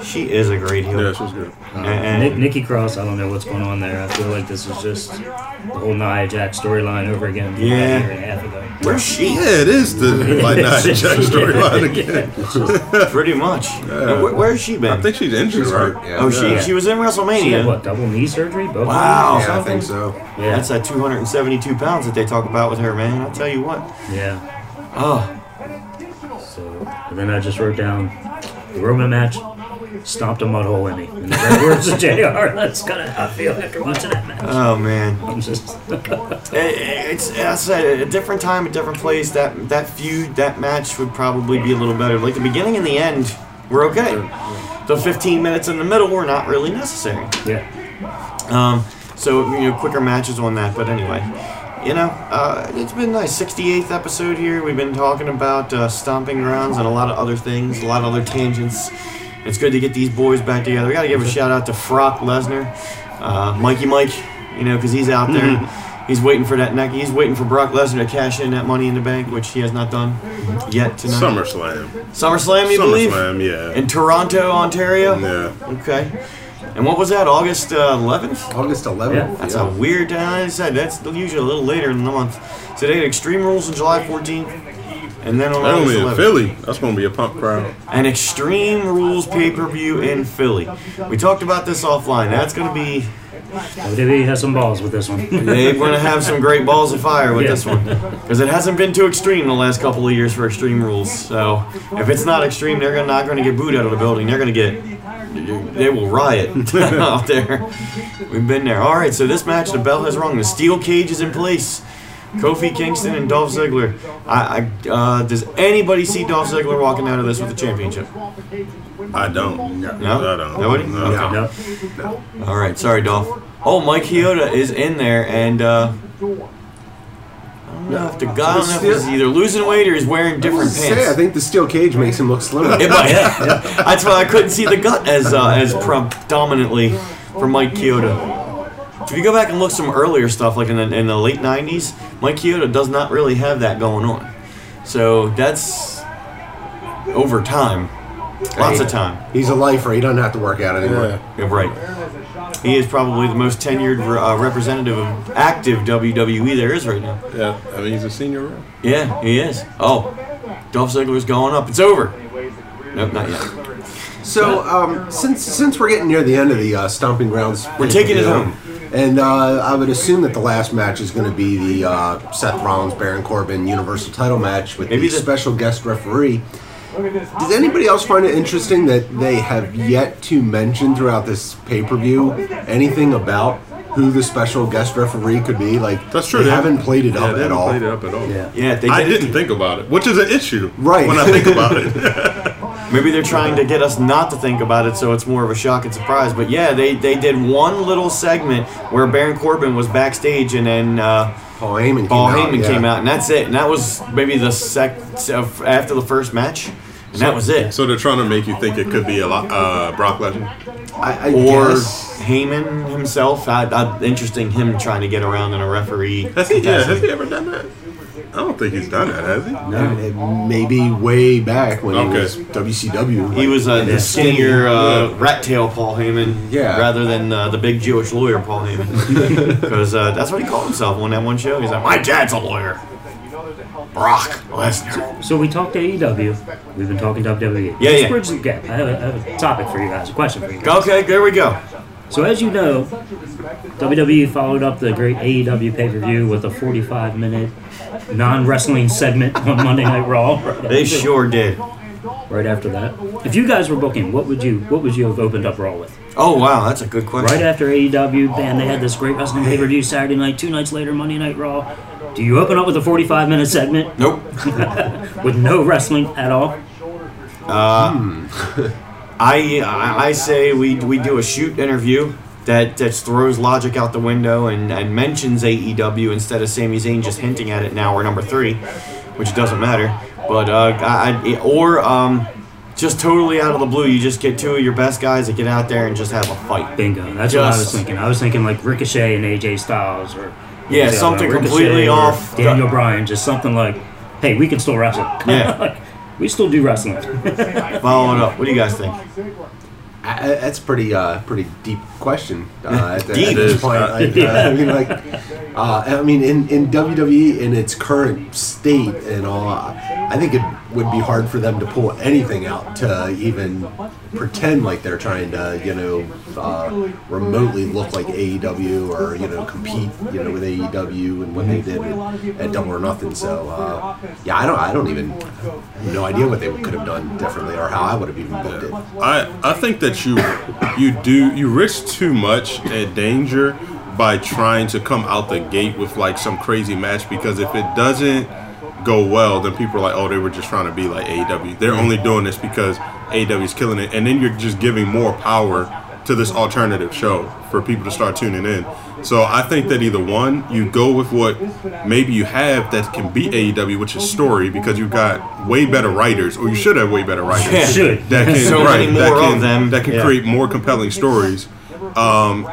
Speaker 1: She is a great heel.
Speaker 2: Yeah, she was good.
Speaker 1: And,
Speaker 4: Nick, Nikki Cross. I don't know what's going on there. I feel like this is just the whole Nia Jack storyline over again. from about
Speaker 1: Yeah.
Speaker 4: a year and a half ago.
Speaker 1: where's she?
Speaker 2: Yeah, it is the like not Jack storyline again.
Speaker 1: Pretty much. And where, where's she been?
Speaker 2: I think she's injured, right?
Speaker 5: Yeah.
Speaker 1: oh, she
Speaker 4: Yeah.
Speaker 1: she was in WrestleMania.
Speaker 4: She had what double knee surgery? Both
Speaker 1: Wow.
Speaker 4: knees or
Speaker 5: Yeah, I think
Speaker 4: something?
Speaker 5: so.
Speaker 4: Yeah.
Speaker 1: That's that 272 pounds that they talk about with her, man. I'll tell you what.
Speaker 4: yeah.
Speaker 1: Oh,
Speaker 4: So and then I just wrote down the Roman match stomped a mud hole in me. And the very words of JR. That's kind of how I feel after watching that match.
Speaker 1: oh man.
Speaker 4: I'm just
Speaker 1: It- It's as I said, at a different time, a different place. That that feud, that match would probably be a little better. Like the beginning and the end, we're okay. The 15 minutes in the middle were not really necessary.
Speaker 4: yeah.
Speaker 1: Um, so you know, quicker matches on that. But anyway, you know, uh, it's been nice. 68th episode here. We've been talking about uh, stomping grounds and a lot of other things, a lot of other tangents. It's good to get these boys back together. We got to give a shout out to Frock Lesnar, uh, Mikey Mike, you know, because he's out there. He's waiting for that neck. He's waiting for Brock Lesnar to cash in that Money in the Bank, which he has not done yet tonight.
Speaker 2: SummerSlam.
Speaker 1: SummerSlam, you believe?
Speaker 2: SummerSlam, yeah.
Speaker 1: In Toronto, Ontario.
Speaker 2: Yeah.
Speaker 1: Okay. And what was that? August uh, 11th.
Speaker 3: August 11th.
Speaker 4: Yeah,
Speaker 1: That's a weird time. Like I said that's usually a little later in the month. So they had Extreme Rules on July 14th, and then on
Speaker 2: Not
Speaker 1: August
Speaker 2: only in
Speaker 1: 11th,
Speaker 2: Philly, that's gonna be a pump crowd.
Speaker 1: an Extreme Rules pay per view in Philly. We talked about this offline. That's going to be.
Speaker 4: WWE E has some balls with this one.
Speaker 1: They're going to have some great balls of fire with
Speaker 4: Yeah.
Speaker 1: this one because it hasn't been too extreme the last couple of years for Extreme Rules. So if it's not extreme, they're gonna, not going to get booed out of the building. They're going to get. They will riot out there. We've been there. All right, so this match, the bell has rung. The steel cage is in place. Kofi Kingston and Dolph Ziggler. I, I uh, does anybody see Dolph Ziggler walking out of this with the championship?
Speaker 2: I don't. No, I don't.
Speaker 1: Nobody?
Speaker 2: No.
Speaker 1: Okay.
Speaker 4: no.
Speaker 1: All right, sorry, Dolph. Oh, Mike Chioda is in there, and uh, I don't know if the guy, I don't know if he's either losing weight or he's wearing different
Speaker 3: Say, I
Speaker 1: pants.
Speaker 3: think the steel cage makes him look slimmer.
Speaker 1: It might- That's why I couldn't see the gut as uh, as predominantly for Mike Chioda. If you go back and look some earlier stuff, like in the, in the late '90s, Mike Chioda does not really have that going on. So that's over time, lots of time.
Speaker 3: He's a lifer. He doesn't have to work out anymore.
Speaker 2: Yeah.
Speaker 1: Yeah, right. He is probably the most tenured uh, representative of active WWE there is right now.
Speaker 2: Yeah. I mean, he's a senior rep.
Speaker 1: Yeah, he is. Oh, Dolph Ziggler's going up. It's over. Nope, not yet.
Speaker 3: So um, since since we're getting near the end of the uh, stomping grounds,
Speaker 1: We're taking it home.
Speaker 3: And uh, I would assume that the last match is going to be the uh, Seth Rollins Baron Corbin Universal Title match with
Speaker 1: Maybe
Speaker 3: the
Speaker 1: the-
Speaker 3: special guest referee. Does anybody else find it interesting that they have yet to mention throughout this pay per view anything about who the special guest referee could be? Like
Speaker 2: That's true.
Speaker 3: They
Speaker 2: They
Speaker 3: haven't played it
Speaker 2: yeah,
Speaker 3: up
Speaker 2: they
Speaker 3: at
Speaker 2: haven't
Speaker 3: all.
Speaker 2: Played it up at all.
Speaker 4: Yeah.
Speaker 1: Yeah, they
Speaker 2: I
Speaker 1: did it.
Speaker 2: didn't think about it, which is an issue.
Speaker 3: Right.
Speaker 2: When I think about it.
Speaker 1: Maybe they're trying to get us not to think about it, so it's more of a shock and surprise. But yeah, they, they did one little segment where Baron Corbin was backstage, and then uh,
Speaker 3: Paul Heyman came
Speaker 1: Paul
Speaker 3: out.
Speaker 1: Heyman
Speaker 3: yeah.
Speaker 1: came out, and that's it. And that was maybe the sec after the first match, and that was it.
Speaker 2: So they're trying to make you think it could be a lot, uh, Brock Lesnar.
Speaker 3: I, I
Speaker 1: or
Speaker 3: guess.
Speaker 1: Heyman himself. I, I, interesting him trying to get around in a referee.
Speaker 2: Has he? Yeah, has
Speaker 1: capacity.
Speaker 2: he ever done that? I don't think he's done that, has he?
Speaker 4: No.
Speaker 3: Maybe way back when
Speaker 2: Okay.
Speaker 3: he was WCW.
Speaker 1: He was uh,
Speaker 3: like,
Speaker 1: the skinnier uh,
Speaker 2: Yeah.
Speaker 1: rat tail Paul Heyman,
Speaker 3: Yeah.
Speaker 1: rather than uh, the big Jewish lawyer Paul Heyman, because uh, that's what he called himself on that one show. He's like, my dad's a lawyer, Brock Lesnar.
Speaker 4: So we talked to AEW. We've been talking WWE.
Speaker 1: Yeah,
Speaker 4: Let's
Speaker 1: yeah.
Speaker 4: bridge the gap. I have, a, I have a topic for you guys, a question for you guys.
Speaker 1: Okay, there we go.
Speaker 4: So as you know, WWE followed up the great AEW pay-per-view with a 45-minute non-wrestling segment on Monday Night Raw.
Speaker 1: They sure did.
Speaker 4: Right after that, if you guys were booking, what would you what would you have opened up Raw with?
Speaker 1: Oh wow, that's a good question.
Speaker 4: Right after AEW, bam, they had this great wrestling pay-per-view Saturday night. Two nights later, Monday Night Raw. Do you open up with a 45-minute segment
Speaker 1: Nope.
Speaker 4: with no wrestling at all?
Speaker 1: I, I I say we we do a shoot interview that that throws logic out the window and, and mentions AEW instead of Sami Zayn just hinting at it now or number three, which doesn't matter. But uh, I, I- or um, just totally out of the blue, you just get two of your best guys that get out there and just have a fight.
Speaker 4: Bingo. That's what I was
Speaker 1: Just-
Speaker 4: thinking. I was thinking like Ricochet and AJ Styles or
Speaker 1: Yeah,
Speaker 4: Styles,
Speaker 1: something
Speaker 4: Ricochet
Speaker 1: completely
Speaker 4: or
Speaker 1: off the-
Speaker 4: Daniel Bryan, just something like, hey, we can still wrestle.
Speaker 1: Yeah.
Speaker 4: we still do wrestling.
Speaker 1: Follow it up. What do you guys think?
Speaker 3: I, I- that's pretty uh, pretty deep question. Uh, at, the-
Speaker 1: Deep.
Speaker 3: at this point, like, uh, I mean, like, uh, I mean, in, in WWE in its current state and all, I think it would be hard for them to pull anything out to even pretend like they're trying to, you know, uh, remotely look like AEW or you know compete, you know, with AEW and what they did at, at Double or Nothing. So, uh, yeah, I don't, I don't even, I have no idea what they could have done differently or how I would have even booked it.
Speaker 2: I I think that you you do you risk too much and danger by trying to come out the gate with like some crazy match because if it doesn't go well, then people are like, oh, they were just trying to be like AEW. They're only doing this because AEW is killing it, and then you're just giving more power to this alternative show for people to start tuning in. So I think that either one, you go with what maybe you have that can beat AEW, which is story, because you've got way better writers, or you should have way better writers
Speaker 1: Yeah.
Speaker 4: Should.
Speaker 2: that can
Speaker 1: So
Speaker 2: right,
Speaker 1: many
Speaker 2: that
Speaker 1: more
Speaker 2: can,
Speaker 1: of them.
Speaker 2: that can
Speaker 1: Yeah.
Speaker 2: create more compelling stories um,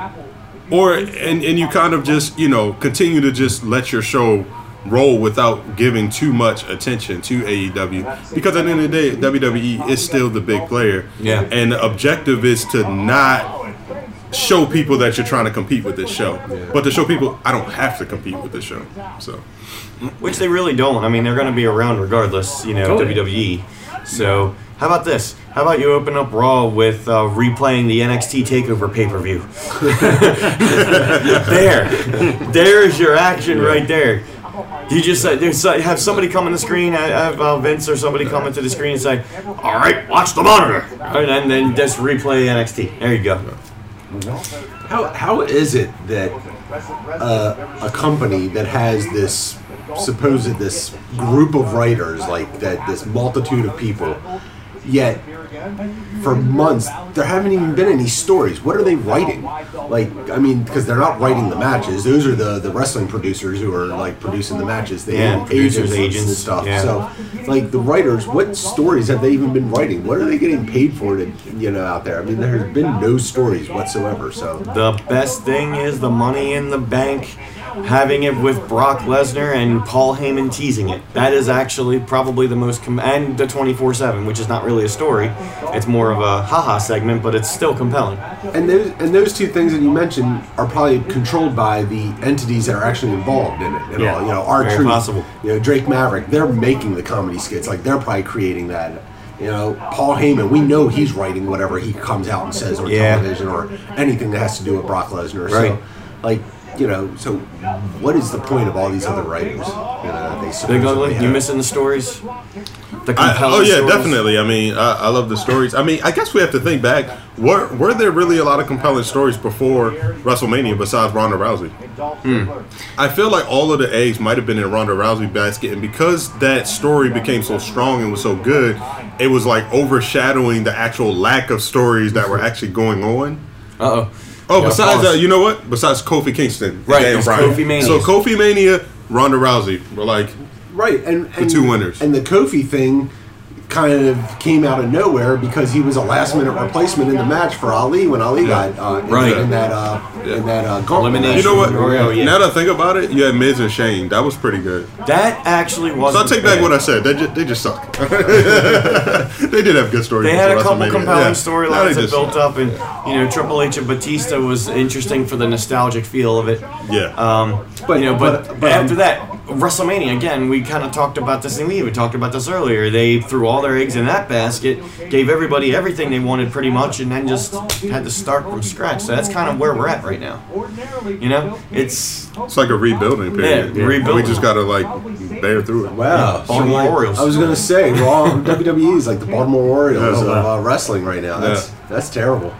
Speaker 2: or and, and you kind of just you know continue to just let your show roll without giving too much attention to AEW because at the end of the day WWE is still the big player
Speaker 1: Yeah.
Speaker 2: and the objective is to not show people that you're trying to compete with this show but to show people I don't have to compete with this show so
Speaker 1: Which they really don't. I mean, they're going to be around regardless, you know,
Speaker 4: Oh, yeah.
Speaker 1: WWE. So, how about this? How about you open up Raw with uh, replaying the NXT Takeover pay per view? there, there is your action right there. You just said, there's, uh, have somebody come on the screen, I- I have uh, Vince or somebody come into the screen and say, "All right, watch the monitor," and then, then just replay NXT. There you go.
Speaker 3: How, how is it that uh, a company that has this supposed this group of writers like that this multitude of people yet for months there haven't even been any stories what are they writing like i mean because they're not writing the matches those are the the wrestling producers who are like producing the matches they
Speaker 1: Yeah,
Speaker 3: have
Speaker 1: producers,
Speaker 3: agents and
Speaker 1: agents,
Speaker 3: stuff
Speaker 1: yeah.
Speaker 3: so like the writers what stories have they even been writing what are they getting paid for to you know out there i mean there's been no stories whatsoever so
Speaker 1: The best thing is the money in the bank, having it with Brock Lesnar and Paul Heyman teasing it. That is actually probably the most, com- and the 24 7, which is not really a story. It's more of a haha segment, but it's still compelling.
Speaker 3: And those and those two things that you mentioned are probably controlled by the entities that are actually involved in it. And
Speaker 4: Yeah.
Speaker 3: all. You know, our
Speaker 1: Very
Speaker 3: truth.
Speaker 1: possible.
Speaker 3: You know, Drake Maverick. They're making the comedy skits. Like they're probably creating that. You know, Paul Heyman. We know he's writing whatever he comes out and says on
Speaker 1: Yeah.
Speaker 3: television or anything that has to do with Brock Lesnar.
Speaker 1: Right.
Speaker 3: So, like, you know, so what is the point of all these other writers? You know, that they
Speaker 1: Big
Speaker 3: supposedly
Speaker 1: Ugly, you
Speaker 3: have?
Speaker 1: missing the stories? The
Speaker 2: I,
Speaker 1: compelling
Speaker 2: oh yeah,
Speaker 1: stories?
Speaker 2: definitely. I mean, I, I love the stories. I mean, I guess we have to think back. Were were there really a lot of compelling stories before WrestleMania besides Ronda Rousey?
Speaker 1: Hmm.
Speaker 2: I feel like all of the eggs might have been in Ronda Rousey basket, and because that story became so strong and was so good, it was like overshadowing the actual lack of stories that were actually going on.
Speaker 1: Uh-oh.
Speaker 2: Oh,
Speaker 1: Yeah,
Speaker 2: besides
Speaker 1: pause.
Speaker 2: uh, you know what? Besides Kofi Kingston, and
Speaker 1: Right,
Speaker 2: Dan
Speaker 1: it's
Speaker 2: Bryan.
Speaker 1: Kofi Mania.
Speaker 2: So Kofi Mania, Ronda Rousey were like,
Speaker 3: Right, and, and
Speaker 2: two winners.
Speaker 3: and the Kofi thing kind of came out of nowhere because he was a last minute replacement in the match for Ali when Ali
Speaker 2: Yeah.
Speaker 3: got uh, in,
Speaker 1: Right.
Speaker 3: in that uh, in that uh, gauntlet
Speaker 1: Elimination.
Speaker 2: you know what?
Speaker 1: Royal, yeah.
Speaker 2: Now that I think about it, you had Miz and Shane. That was pretty good.
Speaker 1: That actually
Speaker 2: So I
Speaker 1: wasn't
Speaker 2: take back
Speaker 1: bad.
Speaker 2: what I said. They just, they just suck. they did have good stories.
Speaker 1: They had a
Speaker 2: before
Speaker 1: couple
Speaker 2: WrestleMania.
Speaker 1: compelling
Speaker 2: Yeah. Now they
Speaker 1: storylines that
Speaker 2: just-
Speaker 1: built up, and you know Triple H and Batista was interesting for the nostalgic feel of it.
Speaker 2: Yeah.
Speaker 1: Um,
Speaker 3: But-
Speaker 1: you know, but,
Speaker 3: but-
Speaker 1: but,
Speaker 3: but, um,
Speaker 1: after that, WrestleMania again. We kind of talked about this, and we even talked about this earlier. They threw all their eggs in that basket, gave everybody everything they wanted pretty much, and then just had to start from scratch. So that's kind of where we're at right now. You know, it's
Speaker 2: it's like a rebuilding period.
Speaker 1: Yeah,
Speaker 2: We
Speaker 1: rebuilding.
Speaker 2: just gotta like bear through it.
Speaker 3: Wow, so
Speaker 1: Baltimore
Speaker 3: like-
Speaker 1: Orioles.
Speaker 3: I was gonna say Raw WWE is like the Baltimore Orioles
Speaker 2: Yeah.
Speaker 3: of uh, wrestling right now. That's that's terrible.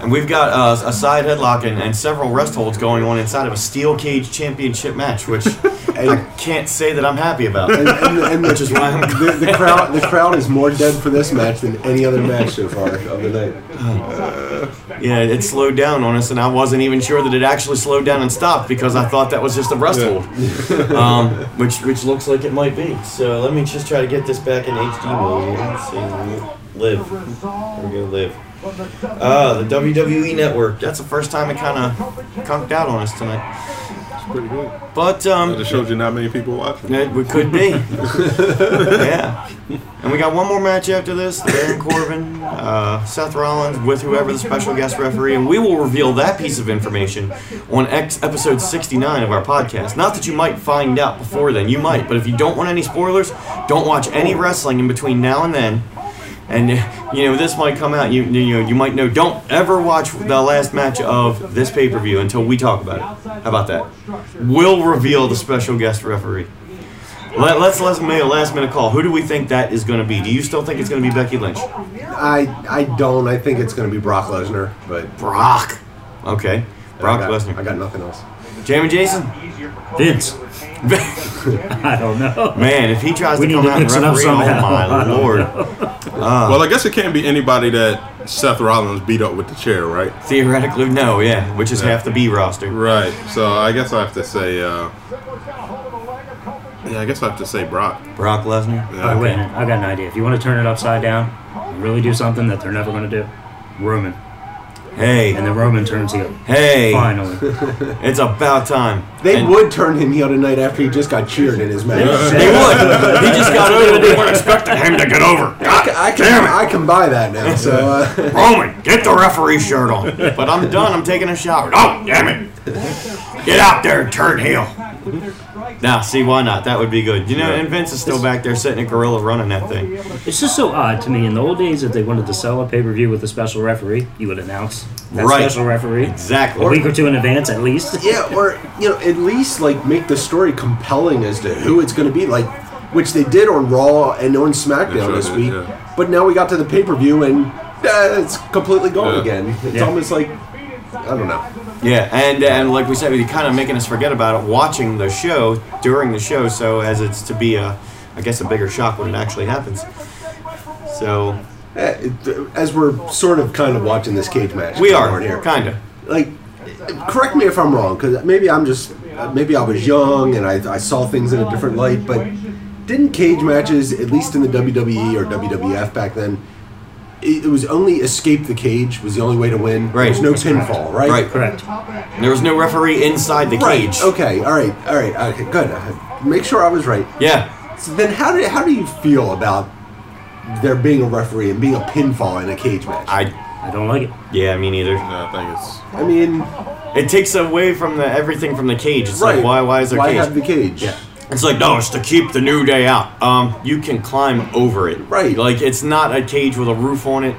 Speaker 1: And we've got uh, a side headlock and, and several rest holds going on inside of a steel cage championship match, which I can't say that I'm happy about.
Speaker 3: And, and, and
Speaker 1: Which is why I'm-
Speaker 3: the, the crowd the crowd is more dead for this match than any other match so far of the night.
Speaker 1: Yeah, it slowed down on us, and I wasn't even sure that it actually slowed down and stopped because I thought that was just a rest
Speaker 2: Yeah.
Speaker 1: hold, um, which which looks like it might be. So let me just try to get this back in HD mode. Let's see, live. There we go, live. Ah, the WWE Network. That's the first time it kind of conked out on us tonight.
Speaker 2: Pretty good.
Speaker 1: But um,
Speaker 2: That shows you not many people watching.
Speaker 1: It we could be. yeah. And we got one more match after this Baron Corbin, uh, Seth Rollins, with whoever the special guest referee. And we will reveal that piece of information on ex- episode 69 of our podcast. Not that you might find out before then, you might. But if you don't want any spoilers, don't watch any wrestling in between now and then. And you know this might come out. You you know you might know. Don't ever watch the last match of this pay per view until we talk about it. How about that? We'll reveal the special guest referee. Let, let's let's make a last minute call. Who do we think that is going to be? Do you still think it's going to be Becky Lynch?
Speaker 3: I I don't. I think it's gonna be Brock Lesnar, but
Speaker 1: Brock. Okay. Brock
Speaker 3: I got, I
Speaker 1: Lesnar.
Speaker 3: got nothing else.
Speaker 1: Jamie Jason.
Speaker 4: Vince. I don't know.
Speaker 1: Man, if he tries
Speaker 4: We
Speaker 1: to
Speaker 4: need
Speaker 1: come
Speaker 4: to
Speaker 1: out and
Speaker 4: mix it up
Speaker 1: referee, oh
Speaker 4: somehow.
Speaker 1: my
Speaker 4: I don't
Speaker 1: lord!
Speaker 2: well, I guess it can't be anybody that Seth Rollins beat up with the chair, right?
Speaker 1: Theoretically, no. Yeah, which is half the B roster.
Speaker 2: Right. So I guess I have to say. Uh, yeah, I guess I have to say Brock.
Speaker 1: Brock Lesnar.
Speaker 2: Yeah.
Speaker 4: All right, wait a minute. I got an idea. If you want to turn it upside down and really do something that they're never going to do, Roman. And
Speaker 1: Hey,
Speaker 4: then Roman turns heel.
Speaker 1: hey!
Speaker 4: Finally.
Speaker 1: It's about time.
Speaker 3: They
Speaker 1: And-
Speaker 3: would turn him heel tonight after he just got cheered in his match.
Speaker 1: They would. He just got over. They weren't expecting him to get over.
Speaker 3: I, can- I can I can buy that now. So uh,
Speaker 1: Roman, get the referee shirt on. But I'm done. I'm taking a shower. Oh, damn it. Get out there and turn heel. Now, see, why not? That would be good. You know, and Vince is still back there sitting a gorilla running that thing.
Speaker 4: It's just so odd to me. In the old days, if they wanted to sell a pay per view with a special referee, you would announce that
Speaker 1: Right.
Speaker 4: special referee
Speaker 1: Exactly.
Speaker 4: a week or two in advance, at least.
Speaker 3: yeah, or you know, at least like make the story compelling as to who it's going to be. Like, which they did on Raw and on SmackDown
Speaker 2: sure
Speaker 3: this
Speaker 2: did,
Speaker 3: week.
Speaker 2: yeah.
Speaker 3: But now we got to the pay per view and uh, it's completely gone
Speaker 2: Yeah.
Speaker 3: again. It's
Speaker 4: Yeah.
Speaker 3: almost like I don't know.
Speaker 1: Yeah, and and like we said, you're kind of making us forget about it watching the show during the show, so as it's to be a, I guess, a bigger shock when it actually happens. So
Speaker 3: Eh, it- As we're sort of kind of watching this cage match,
Speaker 1: we
Speaker 3: going on
Speaker 1: are kind of.
Speaker 3: like correct me if i'm wrong because maybe i'm just maybe i was young and I, I saw things in a different light but didn't cage matches at least in the wwe or wwf back then it, it was only escape the cage was the only way to win
Speaker 1: Right.
Speaker 3: there's no pinfall right
Speaker 1: Right.
Speaker 4: Correct.
Speaker 1: There was no referee inside the
Speaker 3: right
Speaker 1: cage.
Speaker 3: okay all right all right okay good Uh, make sure i was right
Speaker 1: Yeah.
Speaker 3: so then how do, how do you feel about there being a referee and being a pinfall in a cage match
Speaker 1: I.
Speaker 4: I don't like it.
Speaker 1: Yeah, me neither.
Speaker 2: Yeah, I think it's.
Speaker 3: I mean
Speaker 1: It takes away from the everything from the cage. It's
Speaker 3: right
Speaker 1: like why why is there
Speaker 3: why
Speaker 1: cage?
Speaker 3: have the cage yeah
Speaker 1: it's like no, it's to keep the new day out. Um, you can climb over it.
Speaker 3: Right.
Speaker 1: Like it's not a cage with a roof on it.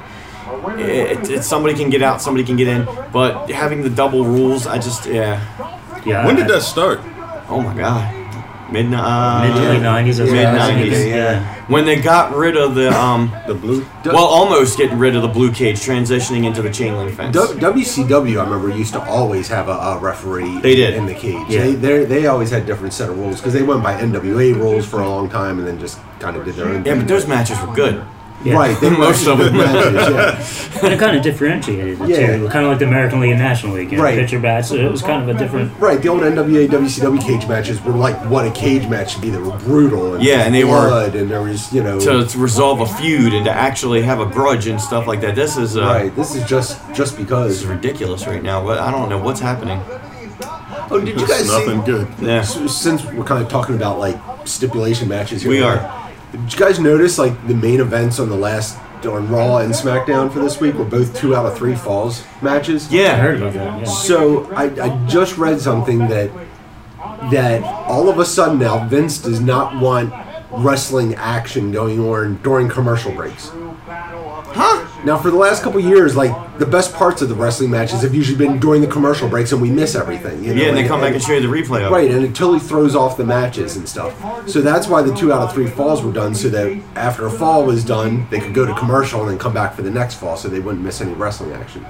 Speaker 1: it, it's somebody can get out, somebody can get in. But having the double rules, I just yeah.
Speaker 4: Yeah.
Speaker 2: When did that start?
Speaker 1: Oh my god, midnight.
Speaker 4: Mid to late nineties.
Speaker 1: Mid nineties. When they got rid of the um.
Speaker 2: The blue?
Speaker 1: Well, almost getting rid of the blue cage, transitioning into the chain link fence.
Speaker 3: W- WCW, I remember, used to always have a, a referee.
Speaker 1: They did.
Speaker 3: in the cage.
Speaker 4: Yeah.
Speaker 3: They They they always had different set of rules because they went by NWA rules for a long time and then just kind of did their own.
Speaker 1: Yeah,
Speaker 3: thing.
Speaker 1: but those matches were good.
Speaker 4: Yeah.
Speaker 3: right. They
Speaker 1: Most of them.
Speaker 3: matches, yeah.
Speaker 4: And it kind of differentiated the
Speaker 3: Yeah.
Speaker 4: two. Kind of like the American League and National League. You know,
Speaker 3: Right.
Speaker 4: Pitcher bats. It was kind of a different.
Speaker 3: Right, the old NWA WCW cage matches were like what a cage match should be. They were brutal. And
Speaker 1: Yeah, and they were-
Speaker 3: blood, and there was you know
Speaker 1: to, to resolve a feud and to actually have a grudge and stuff like that. This is uh,
Speaker 3: right. This is just just
Speaker 1: This
Speaker 3: because.
Speaker 1: is ridiculous right now. What I don't know what's happening.
Speaker 3: Oh, did you guys
Speaker 2: It's nothing
Speaker 3: see?
Speaker 2: good.
Speaker 1: Yeah,
Speaker 3: s- Since we're kind of talking about like stipulation matches, here,
Speaker 1: we are.
Speaker 3: Did you guys notice like the main events on the last on Raw and SmackDown for this week were both two out of three falls matches?
Speaker 4: I
Speaker 1: Yeah,
Speaker 4: heard about that. Yeah.
Speaker 3: So I, I just read something that that all of a sudden now Vince does not want wrestling action going on during commercial breaks.
Speaker 1: huh?
Speaker 3: Now for the last couple years, like the best parts of the wrestling matches have usually been during the commercial breaks, and we miss everything. You know?
Speaker 1: Yeah, and they come back and show you the replay of it.
Speaker 3: Right, and until he throws off the matches and stuff. So that's why the two out of three falls were done, so that after a fall was done, they could go to commercial and then come back for the next fall, so they wouldn't miss any wrestling action.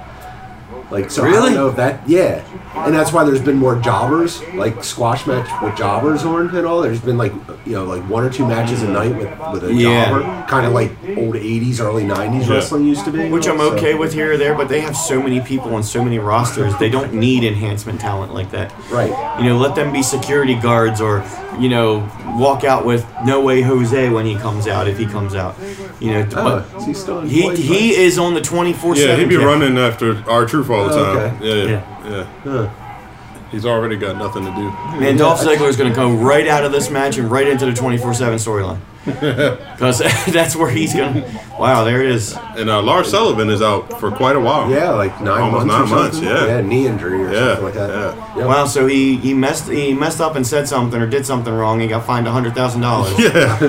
Speaker 3: Like, so I
Speaker 1: Really?
Speaker 3: don't know if that, yeah. And that's why there's been more jobbers, like squash match with jobbers on and all. There's been like, you know, like one or two matches a night with, with a
Speaker 1: Yeah.
Speaker 3: jobber, kind of like old 80s, early 90s
Speaker 2: Yeah.
Speaker 3: wrestling used to be.
Speaker 1: Which I'm
Speaker 3: So-
Speaker 1: okay with here or there, but they have so many people and so many rosters. They don't need enhancement talent like that.
Speaker 3: Right.
Speaker 1: You know, let them be security guards or, you know, walk out with No Way Jose when he comes out, if he comes out. You know,
Speaker 3: Oh,
Speaker 1: but
Speaker 3: is he still
Speaker 1: he,
Speaker 3: employed?
Speaker 1: he is on the 24
Speaker 2: Yeah,
Speaker 1: 7.
Speaker 2: he'd be running after our truth all the
Speaker 3: Oh,
Speaker 2: time. Yeah,
Speaker 4: Yeah.
Speaker 2: yeah, yeah.
Speaker 3: Huh.
Speaker 2: He's already got nothing to do.
Speaker 1: Man, Dolph Ziggler is going to come right out of this match and right into the 24 7 storyline. Because that's where he's going to. Wow, there it is.
Speaker 2: And uh, Lars Sullivan is out for quite a while.
Speaker 3: Yeah, like nine
Speaker 2: Almost
Speaker 3: months. or
Speaker 2: nine months,
Speaker 3: something.
Speaker 2: yeah.
Speaker 3: knee injury or
Speaker 2: Yeah,
Speaker 3: something like that.
Speaker 2: yeah.
Speaker 3: Yep.
Speaker 1: Wow, so he, he messed he messed up and said something or did something wrong and got fined $100,000.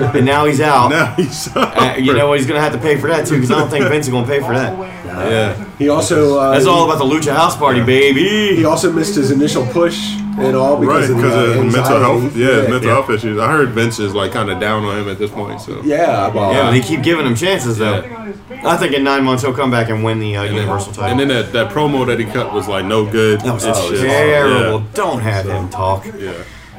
Speaker 2: Yeah.
Speaker 1: And now he's out.
Speaker 2: now he's out.
Speaker 1: Uh, you know what? He's going to have to pay for that, too, because I don't think Vince is going to pay for that.
Speaker 2: Yeah.
Speaker 3: He also uh,
Speaker 1: That's all
Speaker 3: he-
Speaker 1: about the Lucha House Party, baby.
Speaker 3: He also missed his initial push and all because
Speaker 2: Right,
Speaker 3: of, the, uh,
Speaker 2: because of mental
Speaker 3: anxiety.
Speaker 2: health. Yeah, his mental
Speaker 1: Yeah.
Speaker 2: health issues. I heard Vince is like kind of down on him at this point. So
Speaker 3: Yeah, well,
Speaker 1: Yeah, but they keep giving him chances, though. I think in nine months he'll come back and win the uh, Universal title.
Speaker 2: And then that, that promo that he cut was like no good.
Speaker 1: that was
Speaker 2: It's just-
Speaker 1: terrible.
Speaker 2: yeah,
Speaker 1: Don't have him talk.
Speaker 2: Yeah.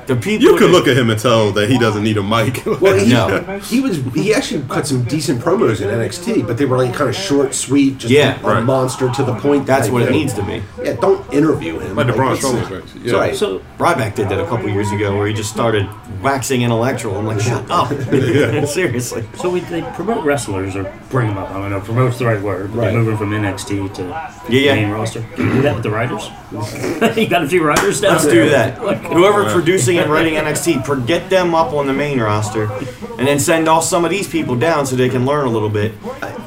Speaker 1: The people
Speaker 2: You could
Speaker 1: that-
Speaker 2: look at him and tell that he doesn't need a mic.
Speaker 3: Well, he,
Speaker 1: No.
Speaker 3: he was he actually cut some decent promos in NXT, but they were like kind of short, sweet, just
Speaker 1: Yeah,
Speaker 3: a
Speaker 2: right.
Speaker 3: monster to the point.
Speaker 1: That's
Speaker 3: type
Speaker 1: what it
Speaker 3: thing.
Speaker 1: needs to be.
Speaker 3: Yeah, don't interview him.
Speaker 2: like the Braun
Speaker 3: it's-
Speaker 2: Strowman. thing. Yeah.
Speaker 3: right.
Speaker 4: So
Speaker 1: Ryback did that a couple years ago where he just started waxing intellectual. I'm like, shut up. Seriously.
Speaker 4: So we, they promote wrestlers or bring them up. I don't know. Promote's the right word. But
Speaker 3: Right.
Speaker 4: They move them from NXT to
Speaker 1: yeah.
Speaker 4: main roster. Do you do that with the writers? you got a few writers down
Speaker 1: Let's
Speaker 4: there?
Speaker 1: do that. Whoever producing and writing NXT, pro- get them up on the main roster and then send all some of these people down so they can learn a little bit.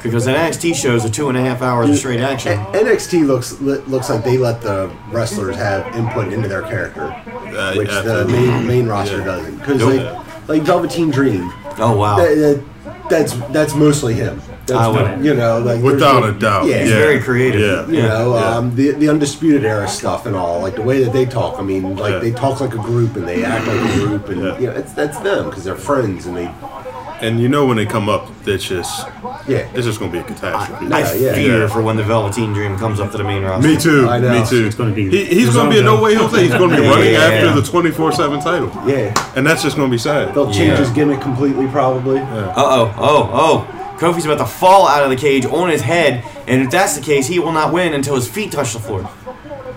Speaker 1: Because an NXT shows are two and a half hours of straight action.
Speaker 3: A- NXT looks li- looks like they let the wrestlers have input into their character,
Speaker 2: Uh,
Speaker 3: which the
Speaker 2: absolutely.
Speaker 3: main, main roster
Speaker 2: Yeah.
Speaker 3: doesn't. Because
Speaker 1: Nope.
Speaker 3: like like Velveteen Dream,
Speaker 1: Oh,
Speaker 3: that,
Speaker 1: wow.
Speaker 3: that, that's that's mostly him. That's,
Speaker 1: I would-
Speaker 3: you know, like there's
Speaker 2: Without
Speaker 3: no-
Speaker 2: a doubt.
Speaker 3: Yeah.
Speaker 2: Yeah.
Speaker 3: He's
Speaker 1: very creative.
Speaker 2: Yeah.
Speaker 3: You
Speaker 1: Yeah,
Speaker 3: know,
Speaker 2: yeah.
Speaker 3: um, the the undisputed era stuff and all, like the way that they talk. I mean, like
Speaker 2: Yeah.
Speaker 3: they talk like a group and they act like a group, and
Speaker 2: Yeah.
Speaker 3: you know, it's that's them because they're friends and they,
Speaker 2: And you know when they come up, it's just
Speaker 3: yeah,
Speaker 2: it's just gonna be a catastrophe.
Speaker 1: I
Speaker 3: yeah.
Speaker 1: fear for when the Velveteen Dream comes up to the main roster.
Speaker 2: Me too.
Speaker 3: I know.
Speaker 2: Me too.
Speaker 4: It's gonna be-
Speaker 2: he, he's going to be a no way Jose. He's going to be running
Speaker 1: Yeah.
Speaker 2: after the twenty four seven title,
Speaker 3: yeah.
Speaker 2: and that's just going to be sad.
Speaker 3: They'll change
Speaker 1: Yeah.
Speaker 3: his gimmick completely, probably.
Speaker 1: Uh oh, oh, oh. Kofi's about to fall out of the cage on his head, and if that's the case, he will not win until his feet touch the floor.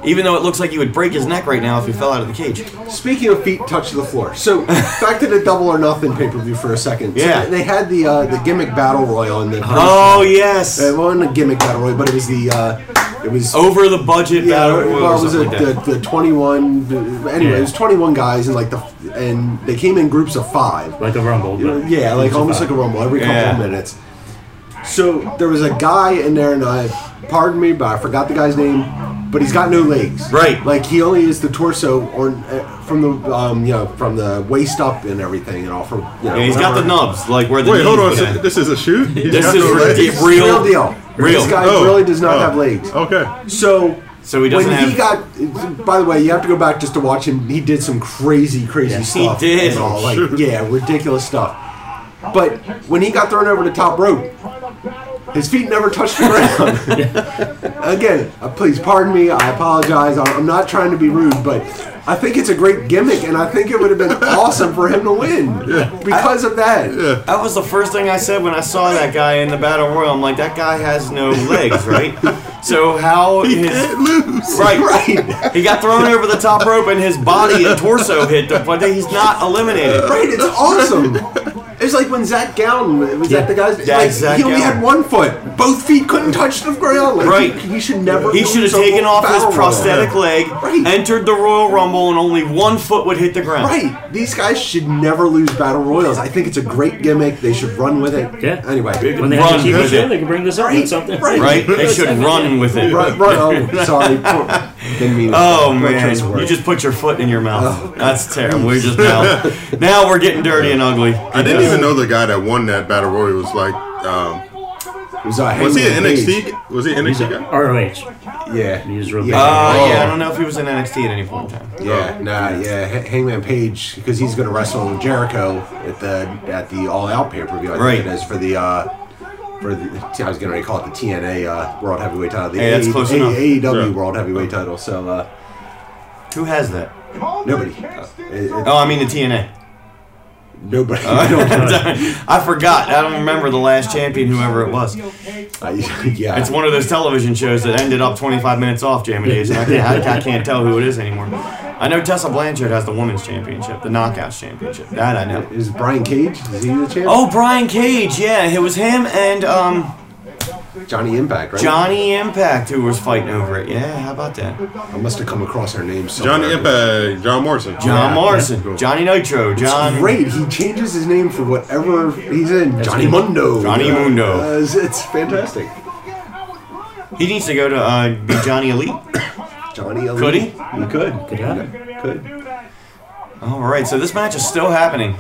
Speaker 1: Even though it looks like he would break his neck right now if he fell out of the cage.
Speaker 3: Speaking of feet touch the floor, so back to the double or nothing pay per view for a second. So
Speaker 1: Yeah.
Speaker 3: they had the uh, the gimmick battle royal in the
Speaker 1: Oh, yes!
Speaker 3: It wasn't a gimmick battle royal, but it was the uh, it was
Speaker 1: Over the budget
Speaker 3: Yeah,
Speaker 1: Oh, battle. royal or
Speaker 3: well, it was a,
Speaker 1: something like that.
Speaker 3: the, the 21. the- Anyway,
Speaker 4: Yeah.
Speaker 3: it was 21 guys, and like the and they came in groups of five.
Speaker 4: Like a rumble.
Speaker 3: You know,
Speaker 4: But
Speaker 3: yeah, like
Speaker 4: it's
Speaker 3: almost
Speaker 4: about-
Speaker 3: like a rumble every couple
Speaker 1: Yeah.
Speaker 3: of minutes. So there was a guy in there, and I pardon me, but I forgot the guy's name. But he's got no legs.
Speaker 1: Right.
Speaker 3: Like he only is the torso, or uh, from the um, you know from the waist up and everything, and all from you know.
Speaker 1: Yeah, he's got the
Speaker 3: whatever.
Speaker 1: nubs, like where the.
Speaker 2: Wait, hold on.
Speaker 1: knees
Speaker 2: So
Speaker 1: would end.
Speaker 2: this is a shoot.
Speaker 1: This is
Speaker 3: It's
Speaker 1: real.
Speaker 3: real deal.
Speaker 1: Real.
Speaker 3: This guy
Speaker 2: Oh.
Speaker 3: really does not
Speaker 2: Oh.
Speaker 3: have legs.
Speaker 2: Okay.
Speaker 3: So.
Speaker 1: So he doesn't
Speaker 3: when he
Speaker 1: have-
Speaker 3: got, by the way, you have to go back just to watch him. He did some crazy, crazy
Speaker 1: he
Speaker 3: stuff.
Speaker 1: did.
Speaker 3: and all, like,
Speaker 2: Sure.
Speaker 3: yeah, ridiculous stuff. But when he got thrown over the top rope, his feet never touched the ground. Again, uh, please pardon me. I apologize. I- I'm not trying to be rude, but I think it's a great gimmick, and I think it would have been awesome for him to win because of that.
Speaker 1: That was the first thing I said when I saw that guy in the battle royal. I'm like, that guy has no legs, right? So how his right, right? He got thrown over the top rope and his body and torso hit the. But he's not eliminated.
Speaker 3: Right, it's awesome. It's like when Zach Gown was that the guy's
Speaker 1: Yeah,
Speaker 3: like,
Speaker 1: Zach
Speaker 3: he only
Speaker 1: Gallen.
Speaker 3: had one foot. Both feet couldn't touch the ground. Like,
Speaker 1: Right.
Speaker 3: He, he should never
Speaker 1: He should have
Speaker 3: lose a
Speaker 1: taken off
Speaker 3: battle
Speaker 1: his
Speaker 3: royal.
Speaker 1: prosthetic leg,
Speaker 3: Right.
Speaker 1: entered the Royal Rumble, and only one foot would hit the ground.
Speaker 3: Right. These guys should never lose battle royals. I think it's a great gimmick. They should run with it.
Speaker 4: Yeah.
Speaker 3: Anyway.
Speaker 4: When they
Speaker 1: Run
Speaker 4: have a TV
Speaker 1: with
Speaker 4: show,
Speaker 1: it.
Speaker 4: they can bring this up with something.
Speaker 3: right,
Speaker 1: Right? They should run with it.
Speaker 3: Run, run. Oh, sorry. Poor- Didn't mean.
Speaker 1: Oh
Speaker 3: poor
Speaker 1: man,
Speaker 3: choice of
Speaker 1: you
Speaker 3: words.
Speaker 1: just put your foot in your mouth. That's terrible. We just now, now we're getting dirty and ugly.
Speaker 2: I didn't even know the guy that won that battle royal was like. Um,
Speaker 3: It was, uh,
Speaker 2: was he an
Speaker 3: Hangman Page.
Speaker 2: NXT? Was he an
Speaker 4: He's
Speaker 2: NXT
Speaker 4: a
Speaker 2: guy?
Speaker 4: ROH.
Speaker 3: Yeah.
Speaker 4: He's real
Speaker 3: Yeah.
Speaker 1: Uh,
Speaker 2: Oh.
Speaker 1: yeah, I don't know if he was in NXT at any point in time.
Speaker 3: Yeah, nah, yeah. H- Hangman Page because he's going to wrestle Jericho at the at the All Out pay per view.
Speaker 1: Right.
Speaker 3: It is for the uh, for the I was going to call it the TNA uh, World Heavyweight title. The
Speaker 1: Hey, that's
Speaker 3: A- E,
Speaker 1: close
Speaker 3: A-
Speaker 1: enough.
Speaker 3: AEW
Speaker 2: Yeah.
Speaker 3: World Heavyweight title. So uh,
Speaker 1: Who has that?
Speaker 3: nobody, uh, it- it-
Speaker 1: Oh, I mean the TNA.
Speaker 3: nobody.
Speaker 1: Uh,
Speaker 3: I don't.
Speaker 1: I forgot. I don't remember the last champion, whoever it was.
Speaker 3: I, yeah.
Speaker 1: It's one of those television shows that ended up 25 minutes off, Jamie Days. and I can't, I, I can't tell who it is anymore. I know Tessa Blanchard has the women's championship, the knockouts championship. That I know.
Speaker 3: Is Brian Cage? Is he the champ?
Speaker 1: Oh, Brian Cage. Yeah, it was him and um,
Speaker 3: Johnny Impact, right?
Speaker 1: Johnny Impact who was fighting over it. Yeah, how about that?
Speaker 3: I must have come across her name. Somewhere.
Speaker 2: Johnny Impact, John Morrison.
Speaker 1: John Morrison,
Speaker 2: Cool.
Speaker 1: Johnny Nitro, John.
Speaker 3: Great. He changes his name for whatever he's in. Johnny
Speaker 4: good.
Speaker 3: Mundo.
Speaker 1: Johnny Mundo.
Speaker 3: Uh, it's, it's fantastic.
Speaker 1: He needs to go to uh, be Johnny Elite.
Speaker 3: Johnny. Elite.
Speaker 1: Could he?
Speaker 3: He could.
Speaker 4: Could happen.
Speaker 3: Could.
Speaker 1: All right, so this match is still happening.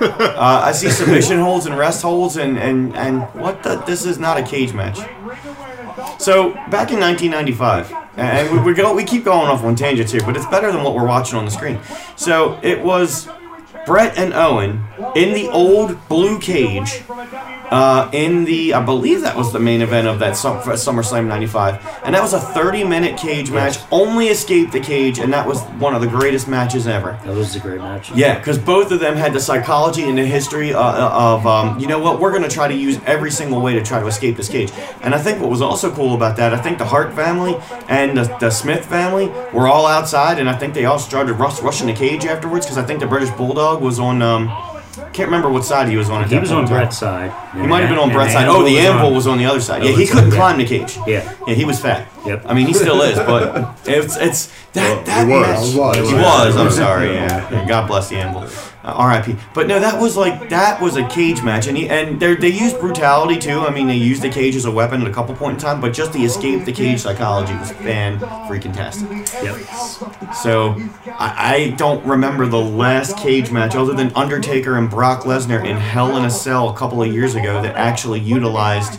Speaker 1: Uh, I see submission holds and rest holds and and and what the? This is not a cage match. So back in 1995, and we, we go we keep going off on tangents here, but it's better than what we're watching on the screen. So it was Brett and Owen in the old blue cage. Uh, in the, I believe that was the main event of that Sum- for SummerSlam 95. And that was a 30 minute cage match, only escaped the cage, and that was one of the greatest matches ever.
Speaker 4: That was a great match.
Speaker 1: Yeah, because both of them had the psychology and the history uh, uh, of, um, you know what, we're going to try to use every single way to try to escape this cage. And I think what was also cool about that, I think the Hart family and the, the Smith family were all outside, and I think they all started rush, rushing the cage afterwards because I think the British Bulldog was on, um, can't remember what side he was on. At
Speaker 4: He
Speaker 1: that
Speaker 4: was
Speaker 1: point
Speaker 4: on
Speaker 1: in time.
Speaker 4: Brett's side.
Speaker 1: He might have been on
Speaker 4: And
Speaker 1: Brett's side. Oh, the anvil
Speaker 4: on-
Speaker 1: was on the other side. Yeah,
Speaker 4: Oh,
Speaker 1: he
Speaker 4: it's
Speaker 1: couldn't
Speaker 4: on-
Speaker 1: climb the cage.
Speaker 4: Yeah.
Speaker 1: yeah, he was fat.
Speaker 4: Yep.
Speaker 1: I mean, he still is, but it's it's that that
Speaker 2: he was.
Speaker 1: match-
Speaker 2: He was.
Speaker 1: He was. I'm sorry. Yeah. Yeah, God bless the anvil. Uh, R.I.P. But no, that was like that was a cage match, and he, and they they used brutality too. I mean, they used the cage as a weapon at a couple point in time, but just the escape the cage psychology was fan freaking tastic.
Speaker 4: Yep.
Speaker 1: So I, I don't remember the last cage match other than Undertaker and Brock Lesnar in Hell in a Cell a couple of years ago that actually utilized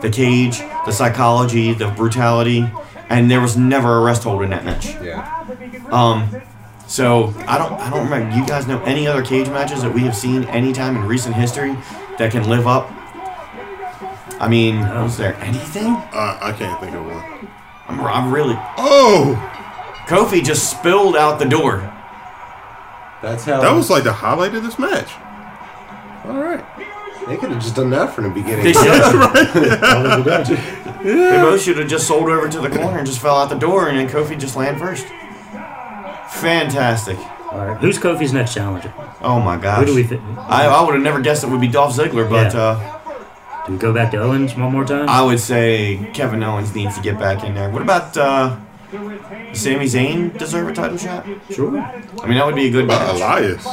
Speaker 1: the cage, the psychology, the brutality, and there was never a rest hold in that match.
Speaker 3: Yeah.
Speaker 1: Um, so I don't I don't remember. You guys know any other cage matches that we have seen anytime in recent history that can live up? I mean, was there anything?
Speaker 2: Uh, I can't think of one.
Speaker 1: I'm, I'm really.
Speaker 2: Oh,
Speaker 1: Kofi just spilled out the door.
Speaker 3: That's how.
Speaker 2: that was like the highlight of this match.
Speaker 3: all right. They could have just done that from the beginning.
Speaker 1: They should
Speaker 4: Probably did.
Speaker 1: They both should have just sold over to the corner and just fell out the door, and then Kofi just land first. Fantastic.
Speaker 4: All right. Who's Kofi's next challenger?
Speaker 1: Oh my gosh.
Speaker 4: Who do we fit?
Speaker 1: I, I would have never guessed it would be Dolph Ziggler, but
Speaker 4: Yeah.
Speaker 1: uh,
Speaker 4: Do we go back to Owens one more time?
Speaker 1: I would say Kevin Owens needs to get back in there. What about uh, Sami Zayn deserve a title shot?
Speaker 4: sure.
Speaker 1: I mean, that would be a good
Speaker 2: But
Speaker 1: match.
Speaker 2: Uh, Elias,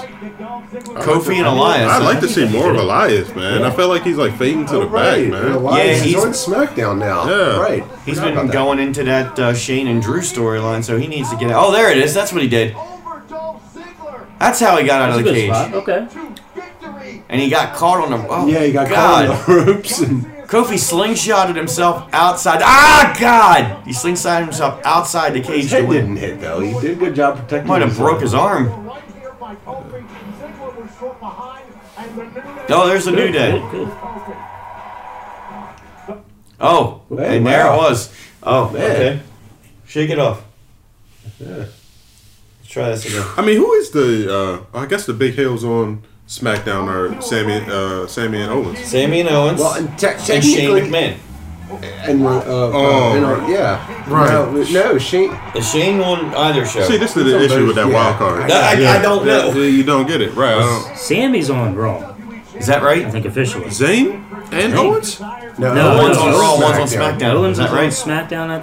Speaker 1: Kofi and Elias. uh,
Speaker 2: I'd like
Speaker 1: huh?
Speaker 2: to see more of Elias, man. I feel like he's like fading to the
Speaker 3: All right.
Speaker 2: back, man.
Speaker 3: Elias
Speaker 1: Yeah,
Speaker 3: is
Speaker 1: he's-
Speaker 3: on SmackDown now.
Speaker 2: Yeah.
Speaker 3: Right.
Speaker 1: He's
Speaker 3: Forgot
Speaker 1: been
Speaker 3: about that.
Speaker 1: going into that uh, Shane and Drew storyline, so he needs to get out. Oh, there it is. That's what he did. That's how he got out
Speaker 4: That's a
Speaker 1: of the
Speaker 4: good
Speaker 1: cage.
Speaker 4: spot. Okay.
Speaker 1: And he got caught on the. Oh,
Speaker 3: Yeah, he got
Speaker 1: God.
Speaker 3: caught on the ropes and
Speaker 1: Kofi slingshotted himself outside. Ah, God! He slingshotted himself outside the cage to
Speaker 3: Head
Speaker 1: win.
Speaker 3: didn't hit though. He did a good job protecting.
Speaker 1: Might have
Speaker 3: himself.
Speaker 1: broke his arm.
Speaker 6: Right here by Kofi, Ziggler was short behind, and the new
Speaker 1: Oh, there's a new
Speaker 4: Good,
Speaker 1: day.
Speaker 4: good, good.
Speaker 6: Kofi.
Speaker 1: Oh,
Speaker 3: Hey,
Speaker 1: and there it
Speaker 3: wow.
Speaker 1: was. Oh,
Speaker 3: Man.
Speaker 1: okay. Shake it off. Let's try this again.
Speaker 2: I mean, who is the? Uh, I guess the big heels on SmackDown are Sammy, uh, Sammy and Owens.
Speaker 1: Sammy and Owens
Speaker 3: Well, and te-
Speaker 1: and Shane
Speaker 3: technically-
Speaker 1: McMahon.
Speaker 3: And uh, uh,
Speaker 2: Oh.
Speaker 3: and, uh, yeah,
Speaker 2: Right.
Speaker 3: No, no, Shane.
Speaker 1: Is Shane on either show?
Speaker 2: See, this is the
Speaker 3: It's on
Speaker 2: issue with that
Speaker 3: both,
Speaker 2: wild
Speaker 3: yeah.
Speaker 2: card.
Speaker 1: That- I- I don't know.
Speaker 2: that- you don't get it right. I don't-
Speaker 4: Sammy's on Raw,
Speaker 1: is that
Speaker 4: I
Speaker 1: right?
Speaker 4: think officially.
Speaker 2: Zayn and Owens.
Speaker 3: No,
Speaker 4: No,
Speaker 1: One's on
Speaker 4: Owens-
Speaker 1: Raw, one's on
Speaker 3: SmackDown.
Speaker 1: SmackDown.
Speaker 4: Owens
Speaker 1: is
Speaker 4: is on
Speaker 1: that right?
Speaker 4: SmackDown, I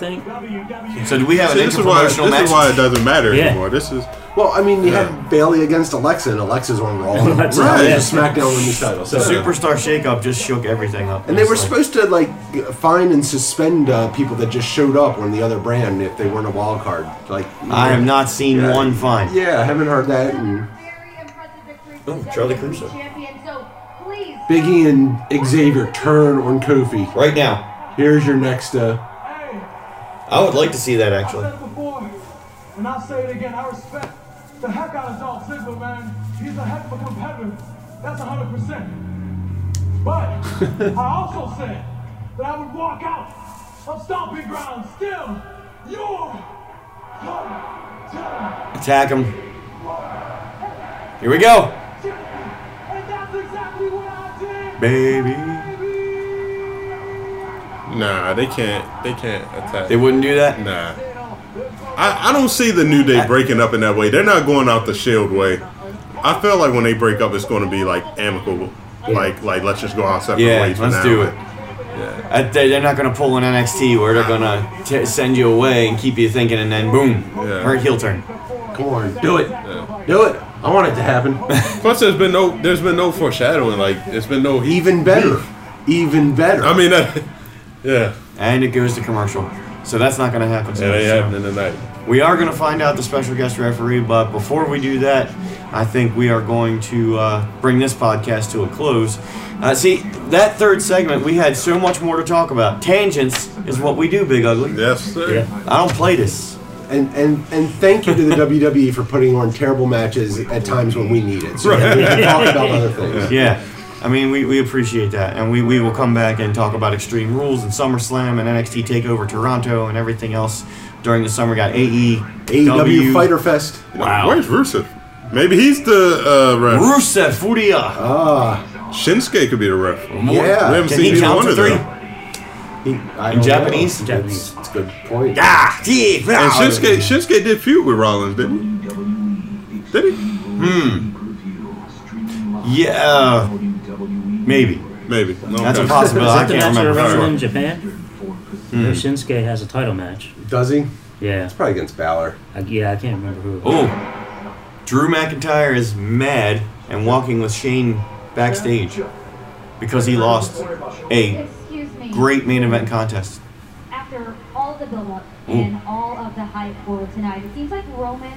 Speaker 4: think.
Speaker 1: So do we have
Speaker 2: See,
Speaker 1: an
Speaker 2: this is why. This
Speaker 1: interpromotional match?
Speaker 2: is why it doesn't matter
Speaker 4: Yeah.
Speaker 2: anymore. This is
Speaker 3: Well, I mean, you
Speaker 2: Yeah.
Speaker 3: had Bailey against Alexa, and Alexa's on Raw. and
Speaker 4: Alexa,
Speaker 3: Bailey's
Speaker 2: yeah.
Speaker 3: a SmackDown Women's title.
Speaker 1: the
Speaker 3: So.
Speaker 1: superstar shakeup just shook everything up.
Speaker 3: and they
Speaker 1: It's
Speaker 3: were
Speaker 1: like-
Speaker 3: supposed to like fine and suspend uh, people that just showed up on the other brand if they weren't a wild card. Like
Speaker 1: I have not seen
Speaker 3: Yeah.
Speaker 1: one fine.
Speaker 3: Yeah, I haven't heard that. And
Speaker 1: Oh, Charlie Caruso.
Speaker 3: Biggie and Xavier turn on Kofi.
Speaker 1: Right now,
Speaker 3: Here's your next. Uh,
Speaker 1: I would like to see that actually.
Speaker 6: said it before, and I'll say it again. I respect the heck out of Dolph Ziggler, man. He's a heck of a competitor. That's 100%. But I also said that I would walk out of Stomping Ground still your contender.
Speaker 1: Attack him. Here we go,
Speaker 6: And that's exactly what I did,
Speaker 1: baby.
Speaker 6: baby.
Speaker 2: nah. They can't. They can't attack.
Speaker 1: They wouldn't do that.
Speaker 2: Nah. I, I don't see the New Day breaking up in that way. They're not going out the Shield way. I feel like when they break up, it's going to be like amicable. Like, like let's just go out separate
Speaker 1: Yeah,
Speaker 2: ways. for
Speaker 1: let's
Speaker 2: now.
Speaker 1: do it. Uh, they- They're not going to pull an NXT where they're going to t- send you away and keep you thinking, and then boom,
Speaker 2: Yeah.
Speaker 1: her heel turn.
Speaker 3: come on, do it, do it. I want it to happen.
Speaker 2: Plus, there's been no, there's been no foreshadowing. Like, there's been no heat.
Speaker 3: Even better, even better.
Speaker 2: I mean, that, yeah,
Speaker 1: And it goes to commercial. So that's not going to happen.
Speaker 2: it ain't
Speaker 1: So-
Speaker 2: happening tonight.
Speaker 1: We are going to find out the special guest referee, but before we do that, I think we are going to uh, bring this podcast to a close. Uh, see, that third segment, we had so much more to talk about. Tangents is what we do, Big Ugly.
Speaker 2: Yes, sir.
Speaker 4: Yeah.
Speaker 1: I don't play this.
Speaker 3: and and and thank you to the WWE for putting on terrible matches at times when we need it. So that we can talk about other things.
Speaker 1: Yeah. I mean, we, we appreciate that. And we, we will come back and talk about Extreme Rules and SummerSlam and NXT TakeOver Toronto and everything else during the summer. We got E, AE,
Speaker 3: AEW Fighter Fest.
Speaker 1: Wow.
Speaker 2: Where's Rusev? Maybe he's the uh, ref.
Speaker 1: Rusev
Speaker 2: Uh,
Speaker 1: Furia.
Speaker 3: Ah,
Speaker 2: Shinsuke could be the ref.
Speaker 3: Yeah.
Speaker 2: We haven't
Speaker 1: Can
Speaker 2: seen
Speaker 1: he
Speaker 2: either
Speaker 1: count
Speaker 2: one
Speaker 1: to
Speaker 2: of
Speaker 1: three?
Speaker 2: them.
Speaker 3: he- I
Speaker 1: In
Speaker 3: don't
Speaker 1: Japanese?
Speaker 3: know.
Speaker 4: Japanese.
Speaker 3: It's, it's a good point.
Speaker 1: Ah, yeah.
Speaker 2: And Shinsuke, Shinsuke did feud with Rollins, didn't he? Did he?
Speaker 1: Yeah, maybe.
Speaker 2: Maybe.
Speaker 1: That's a
Speaker 2: Okay.
Speaker 1: possibility.
Speaker 4: Is
Speaker 1: I
Speaker 4: that the
Speaker 1: can't
Speaker 4: match they're
Speaker 1: remember.
Speaker 4: wrestling in
Speaker 1: Sure. Hmm.
Speaker 4: Japan? No, Shinsuke has a title match.
Speaker 3: Does he?
Speaker 4: Yeah,
Speaker 3: Probably against Balor.
Speaker 4: I, yeah, I can't remember who.
Speaker 1: Oh, Drew McIntyre is mad and walking with Shane backstage because he lost a great main event contest.
Speaker 8: After all the buildup and all of the hype for tonight, it seems like Roman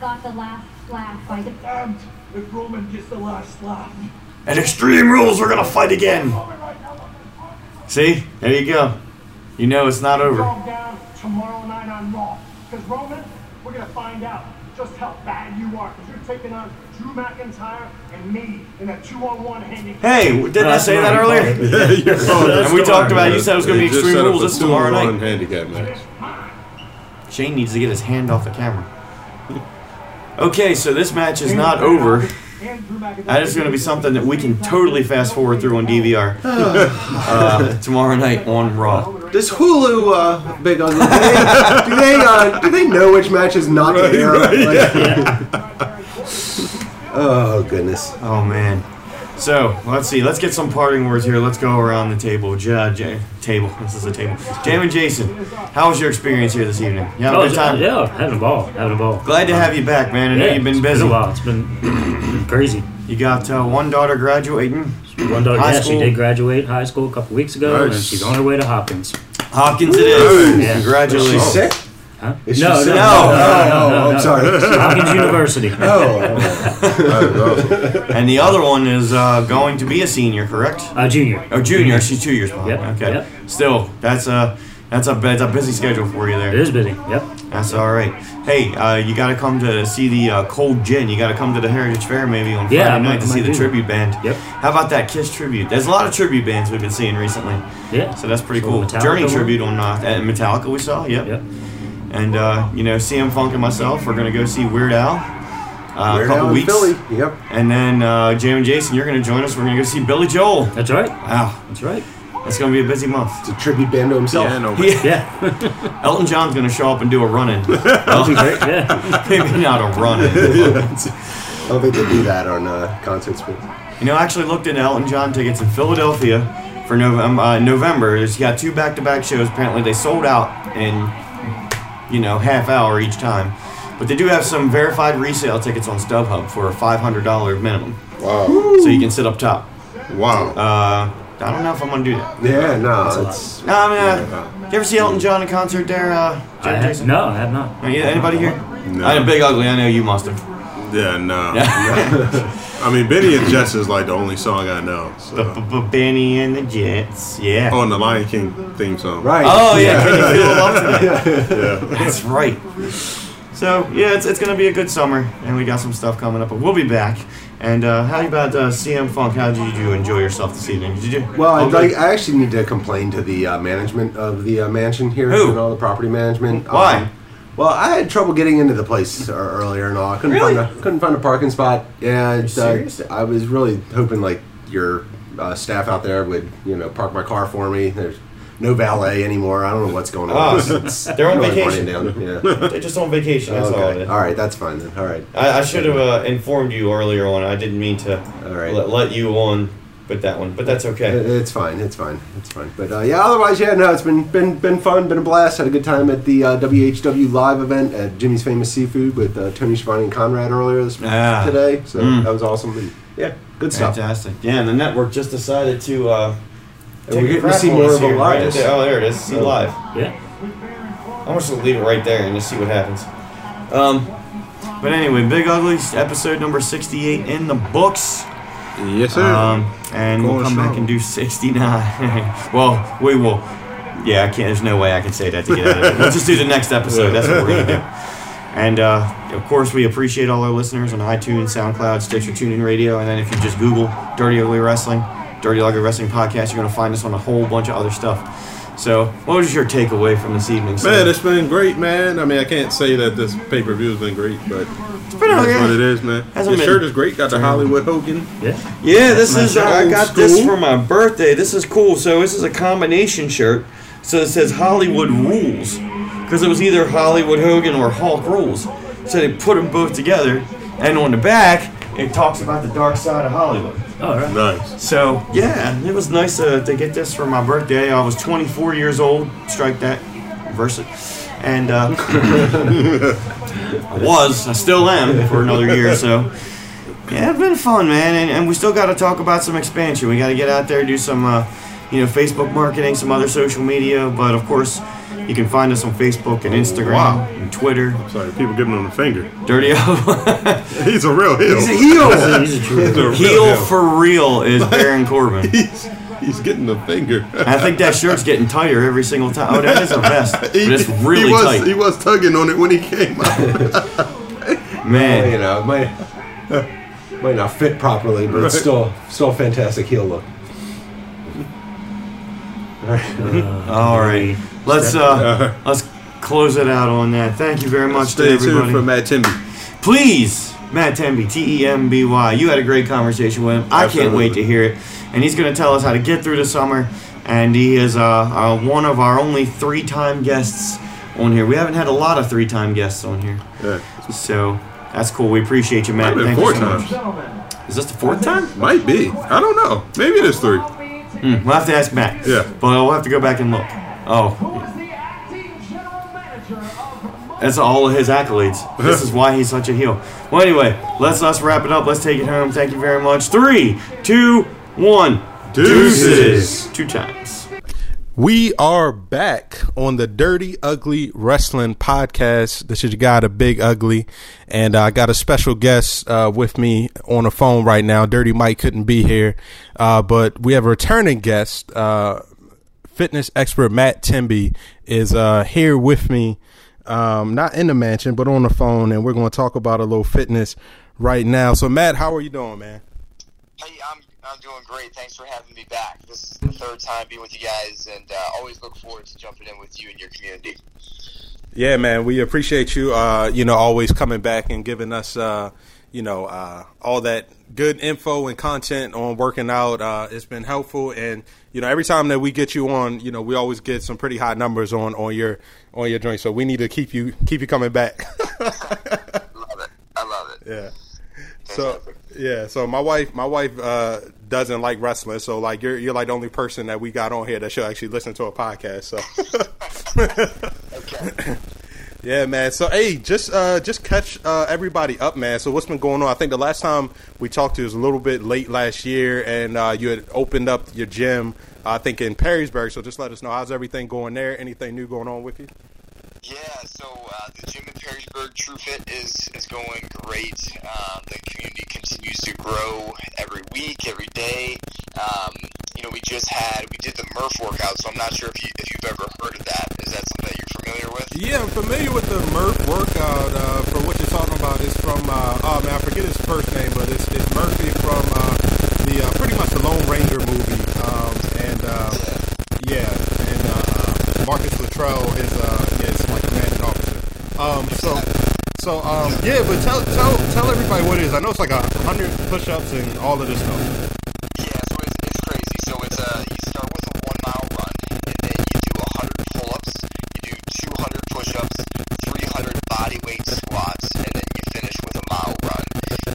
Speaker 8: got the last laugh by the.
Speaker 6: And if Roman gets the last laugh,
Speaker 1: And Extreme Rules, we're gonna fight again. See, there you go. You know it's not over.
Speaker 6: Calm down tomorrow night on Raw. Because Roman, we're gonna find out just how bad you are. Because you're taking on Drew McIntyre and me in a two-on-one handicap.
Speaker 1: Hey, didn't I say that earlier?
Speaker 2: Yeah,
Speaker 1: And we talked about it. You said it was gonna be
Speaker 2: They just
Speaker 1: Extreme
Speaker 2: set up
Speaker 1: Rules.
Speaker 2: a
Speaker 1: It's tomorrow night.
Speaker 2: two-on-one handicap match.
Speaker 1: Shane needs to get his hand off the camera. Okay, so this match is not over.
Speaker 6: And Drew McIntyre.
Speaker 1: That is going to be something that we can totally fast forward through on DVR uh, tomorrow night on Raw.
Speaker 3: Does Hulu, uh, big ugly, do they, do they, uh, do they know which matches not to air? Like- oh, goodness.
Speaker 1: Oh man. So let's see. Let's get some parting words here. Let's go around the table. Ja, ja, table. This is a table. Jam and Jason, how was your experience here this evening? You had a
Speaker 4: Oh,
Speaker 1: good time.
Speaker 4: yeah, having a ball, having a ball.
Speaker 1: Glad to have you back, man. I know
Speaker 4: Yeah,
Speaker 1: you've been
Speaker 4: it's
Speaker 1: busy.
Speaker 4: a while. It's been been crazy.
Speaker 1: You got uh, one daughter graduating.
Speaker 4: One daughter,
Speaker 1: High
Speaker 4: yeah, she
Speaker 1: school.
Speaker 4: did graduate high school a couple weeks ago, and
Speaker 2: Nice.
Speaker 4: she's on her way to Hopkins.
Speaker 1: Hopkins, it is.
Speaker 4: Yeah.
Speaker 1: Congratulations.
Speaker 3: She's Oh, sick?
Speaker 4: Huh?
Speaker 3: Is she
Speaker 4: No, no,
Speaker 3: sick?
Speaker 4: no,
Speaker 1: No,
Speaker 4: no, no,
Speaker 1: no,
Speaker 4: no, no,
Speaker 3: I'm sorry.
Speaker 4: Hopkins University.
Speaker 3: Oh,
Speaker 1: And the other one is uh, going to be a senior, correct?
Speaker 4: Uh, junior.
Speaker 1: Oh, junior. She's two years behind.
Speaker 4: Yep,
Speaker 1: Okay.
Speaker 4: yep.
Speaker 1: Still, that's a that's a that's a busy schedule for you
Speaker 4: It
Speaker 1: there.
Speaker 4: is busy. Yep.
Speaker 1: That's all right. Hey, uh, you got to come to see the uh, Cold Gin. You got to come to the Heritage Fair maybe on
Speaker 4: Yeah, I
Speaker 1: Friday
Speaker 4: might-
Speaker 1: night to
Speaker 4: I
Speaker 1: see
Speaker 4: might
Speaker 1: the
Speaker 4: do.
Speaker 1: tribute band.
Speaker 4: Yep.
Speaker 1: How about that Kiss tribute? There's a lot of tribute bands we've been seeing recently.
Speaker 4: Yeah.
Speaker 1: So that's pretty
Speaker 4: So
Speaker 1: cool.
Speaker 4: Metallica
Speaker 1: Journey
Speaker 4: one?
Speaker 1: tribute on uh, at Metallica we saw. Yep.
Speaker 4: Yep.
Speaker 1: And uh, you know, CM Funk and myself are gonna go see Weird Al. Uh,
Speaker 3: we're
Speaker 1: a couple
Speaker 3: down oh. in
Speaker 1: weeks.
Speaker 3: Philly. Yep.
Speaker 1: And then uh, Jam and Jason, you're gonna join us. We're gonna go see Billy Joel.
Speaker 4: That's right.
Speaker 1: Wow,
Speaker 4: That's right.
Speaker 1: that's gonna be a busy month.
Speaker 3: It's a tribute band to himself.
Speaker 2: Yeah, no,
Speaker 1: Yeah.
Speaker 4: Yeah.
Speaker 1: Elton John's gonna show up and do a run-in.
Speaker 4: yeah.
Speaker 1: Maybe not a run-in.
Speaker 3: I don't think they do that on uh, concerts. But
Speaker 1: You know, I actually looked into Elton John tickets in Philadelphia for November. Uh, November, he's got two back-to-back shows. Apparently, they sold out in you know half hour each time. But they do have some verified resale tickets on StubHub for a five hundred dollar minimum,
Speaker 2: Wow.
Speaker 1: so you can sit up top.
Speaker 2: Wow.
Speaker 1: Uh, I don't know if I'm gonna do that.
Speaker 3: yeah, no, it's
Speaker 1: No, I mean, uh, you ever see Elton John in concert there? Uh,
Speaker 4: I
Speaker 1: Jim
Speaker 4: have,
Speaker 1: Jason?
Speaker 4: no, I have not.
Speaker 1: Yeah, Anybody here?
Speaker 2: No.
Speaker 1: I'm big ugly. I know you must have.
Speaker 2: Yeah, no. I mean, Benny and Jess is like the only song I know. So.
Speaker 1: Benny and the Jets. Yeah.
Speaker 2: Oh, and the Lion King theme song.
Speaker 3: right.
Speaker 1: Oh yeah, can you feel the love tonight?
Speaker 2: Yeah.
Speaker 1: That's right. So yeah, it's, it's gonna be a good summer, and we got some stuff coming up, but we'll be back. And uh, how about uh, CM Funk? How did you enjoy yourself this evening? Did you?
Speaker 3: Well,
Speaker 1: Oh,
Speaker 3: I'd
Speaker 1: good.
Speaker 3: like, I actually need to complain to the uh, management of the uh, mansion here
Speaker 1: Who?
Speaker 3: and all the property management. Um,
Speaker 1: Why?
Speaker 3: well, I had trouble getting into the place e- earlier and all. I couldn't
Speaker 1: Really?
Speaker 3: find a couldn't find a parking spot. And uh,
Speaker 1: serious?
Speaker 3: I was really hoping like your uh, staff out there would you know park my car for me. There's no valet anymore. I don't know what's going
Speaker 1: Oh,
Speaker 3: on.
Speaker 1: it's- they're on
Speaker 3: really
Speaker 1: vacation.
Speaker 3: running down. Yeah.
Speaker 1: They're just on vacation. That's all it
Speaker 3: okay.
Speaker 1: is.
Speaker 3: All right, that's fine then. All right.
Speaker 1: I, I should have uh, informed you earlier on. I didn't mean to
Speaker 3: All right.
Speaker 1: let, let you on with that one, but that's
Speaker 3: It-
Speaker 1: okay.
Speaker 3: It's fine. It's fine. It's fine. But uh, yeah, otherwise, yeah, no, it's been been been fun. Been a blast. Had a good time at the uh, WHW live event at Jimmy's Famous Seafood with uh, Tony Schiavone and Conrad earlier this
Speaker 1: Ah.
Speaker 3: today. So
Speaker 1: Mm.
Speaker 3: that was awesome. And, yeah, good stuff.
Speaker 1: Fantastic. Yeah, and the network just decided to. Uh,
Speaker 3: And we're
Speaker 1: take a
Speaker 3: getting to
Speaker 1: crack
Speaker 3: see
Speaker 1: on
Speaker 3: more
Speaker 1: us
Speaker 3: of
Speaker 1: here,
Speaker 3: them
Speaker 1: right
Speaker 3: live.
Speaker 1: there. Oh, there it is. See live.
Speaker 4: Yeah.
Speaker 1: I'm just gonna leave it right there and just see what happens. Um, but anyway, Big Ugly episode number 68 in the books.
Speaker 2: Yes, sir.
Speaker 1: Um, and we'll
Speaker 2: Going
Speaker 1: come back
Speaker 2: strong.
Speaker 1: and do 69. well, we will. Yeah, I can't. There's no way I can say that to get out of it. Let's just do the next episode. That's what we're gonna do. And uh, of course, we appreciate all our listeners on iTunes, SoundCloud, Stitcher, TuneIn Radio, and then if you just Google Dirty Ugly Wrestling, Dirty Ugly Wrestling Podcast, you're gonna find us on a whole bunch of other stuff. So, what was your takeaway from this evening? sir?
Speaker 2: Man, it's been great, man. I mean, I can't say that this pay per view has been great, but
Speaker 1: been
Speaker 2: that's
Speaker 1: okay.
Speaker 2: what it is, man.
Speaker 1: Hasn't
Speaker 2: Your
Speaker 1: been-
Speaker 2: shirt is great. Got the Hollywood Hogan.
Speaker 4: Yeah.
Speaker 1: Yeah, this is. uh,
Speaker 2: my
Speaker 1: I
Speaker 2: old
Speaker 1: got this
Speaker 2: school.
Speaker 1: for my birthday. This is cool. So this is a combination shirt. So it says Hollywood Rules, because it was either Hollywood Hogan or Hulk Rules. So they put them both together, and on the back it talks about the dark side of Hollywood.
Speaker 4: All right.
Speaker 2: Nice.
Speaker 1: So yeah, it was nice uh, to get this for my birthday. I was 24 years old. Strike that, reverse it, and uh, I was. I still am for another year. So yeah, it's been fun, man. And, and we still got to talk about some expansion. We got to get out there, do some, uh, you know, Facebook marketing, some other social media. But of course, you can find us on Facebook and Instagram
Speaker 2: Wow.
Speaker 1: and Twitter.
Speaker 2: Sorry, people giving him the finger.
Speaker 1: Dirty
Speaker 2: He's a real heel.
Speaker 3: He's a heel.
Speaker 4: He's a true.
Speaker 2: a real
Speaker 1: heel for real is Baron Corbin.
Speaker 2: He's, he's getting the finger.
Speaker 1: I think that shirt's getting tighter every single time. Oh, that is a vest, but it's really
Speaker 2: he was,
Speaker 1: tight,
Speaker 2: He was tugging on it when he came out.
Speaker 3: Well, you
Speaker 1: man.
Speaker 3: know, it might might not fit properly, but it's still still a fantastic heel look.
Speaker 1: All right, let's uh, let's close it out on that. Thank you very much to
Speaker 2: Stay tuned
Speaker 1: everybody.
Speaker 2: for Matt Timby.
Speaker 1: Please, Matt Temby, T E M B Y. You had a great conversation with him. I can't wait
Speaker 2: Absolutely.
Speaker 1: to hear it, and he's going to tell us how to get through the summer. And he is uh, uh, one of our only three-time guests on here. We haven't had a lot of three-time guests on here,
Speaker 2: Yeah.
Speaker 1: so that's cool. We appreciate you, Matt.
Speaker 2: I've been
Speaker 1: Thank
Speaker 2: four
Speaker 1: you so
Speaker 2: times.
Speaker 1: much. Is this the fourth time?
Speaker 2: Might be. I don't know. Maybe it is three.
Speaker 1: Hmm, We'll have to ask Matt.
Speaker 2: Yeah.
Speaker 1: But we'll have to go back and look. Oh,
Speaker 6: Who is the acting general manager of Mo-
Speaker 1: that's all of his accolades.
Speaker 2: Uh-huh.
Speaker 1: This is why he's such a heel. Well, anyway, let's us wrap it up. Let's take it home. Thank you very much. Three, two, one.
Speaker 2: Deuces.
Speaker 1: Two times.
Speaker 5: We are back on the Dirty Ugly Wrestling Podcast. This is your guy, the Big Ugly, and uh, I got a special guest uh, with me on the phone right now. Dirty Mike couldn't be here, uh, but we have a returning guest. Uh, fitness expert Matt Timby is uh, here with me, um, not in the mansion, but on the phone, and we're going to talk about a little fitness right now. So, Matt, how are you doing, man?
Speaker 9: Hey, I'm I'm doing great. Thanks for having me back. This is the third time being with you guys, and uh, always look forward to jumping in with you and your community.
Speaker 5: Yeah, man, we appreciate you. Uh, you know, always coming back and giving us, uh, you know, uh, all that good info and content on working out. Uh, it's been helpful, and you know, every time that we get you on, you know, we always get some pretty high numbers on on your on your joint. So we need to keep you keep you coming back.
Speaker 9: Love it. I love it.
Speaker 5: yeah. So yeah, so my wife my wife uh, doesn't like wrestling, so like you're you're like the only person that we got on here that she'll actually listen to a podcast. So.
Speaker 9: Okay.
Speaker 5: Yeah, man. So, hey, just uh, just catch uh, everybody up, man. So, what's been going on? I think the last time we talked to you was a little bit late last year, and uh, you had opened up your gym, I think, in Perrysburg. So, just let us know how's everything going there. Anything new going on with you?
Speaker 9: Yeah, so uh, the gym in Perrysburg, TrueFit, is is going great. Um, the community continues to grow every week, every day. Um, you know, we just had we did the Murph workout, so I'm not sure if you if you've ever heard of that. Is that something that you're familiar with?
Speaker 5: Yeah, I'm familiar with the Murph workout. Uh, for what you're talking about, it's from uh, oh man, I forget his first name, but it's, it's Murphy from uh, the uh, pretty much the Lone Ranger movie, um, and uh, yeah, and uh, uh, Marcus Luttrell is uh, yeah, it's like a commanding officer. Um, so so um, yeah, but tell tell tell everybody what it is. I know it's like a hundred push-ups and all of this stuff.
Speaker 9: Yeah, so it's, it's crazy. So it's uh, you start with a one mile run, and then you do 100 pull ups, you do 200 push ups, 300 body weight squats, and then you finish with a mile run.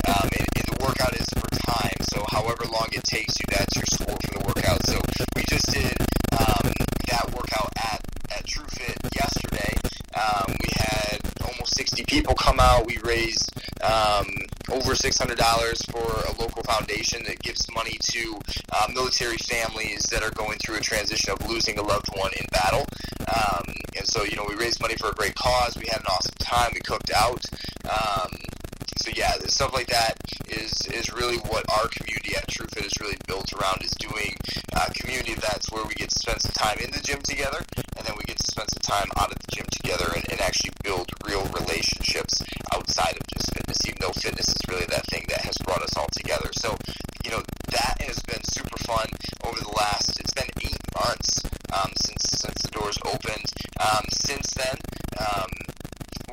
Speaker 9: Um, and, and the workout is for time, so however long it takes you, that's your score for the workout. So we just did um, that workout at at TrueFit yesterday. Um, we had almost 60 people come out. We raised um, over $600 for a local foundation that gives money to uh, military families that are going through a transition of losing a loved one in battle. Um, and so, you know, we raised money for a great cause. We had an awesome time. We cooked out. Um, so yeah, the stuff like that is is really what our community at TrueFit is really built around. Is doing uh, community events where we get to spend some time in the gym together, and then we get to spend some time out of the gym together, and, and actually build real relationships outside of just fitness. Even though fitness is really that thing that has brought us all together. So you know that has been super fun over the last. It's been eight months um, since since the doors opened. Um, since then. Um,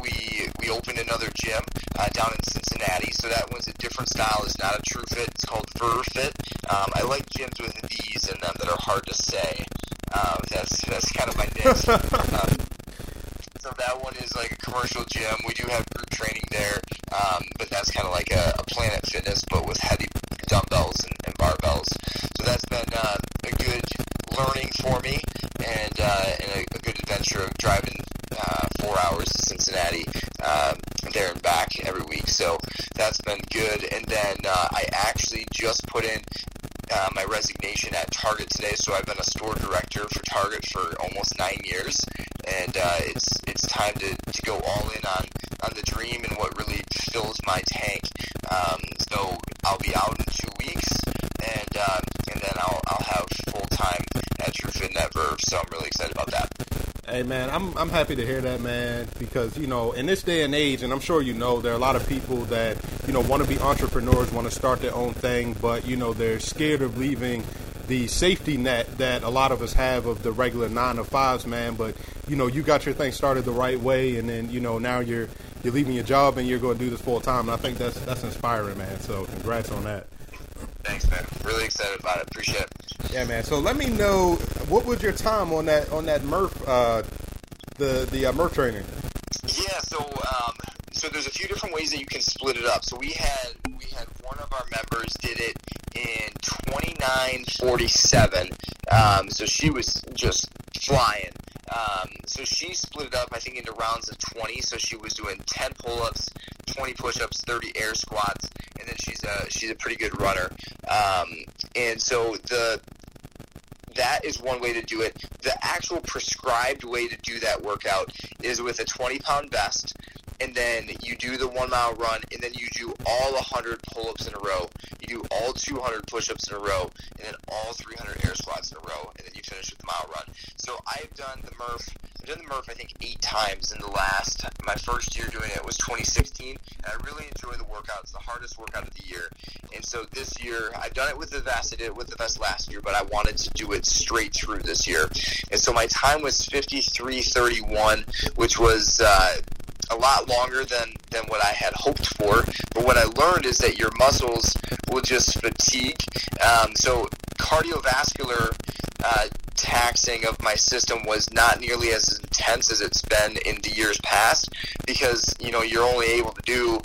Speaker 9: we we opened another gym uh, down in Cincinnati. So that one's a different style. It's not a true fit. It's called Verfit. Um, I like gyms with V's in them that are hard to say. Um, that's that's kind of my niche. um, so that one is like a commercial gym. We do have group training there, um, but that's kind of like a, a Planet Fitness, but with heavy dumbbells and, and barbells. So that's been uh, a good learning for me, and, uh, and a, a good adventure of driving uh, four hours to Cincinnati um, there and back every week. So that's been good. And then uh, I actually just put in uh, my resignation at Target today. So I've been a store director for Target for almost nine years, and uh, it's it's time to, to go all in on, on the dream and what really fills my tank. Um, so I'll be out in two weeks, and uh, and then I'll, I'll have full time at TrueFit Network. So I'm really excited about that.
Speaker 5: Hey man, I'm I'm happy to hear that man because you know in this day and age, and I'm sure you know there are a lot of people that you know want to be entrepreneurs, want to start their own thing, but you know they're scared of leaving the safety net that a lot of us have of the regular nine to fives, man. But you know you got your thing started the right way, and then you know now you're you're leaving your job and you're going to do this full time, and I think that's that's inspiring, man. So congrats on that.
Speaker 9: Thanks, man. Really excited about it. Appreciate it.
Speaker 5: Yeah, man. So let me know what was your time on that on that Murph uh, the the uh, Murph training.
Speaker 9: Yeah, so um, so there's a few different ways that you can split it up. So we had we had one of our members did it in 2947. Um, so she was just flying. Um, so she split it up, I think, into rounds of 20. So she was doing 10 pull-ups, 20 push-ups, 30 air squats, and then she's a she's a pretty good runner. Um, and so the That is one way to do it. The actual prescribed way to do that workout is with a 20 pound vest, and then you do the one mile run, and then you do all 100 pull ups in a row. You do all 200 push ups in a row, and then all 300 air squats in a row, and then you finish with the mile run. So I've done the Murph. I've done the Murph, I think, eight times in the last. My first year doing it was 2016, and I really enjoy the workout. It's the hardest workout of the year. And so this year, I've done it with the vest. I did it with the vest last year, but I wanted to do it straight through this year. And so my time was 53:31, which was. Uh, a lot longer than, than what I had hoped for. But what I learned is that your muscles will just fatigue. Um, so cardiovascular uh, taxing of my system was not nearly as intense as it's been in the years past because you know you're only able to do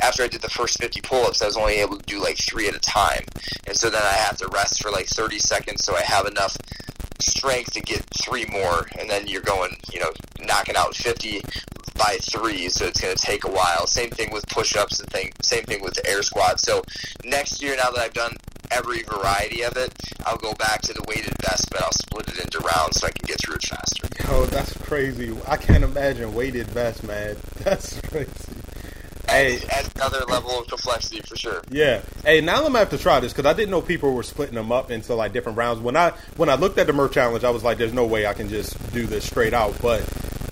Speaker 9: after I did the first 50 pull-ups, I was only able to do like three at a time, and so then I have to rest for like 30 seconds so I have enough strength to get three more, and then you're going, you know, knocking out 50 by three, so it's going to take a while. Same thing with push-ups and thing, same thing with the air squats. So next year, now that I've done every variety of it, I'll go back to the weighted vest, but I'll split it into rounds so I can get through it faster.
Speaker 5: Oh, that's crazy. I can't imagine weighted vest, man. That's crazy. Hey,
Speaker 9: At another level of complexity for sure.
Speaker 5: Yeah. Hey, now I'm gonna have to try this because I didn't know people were splitting them up into like different rounds. When I when I looked at the Merc Challenge, I was like, "There's no way I can just do this straight out." But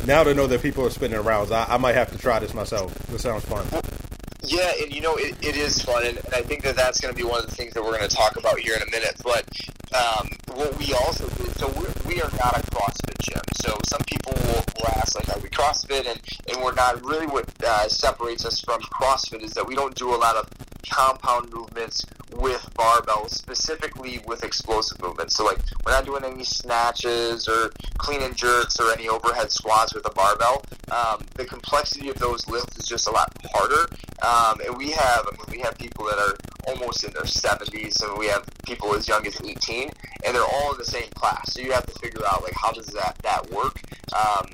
Speaker 5: now to know that people are splitting the rounds, I, I might have to try this myself. This sounds fun.
Speaker 9: Yeah, and you know it, it is fun, and I think that that's going to be one of the things that we're going to talk about here in a minute. But um, what we also do, so we're, we are not a CrossFit gym. So some people will, will ask, like, are we CrossFit? And and we're not. Really, what uh, separates us from CrossFit is that we don't do a lot of compound movements with barbells, specifically with explosive movements. So like we're not doing any snatches or clean and jerks or any overhead squats with a barbell. Um, the complexity of those lifts is just a lot harder. Um, and we have, I mean, we have people that are almost in their seventies, and we have people as young as eighteen, and they're all in the same class. So you have to figure out like how does that that work. Um,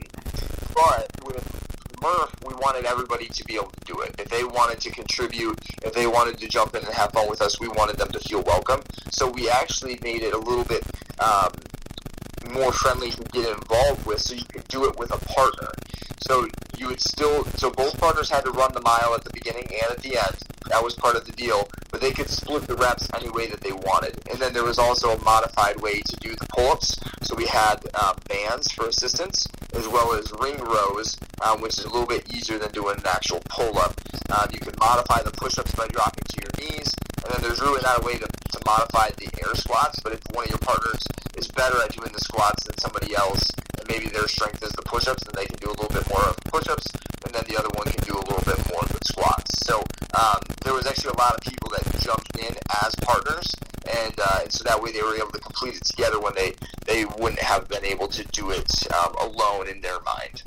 Speaker 9: but with Murph, we wanted everybody to be able to do it. If they wanted to contribute, if they wanted to jump in and have fun with us, we wanted them to feel welcome. So we actually made it a little bit um, more friendly to get involved with, so you could do it with a partner. So you would still, so both partners had to run the mile at the beginning and at the end. That was part of the deal, but they could split the reps any way that they wanted. And then there was also a modified way to do the pull-ups. So we had uh, bands for assistance, as well as ring rows, um, which is a little bit easier than doing an actual pull-up. Um, you can modify the push-ups by dropping to your knees, and then there's really not a way to, to modify the air squats. But if one of your partners is better at doing the squats than somebody else, and maybe their strength is the push-ups, then they can do a little bit more of the push-ups, and then the other one can do a little bit more of the squats. So um, there was actually a lot of people that jumped in as partners, and, uh, and so that way they were able to complete it together when they, they wouldn't have been able to do it um, alone in their mind.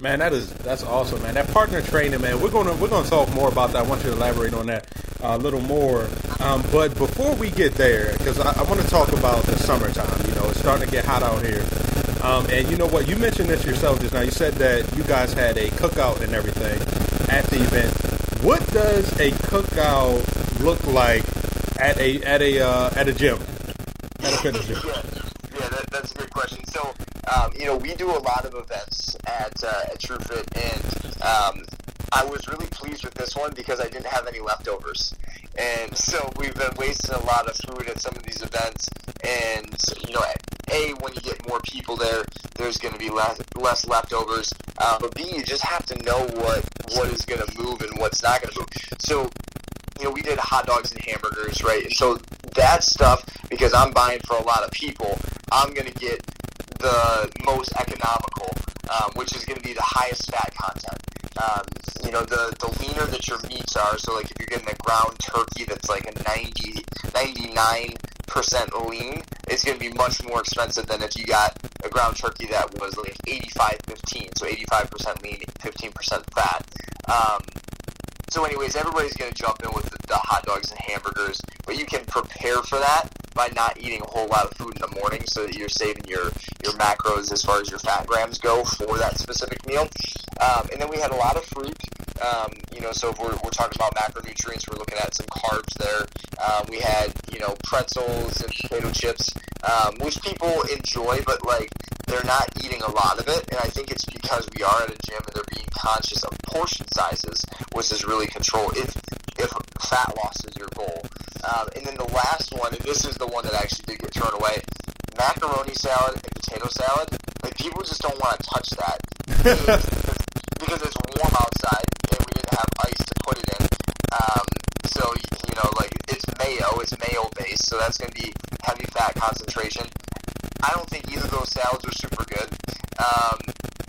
Speaker 5: Man, that is that's awesome, man. That partner training, man. We're gonna we're gonna talk more about that. I want you to elaborate on that uh, a little more. Um, but before we get there, because I, I want to talk about the summertime. You know, it's starting to get hot out here. Um, and you know what? You mentioned this yourself just now. You said that you guys had a cookout and everything at the event. What does a cookout look like at a at a uh, at a gym? At a fitness gym.
Speaker 9: yeah, yeah that, that's a good question. So, um, you know, we do a lot of events at, uh, at TrueFit, and um, I was really pleased with this one because I didn't have any leftovers. And so we've been wasting a lot of food at some of these events. And, you know, A, when you get more people there, there's going to be less, less leftovers. Uh, but B, you just have to know what, what is going to move and what's not going to move. So you know, we did hot dogs and hamburgers, right? And so that stuff, because I'm buying for a lot of people, I'm going to get the most economical, um, which is going to be the highest fat content. Um, you know, the, the leaner that your meats are, so like if you're getting a ground turkey that's like a 90, 99% lean, it's going to be much more expensive than if you got a ground turkey that was like 85 15, so 85% lean, 15% fat. Um, so, anyways, everybody's going to jump in with the, the hot dogs and hamburgers, but you can prepare for that by not eating a whole lot of food in the morning, so that you're saving your your macros as far as your fat grams go for that specific meal. Um, and then we had a lot of fruit. Um, you know, so if we're, we're talking about macronutrients, we're looking at some carbs there. Um, we had you know pretzels and potato chips. um, which people enjoy, but like they're not eating a lot of it. And I think it's because we are at a gym and they're being conscious of portion sizes, which is really control if if fat loss is your goal. Um, and then the last one, and this is the one that actually did get thrown away, macaroni salad and potato salad. Like people just don't want to touch that because it's warm outside and we didn't have ice to put it in. Um, so y- you know, like it's mayo, it's mayo based, so that's going to be heavy fat concentration. I don't think either of those salads are super good. Um,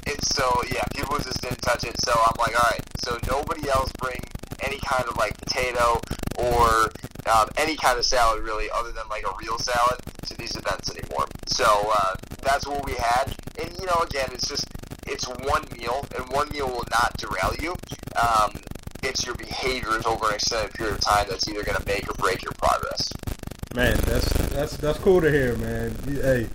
Speaker 9: and so yeah, people just didn't touch it. So I'm like, all right. So nobody else bring any kind of like potato or um, any kind of salad really, other than like a real salad to these events anymore. So uh, that's what we had. And you know, again, it's just it's one meal, and one meal will not derail you. Um, it's your behaviors over an extended period of time that's either going to make or break your progress.
Speaker 5: Man, that's that's that's cool to hear, man. You- Hey,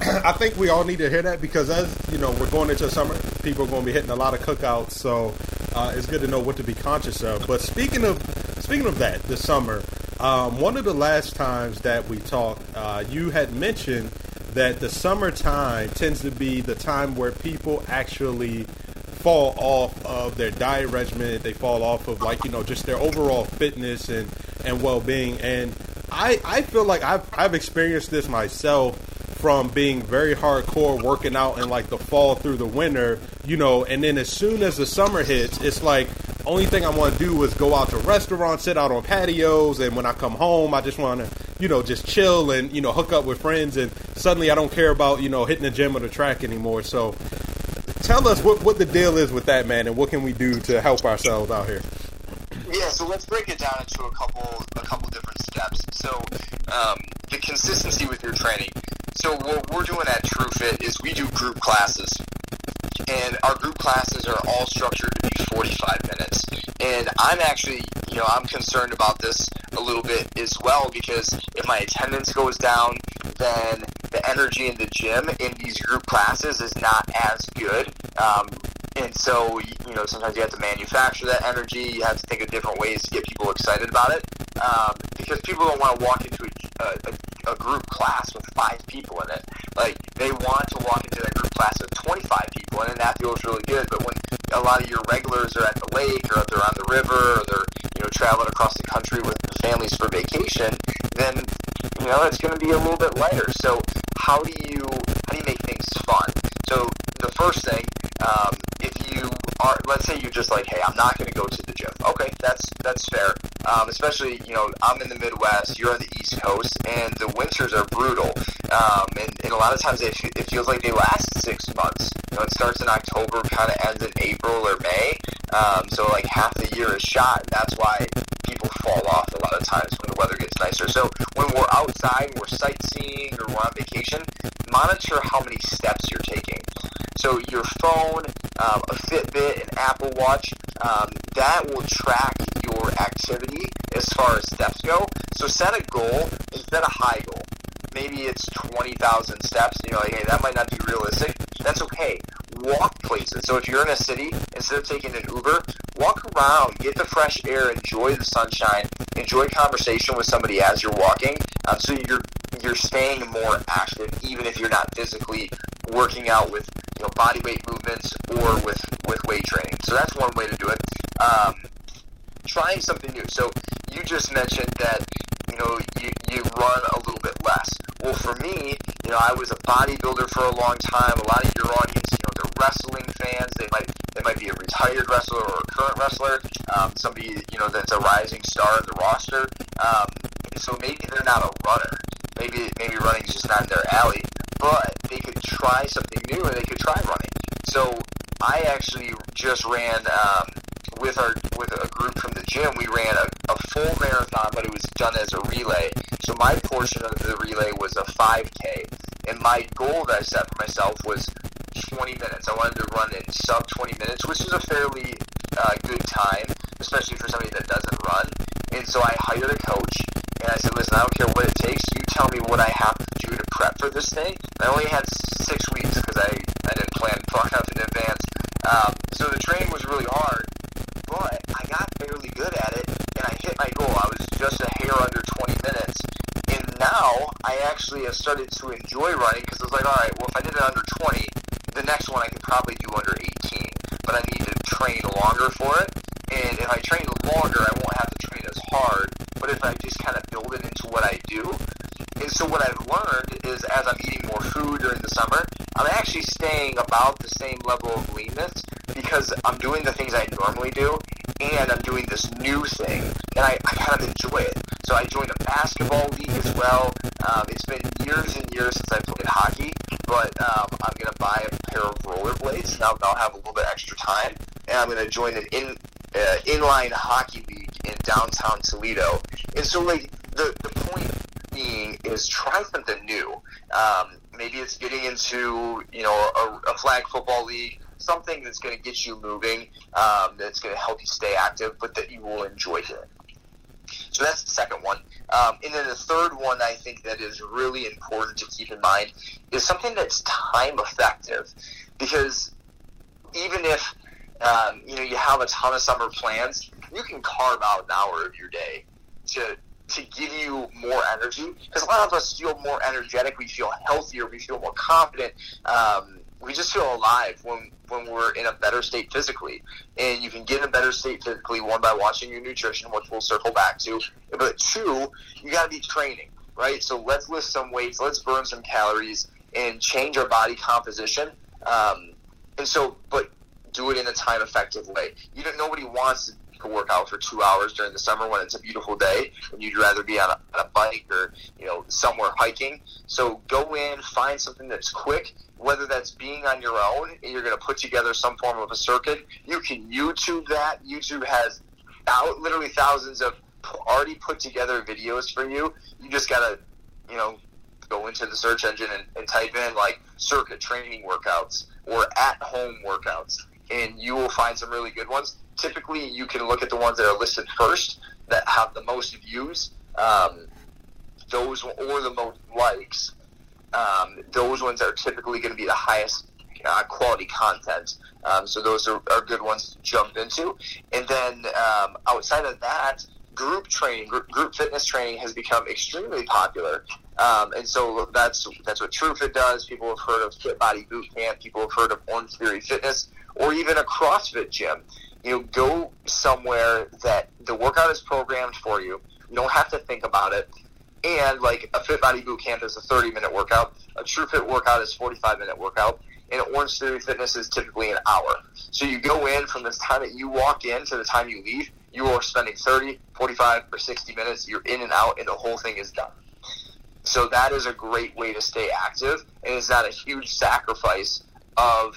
Speaker 5: I think we all need to hear that because as you know, we're going into summer. People are going to be hitting a lot of cookouts, so uh, it's good to know what to be conscious of. But speaking of speaking of that, this summer, um, one of the last times that we talked, uh, you had mentioned that the summertime tends to be the time where people actually fall off of their diet regimen. They fall off of like you know just their overall fitness and and well being. And I I feel like I've I've experienced this myself from being very hardcore working out in like the fall through the winter, you know, and then as soon as the summer hits, it's like only thing I want to do is go out to restaurants, sit out on patios, and when I come home, I just want to, you know, just chill and you know hook up with friends, and suddenly I don't care about you know hitting the gym or the track anymore. So tell us what, what the deal is with that man and what can we do to help ourselves out here
Speaker 9: Yeah, so let's break it down into a couple a couple different steps. So um, the consistency with your training. So what we're doing at TrueFit is we do group classes, and our group classes are all structured to be 45 minutes. And I'm actually, you know, I'm concerned about this a little bit as well because if my attendance goes down, then the energy in the gym in these group classes is not as good. Um, and so, y- you know, sometimes you have to manufacture that energy. You have to think of different ways to get people excited about it um, because people don't want to walk into a, a, a group class with five people in it. Like, they want to walk into that group class with 25 people, and then that feels really good. But when a lot of your regulars are at the lake or they're on the river or they're, you know, traveling across the country with their families for vacation, then, you know, it's going to be a little bit lighter. So, how do you, how do you make things fun? So, the first thing, um, if you are, let's say you're just like, hey, I'm not going to go to the gym. Okay, that's that's fair. Um, especially, you know, I'm in the Midwest, you're on the East Coast, and the winters are brutal. Um, and, and a lot of times it, fe- it feels like they last six months. You know, it starts in October, kind of ends in April or May. Um, so like half the year is shot, and that's why people fall off a lot of times when the weather gets nicer. So when we're outside, we're sightseeing, or we're on vacation, monitor how many steps you're taking. So your phone, um, a Fitbit, an Apple Watch, um, that will track your activity as far as steps go. So set a goal instead a high goal. Maybe it's 20,000 steps, and you're like, hey, that might not be realistic. That's okay. Walk places. So if you're in a city, instead of taking an Uber, walk around, get the fresh air, enjoy the sunshine, enjoy conversation with somebody as you're walking. Um, so you're you're staying more active, even if you're not physically working out with you know body weight movements or with with weight training. So that's one way to do it. Um, trying something new. So you just mentioned that you know you, you run a little bit less. Well, for me, you know, I was a bodybuilder for a long time. A lot of your audience, you know, they're wrestling fans. They might they might be a retired wrestler or a current wrestler, um, somebody you know that's a rising star in the roster. Um, so maybe they're not a runner. Maybe maybe running's just not their alley. But they could try something new, and they could try running. So I actually just ran um, with our with a group from the gym, we ran a, a full marathon, but it was done as a relay. So my portion of the relay was a 5K, and my goal that I set for myself was 20 minutes. I wanted to run in sub 20 minutes, which is a fairly uh, good time, especially for somebody that doesn't run. And so I hired a coach, and I said, "Listen, I don't care what it takes. You tell me what I have to do to prep for this thing." I only had six weeks because I, I didn't plan far enough in advance. Um, so the training was really hard, but I got fairly good at it, and I hit my goal. I was just a hair under 20 minutes, and now I actually actually have started to enjoy running because I was like, all right, well, if I did it under 20, the next one I could probably do under 18, but I need to train longer for it. And if I train longer, I won't have to train as hard. But if I just kind of build it into what I do, and so what I've learned is as I'm eating more food during the summer, I'm actually staying about the same level of leanness because I'm doing the things I normally do and I'm doing this new thing and I, I kind of enjoy it. So I joined a basketball league as well. Um, it's been years and years since I played hockey, but um, I'm going to buy a pair of rollerblades and I'll, I'll have a little bit extra time and I'm going to join an in, uh, inline hockey league in downtown Toledo. And so like the, the point being is try something new. Um, maybe it's getting into you know a, a flag football league, something that's going to get you moving, um, that's going to help you stay active, but that you will enjoy it. So that's the second one. Um, and then the third one I think that is really important to keep in mind is something that's time effective, because even if um, you know you have a ton of summer plans, you can carve out an hour of your day to to give you more energy. Because a lot of us feel more energetic, we feel healthier, we feel more confident. Um, we just feel alive when when we're in a better state physically, and you can get in a better state physically one by watching your nutrition, which we'll circle back to. But two, you got to be training, right? So let's lift some weights, let's burn some calories, and change our body composition. Um, and so, but do it in a time effective way. You don't. Nobody wants to to work out for two hours during the summer when it's a beautiful day and you'd rather be on a, on a bike or you know somewhere hiking so go in find something that's quick whether that's being on your own and you're going to put together some form of a circuit you can youtube that youtube has thou- literally thousands of p- already put together videos for you you just gotta you know go into the search engine and, and type in like circuit training workouts or at home workouts and you will find some really good ones typically you can look at the ones that are listed first that have the most views um, those or the most likes um, those ones are typically going to be the highest uh, quality content um, so those are, are good ones to jump into and then um, outside of that group training group, group fitness training has become extremely popular um, and so that's that's what TrueFit does. People have heard of Fit Body Boot Camp. People have heard of Orange Theory Fitness, or even a CrossFit gym. You know, go somewhere that the workout is programmed for you. You don't have to think about it. And like a Fit Body Boot Camp is a 30 minute workout. A TrueFit workout is 45 minute workout. And Orange Theory Fitness is typically an hour. So you go in from the time that you walk in to the time you leave. You are spending 30, 45, or 60 minutes. You're in and out, and the whole thing is done. So that is a great way to stay active, and it's not a huge sacrifice of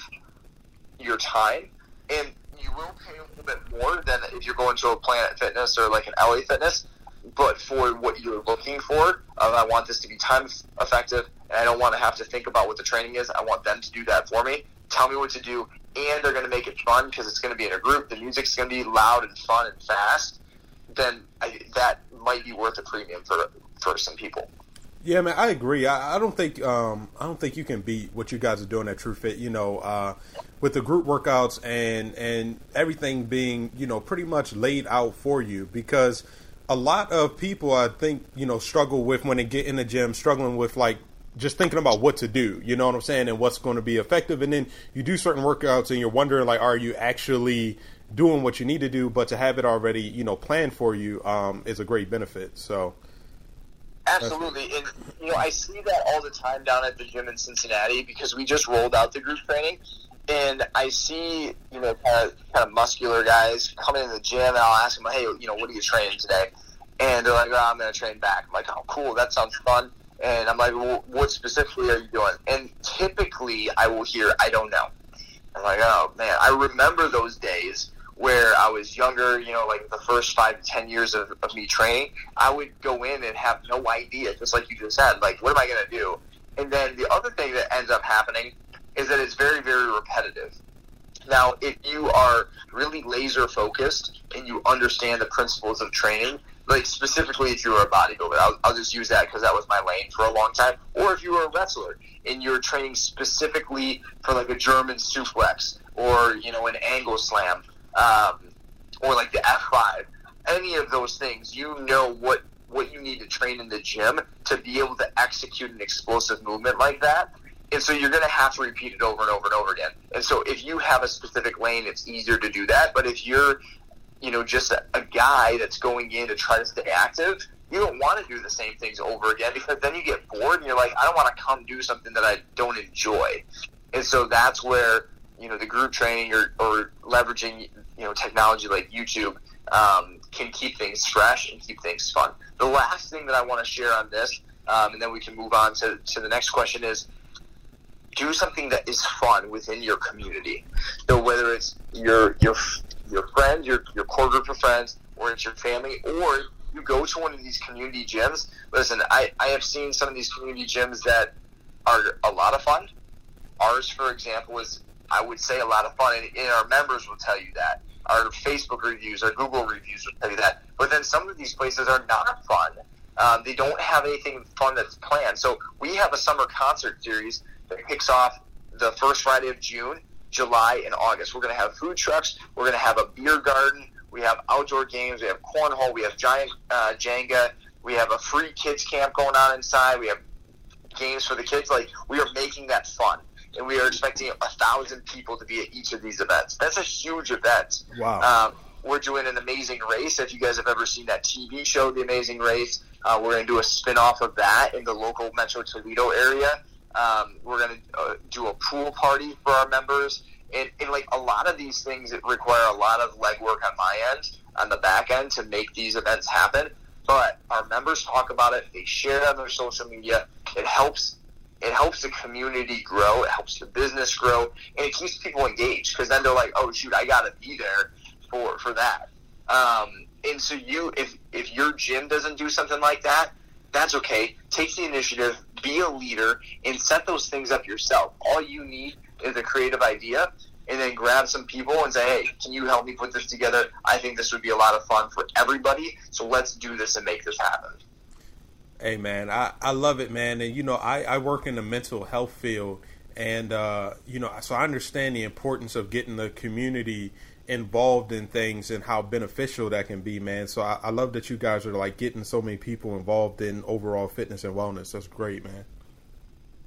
Speaker 9: your time. And you will pay a little bit more than if you're going to a Planet Fitness or like an LA Fitness. But for what you're looking for, um, I want this to be time effective, and I don't want to have to think about what the training is. I want them to do that for me. Tell me what to do, and they're going to make it fun because it's going to be in a group. The music's going to be loud and fun and fast. Then I, that might be worth a premium for for some people.
Speaker 5: Yeah, man, I agree. I, I don't think um, I don't think you can beat what you guys are doing at True Fit. You know, uh, with the group workouts and and everything being you know pretty much laid out for you because a lot of people I think you know struggle with when they get in the gym, struggling with like just thinking about what to do. You know what I'm saying, and what's going to be effective. And then you do certain workouts and you're wondering like, are you actually doing what you need to do? But to have it already you know planned for you um, is a great benefit. So.
Speaker 9: Absolutely, and you know I see that all the time down at the gym in Cincinnati because we just rolled out the group training, and I see you know kind of, kind of muscular guys coming in the gym, and I'll ask them, hey, you know, what are you training today? And they're like, oh, I'm going to train back. I'm like, oh, cool, that sounds fun. And I'm like, well, what specifically are you doing? And typically, I will hear, I don't know. I'm like, oh man, I remember those days where I was younger, you know, like the first five to ten years of, of me training, I would go in and have no idea, just like you just said, like, what am I going to do? And then the other thing that ends up happening is that it's very, very repetitive. Now, if you are really laser focused and you understand the principles of training, like specifically if you were a bodybuilder, I'll, I'll just use that because that was my lane for a long time. Or if you were a wrestler and you're training specifically for like a German suplex or you know an angle slam um, or like the F5, any of those things, you know what what you need to train in the gym to be able to execute an explosive movement like that. And so you're going to have to repeat it over and over and over again. And so if you have a specific lane, it's easier to do that. But if you're, you know, just a, a guy that's going in to try to stay active, you don't want to do the same things over again because then you get bored and you're like, I don't want to come do something that I don't enjoy. And so that's where, you know, the group training or, or leveraging, you know, technology like YouTube um, can keep things fresh and keep things fun. The last thing that I want to share on this, um, and then we can move on to, to the next question is do something that is fun within your community. So whether it's your your your friend, your your core group of friends, or it's your family, or you go to one of these community gyms. Listen, I, I have seen some of these community gyms that are a lot of fun. Ours, for example, is I would say a lot of fun, and, and our members will tell you that. Our Facebook reviews, our Google reviews will tell you that. But then some of these places are not fun. Um, they don't have anything fun that's planned. So we have a summer concert series that kicks off the first Friday of June, July, and August. We're going to have food trucks. We're going to have a beer garden. We have outdoor games. We have cornhole. We have giant uh, Jenga. We have a free kids camp going on inside. We have games for the kids. Like we are making that fun, and we are expecting a thousand people to be at each of these events. That's a huge event.
Speaker 5: Wow.
Speaker 9: Um, we're doing an amazing race. If you guys have ever seen that TV show, The Amazing Race, uh, we're going to do a spin off of that in the local Metro Toledo area. Um, we're going to uh, do a pool party for our members. And, and like a lot of these things that require a lot of legwork on my end, on the back end, to make these events happen. But our members talk about it. They share it on their social media. It helps it helps the community grow, it helps the business grow, and it keeps people engaged because then they're like, oh shoot, I gotta be there for for that. Um, and so you, if if your gym doesn't do something like that, that's okay. Take the initiative, be a leader, and set those things up yourself. All you need is a creative idea, and then grab some people and say, hey, can you help me put this together? I think this would be a lot of fun for everybody. So let's do this and make this happen.
Speaker 5: Hey man, I, I love it, man. And you know, I, I work in the mental health field and uh, you know, so I understand the importance of getting the community involved in things and how beneficial that can be, man. So I, I love that you guys are like getting so many people involved in overall fitness and wellness. That's great, man.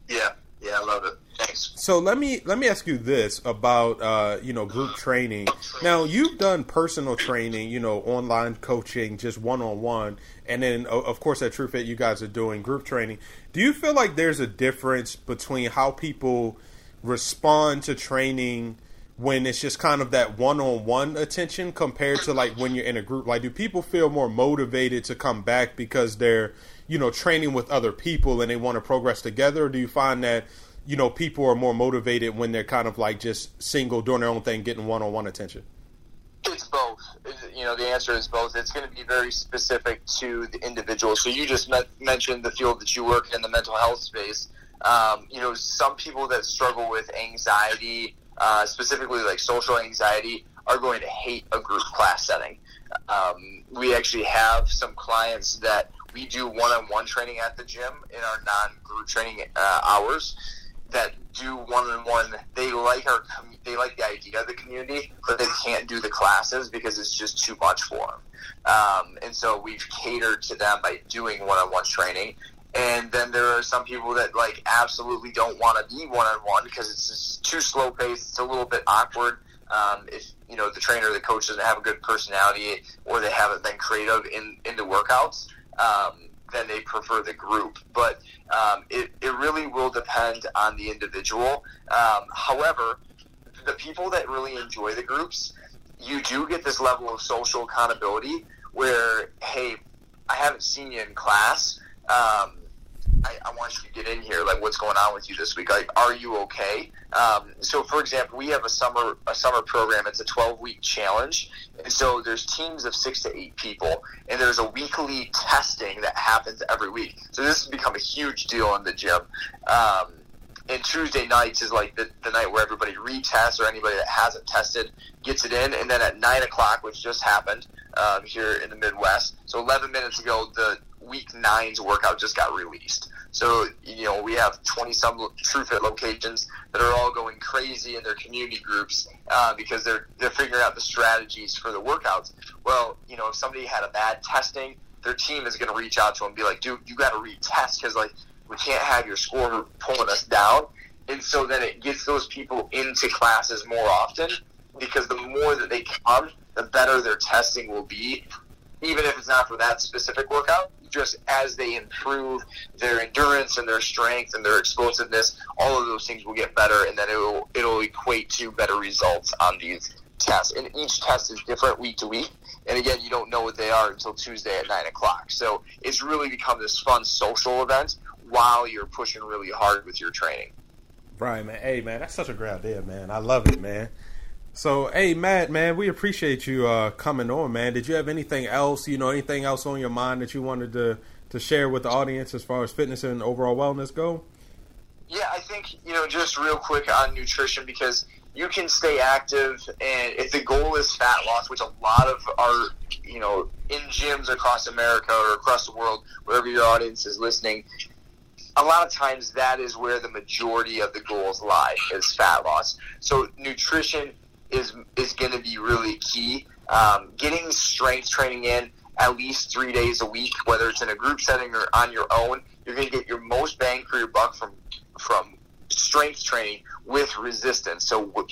Speaker 9: Yeah, yeah, I love it. Thanks.
Speaker 5: So let me let me ask you this about uh, you know group training. Now you've done personal training, you know, online coaching, just one on one, and then o- of course at TrueFit you guys are doing group training. Do you feel like there's a difference between how people respond to training when it's just kind of that one on one attention compared to like when you're in a group? Like, do people feel more motivated to come back because they're you know training with other people and they want to progress together? Or do you find that you know people are more motivated when they're kind of like just single doing their own thing getting one-on-one attention
Speaker 9: It's both. It's- You know, the answer is both. It's going to be very specific to the individual. So you just met, mentioned the field that you work in, the mental health space. Um, you know, some people that struggle with anxiety, uh, specifically like social anxiety, are going to hate a group class setting. Um, we actually have some clients that we do one-on-one training at the gym in our non-group training uh, hours that do one-on-one. They like our com- they like the idea of the community, but they can't do the classes because it's just too much for them. Um, and so we've catered to them by doing one-on-one training. And then there are some people that like absolutely don't want to be one-on-one because it's just too slow paced. It's a little bit awkward um, if you know the trainer or the coach doesn't have a good personality or they haven't been creative in, in the workouts um, then they prefer the group but um, it, it really will depend on the individual um, however the people that really enjoy the groups you do get this level of social accountability where hey i haven't seen you in class um, I, I want you to get in here. Like, what's going on with you this week? Like, are you okay? Um, so, for example, we have a summer a summer program. It's a twelve week challenge, and so there's teams of six to eight people, and there's a weekly testing that happens every week. So this has become a huge deal in the gym. Um, and Tuesday nights is like the, the night where everybody retests or anybody that hasn't tested gets it in. And then at 9 o'clock, which just happened um, here in the Midwest, so 11 minutes ago, the week nine's workout just got released. So, you know, we have 20 some TrueFit locations that are all going crazy in their community groups uh, because they're, they're figuring out the strategies for the workouts. Well, you know, if somebody had a bad testing, their team is going to reach out to him and be like, dude, you got to retest because like we can't have your scorer pulling us down. And so then it gets those people into classes more often because the more that they come, the better their testing will be. Even if it's not for that specific workout, just as they improve their endurance and their strength and their explosiveness, all of those things will get better, and then it will it'll equate to better results on these tests. And each test is different week to week, and again, you don't know what they are until Tuesday at nine o'clock. So it's really become this fun social event while you're pushing really hard with your training.
Speaker 5: Right, man. Hey, man, that's such a great idea, man. I love it, man. So, hey, Matt, man, we appreciate you uh, coming on, man. Did you have anything else, you know, anything else on your mind that you wanted to to share with the audience as far as fitness and overall wellness go?
Speaker 9: Yeah, I think you know just real quick on nutrition because you can stay active, and if the goal is fat loss, which a lot of our you know in gyms across America or across the world, wherever your audience is listening, a lot of times that is where the majority of the goals lie is fat loss. So nutrition is is going to be really key. Um, getting strength training in at least three days a week, whether it's in a group setting or on your own, you're going to get your most bang for your buck from from strength training with resistance. So with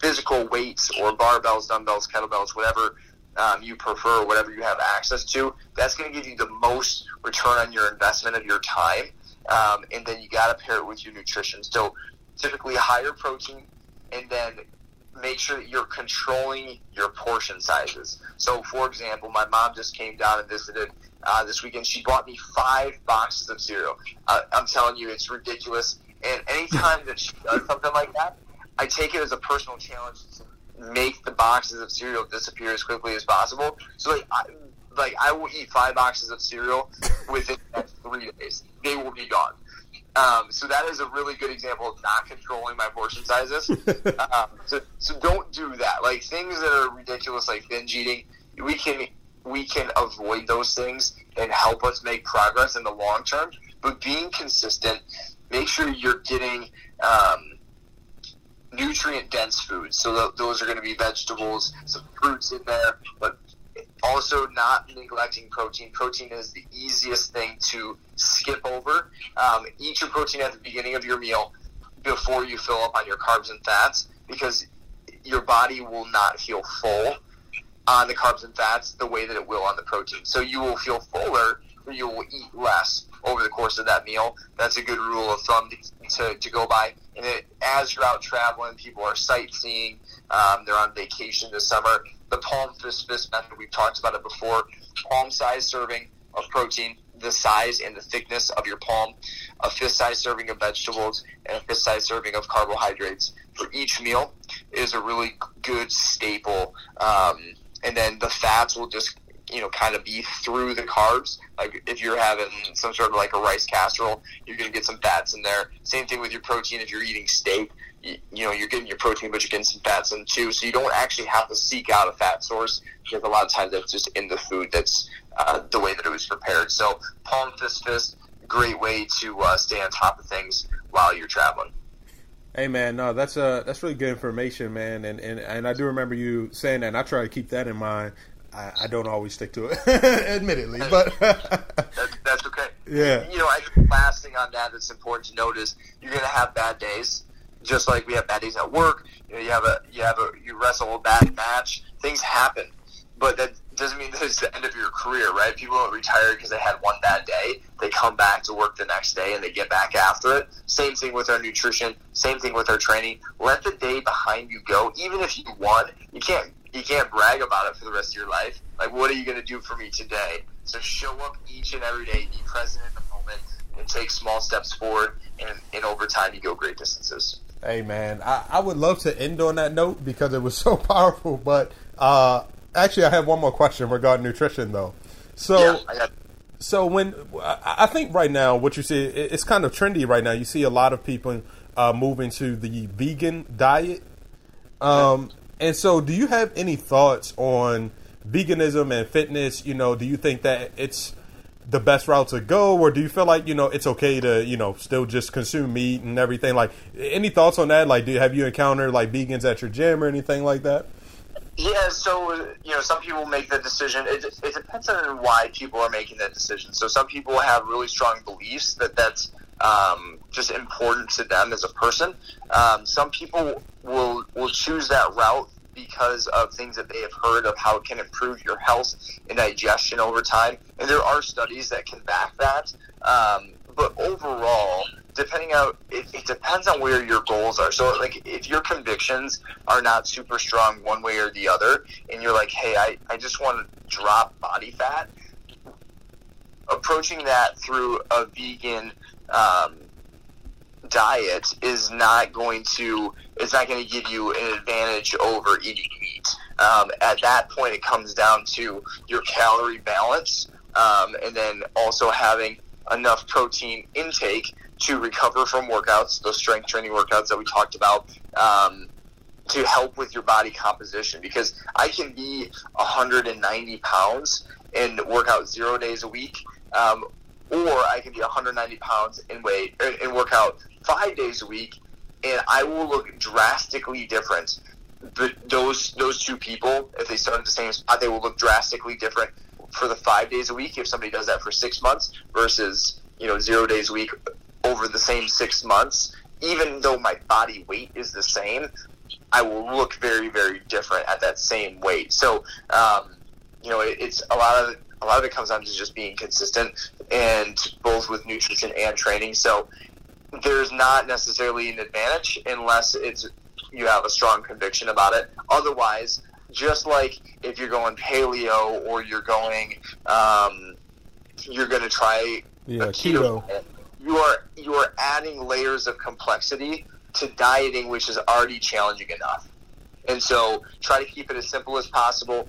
Speaker 9: physical weights or barbells, dumbbells, kettlebells, whatever um, you prefer, whatever you have access to, that's going to give you the most return on your investment of your time. Um, and then you got to pair it with your nutrition. So typically higher protein, and then make sure that you're controlling your portion sizes. So, for example, my mom just came down and visited uh, this weekend. She bought me five boxes of cereal. Uh, I'm telling you, it's ridiculous. And anytime that she does something like that, I take it as a personal challenge to make the boxes of cereal disappear as quickly as possible. So, like, I, like I will eat five boxes of cereal within the next three days. They will be gone. Um, so that is a really good example of not controlling my portion sizes. um, so, so don't do that. Like things that are ridiculous, like binge eating, we can we can avoid those things and help us make progress in the long term. But being consistent, make sure you're getting um, nutrient dense foods. So th- those are going to be vegetables, some fruits in there, but also not neglecting protein. Protein is the easiest thing to skip over. Um, eat your protein at the beginning of your meal before you fill up on your carbs and fats because your body will not feel full on the carbs and fats the way that it will on the protein. So you will feel fuller or you will eat less over the course of that meal. That's a good rule of thumb to, to, to go by. And it, as you're out traveling, people are sightseeing, um, they're on vacation this summer. The palm fist fist method, we've talked about it before. Palm size serving of protein, the size and the thickness of your palm, a fist size serving of vegetables, and a fist size serving of carbohydrates for each meal is a really good staple. Um, and then the fats will just you know kind of be through the carbs like if you're having some sort of like a rice casserole you're going to get some fats in there same thing with your protein if you're eating steak you, you know you're getting your protein but you're getting some fats in too so you don't actually have to seek out a fat source because a lot of times that's just in the food that's uh, the way that it was prepared so palm fist fist great way to uh, stay on top of things while you're traveling
Speaker 5: Hey man, no, that's uh that's really good information, man, and, and and I do remember you saying that, and I try to keep that in mind I, I, don't always stick to it, admittedly, but
Speaker 9: that, that's okay.
Speaker 5: Yeah.
Speaker 9: You know, I think the last thing on that that's important to note is you're going to have bad days, just like we have bad days at work. You, know, you have a you have a you wrestle a bad match. Things happen, but that doesn't mean that it's the end of your career, right? People don't retire because they had one bad day. They come back to work the next day and they get back after it. Same thing with our nutrition. Same thing with our training. Let the day behind you go. Even if you won, you can't you can't brag about it for the rest of your life. Like, what are you going to do for me today? So show up each and every day, be present in the moment, and take small steps forward. And, and over time, you go great distances.
Speaker 5: Hey, man, I, I would love to end on that note because it was so powerful. But uh, actually, I have one more question regarding nutrition, though. So,
Speaker 9: yeah, I got-
Speaker 5: so when I I think right now, what you see, it- it's kind of trendy right now. You see a lot of people uh, moving to the vegan diet. Um, and so, do you have any thoughts on veganism and fitness? You know, do you think that it's the best route to go, or do you feel like you know it's okay to you know still just consume meat and everything? Like, any thoughts on that? Like, do have you encountered like vegans at your gym or anything like that?
Speaker 9: Yeah, so you know, some people make the decision. It, it depends on why people are making that decision. So some people have really strong beliefs that that's um, just important to them as a person. Um, some people will will choose that route because of things that they have heard of how it can improve your health and digestion over time. And there are studies that can back that. Um, but overall, depending on it, it depends on where your goals are. So, like, if your convictions are not super strong one way or the other, and you're like, hey, I, I just want to drop body fat, approaching that through a vegan um, diet is not going to it's not going to give you an advantage over eating meat. Um, at that point, it comes down to your calorie balance, um, and then also having enough protein intake to recover from workouts, those strength training workouts that we talked about. Um, to help with your body composition because I can be 190 pounds and work out zero days a week, um, or I can be 190 pounds and weight er, and work out five days a week, and I will look drastically different. But those those two people, if they start at the same spot, they will look drastically different for the five days a week. If somebody does that for six months versus you know zero days a week over the same six months, even though my body weight is the same, I will look very, very different at that same weight. So, um, you know, it, it's a lot of a lot of it comes down to just being consistent, and both with nutrition and training. So, there's not necessarily an advantage unless it's you have a strong conviction about it. Otherwise, just like if you're going paleo or you're going, um, you're going to try
Speaker 5: Yeah,
Speaker 9: a keto. diet, You are you are adding layers of complexity to dieting, which is already challenging enough. And so, try to keep it as simple as possible.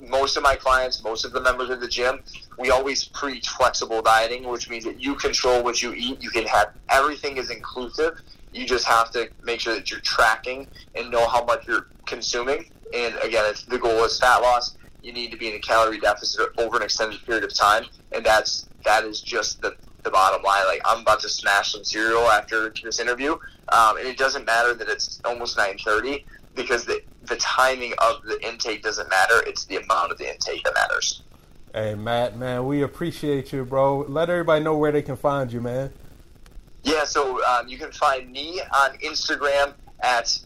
Speaker 9: Most of my clients, most of the members of the gym, we always preach flexible dieting, which means that you control what you eat. You can have everything is inclusive. You just have to make sure that you're tracking and know how much you're consuming. And again, it's, the goal is fat loss. You need to be in a calorie deficit over an extended period of time, and that's that is just the, the bottom line. Like I'm about to smash some cereal after this interview, um, and it doesn't matter that it's almost 9:30 because the the timing of the intake doesn't matter. It's the amount of the intake that matters.
Speaker 5: Hey, Matt, man, we appreciate you, bro. Let everybody know where they can find you, man.
Speaker 9: Yeah, so um, you can find me on Instagram at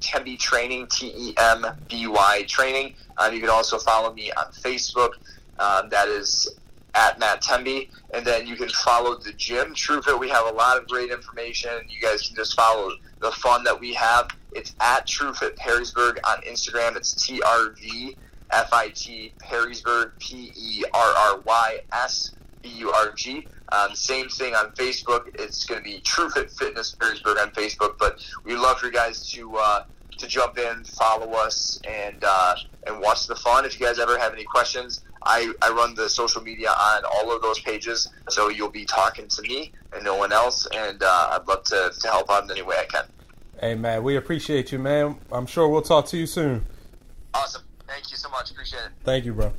Speaker 9: Temby Training, T E M B Y Training. Um, you can also follow me on Facebook. Um, that is at Matt Temby. And then you can follow the gym, TrueFit. We have a lot of great information. You guys can just follow the fun that we have. It's at TrueFit Perrysburg on Instagram. It's T R V F I T Perrysburg, P E R R Y S B E U R G. Um, same thing on Facebook. It's going to be TrueFit Fitness Perrysburg on Facebook. But we love for you guys to uh, to jump in, follow us, and uh, and watch the fun. If you guys ever have any questions, I, I run the social media on all of those pages, so you'll be talking to me and no one else. And uh, I'd love to, to help out in any way I can.
Speaker 5: Hey, Matt, we appreciate you, man. I'm sure we'll talk to you soon.
Speaker 9: Awesome. Thank you so much. Appreciate it.
Speaker 5: Thank you, bro.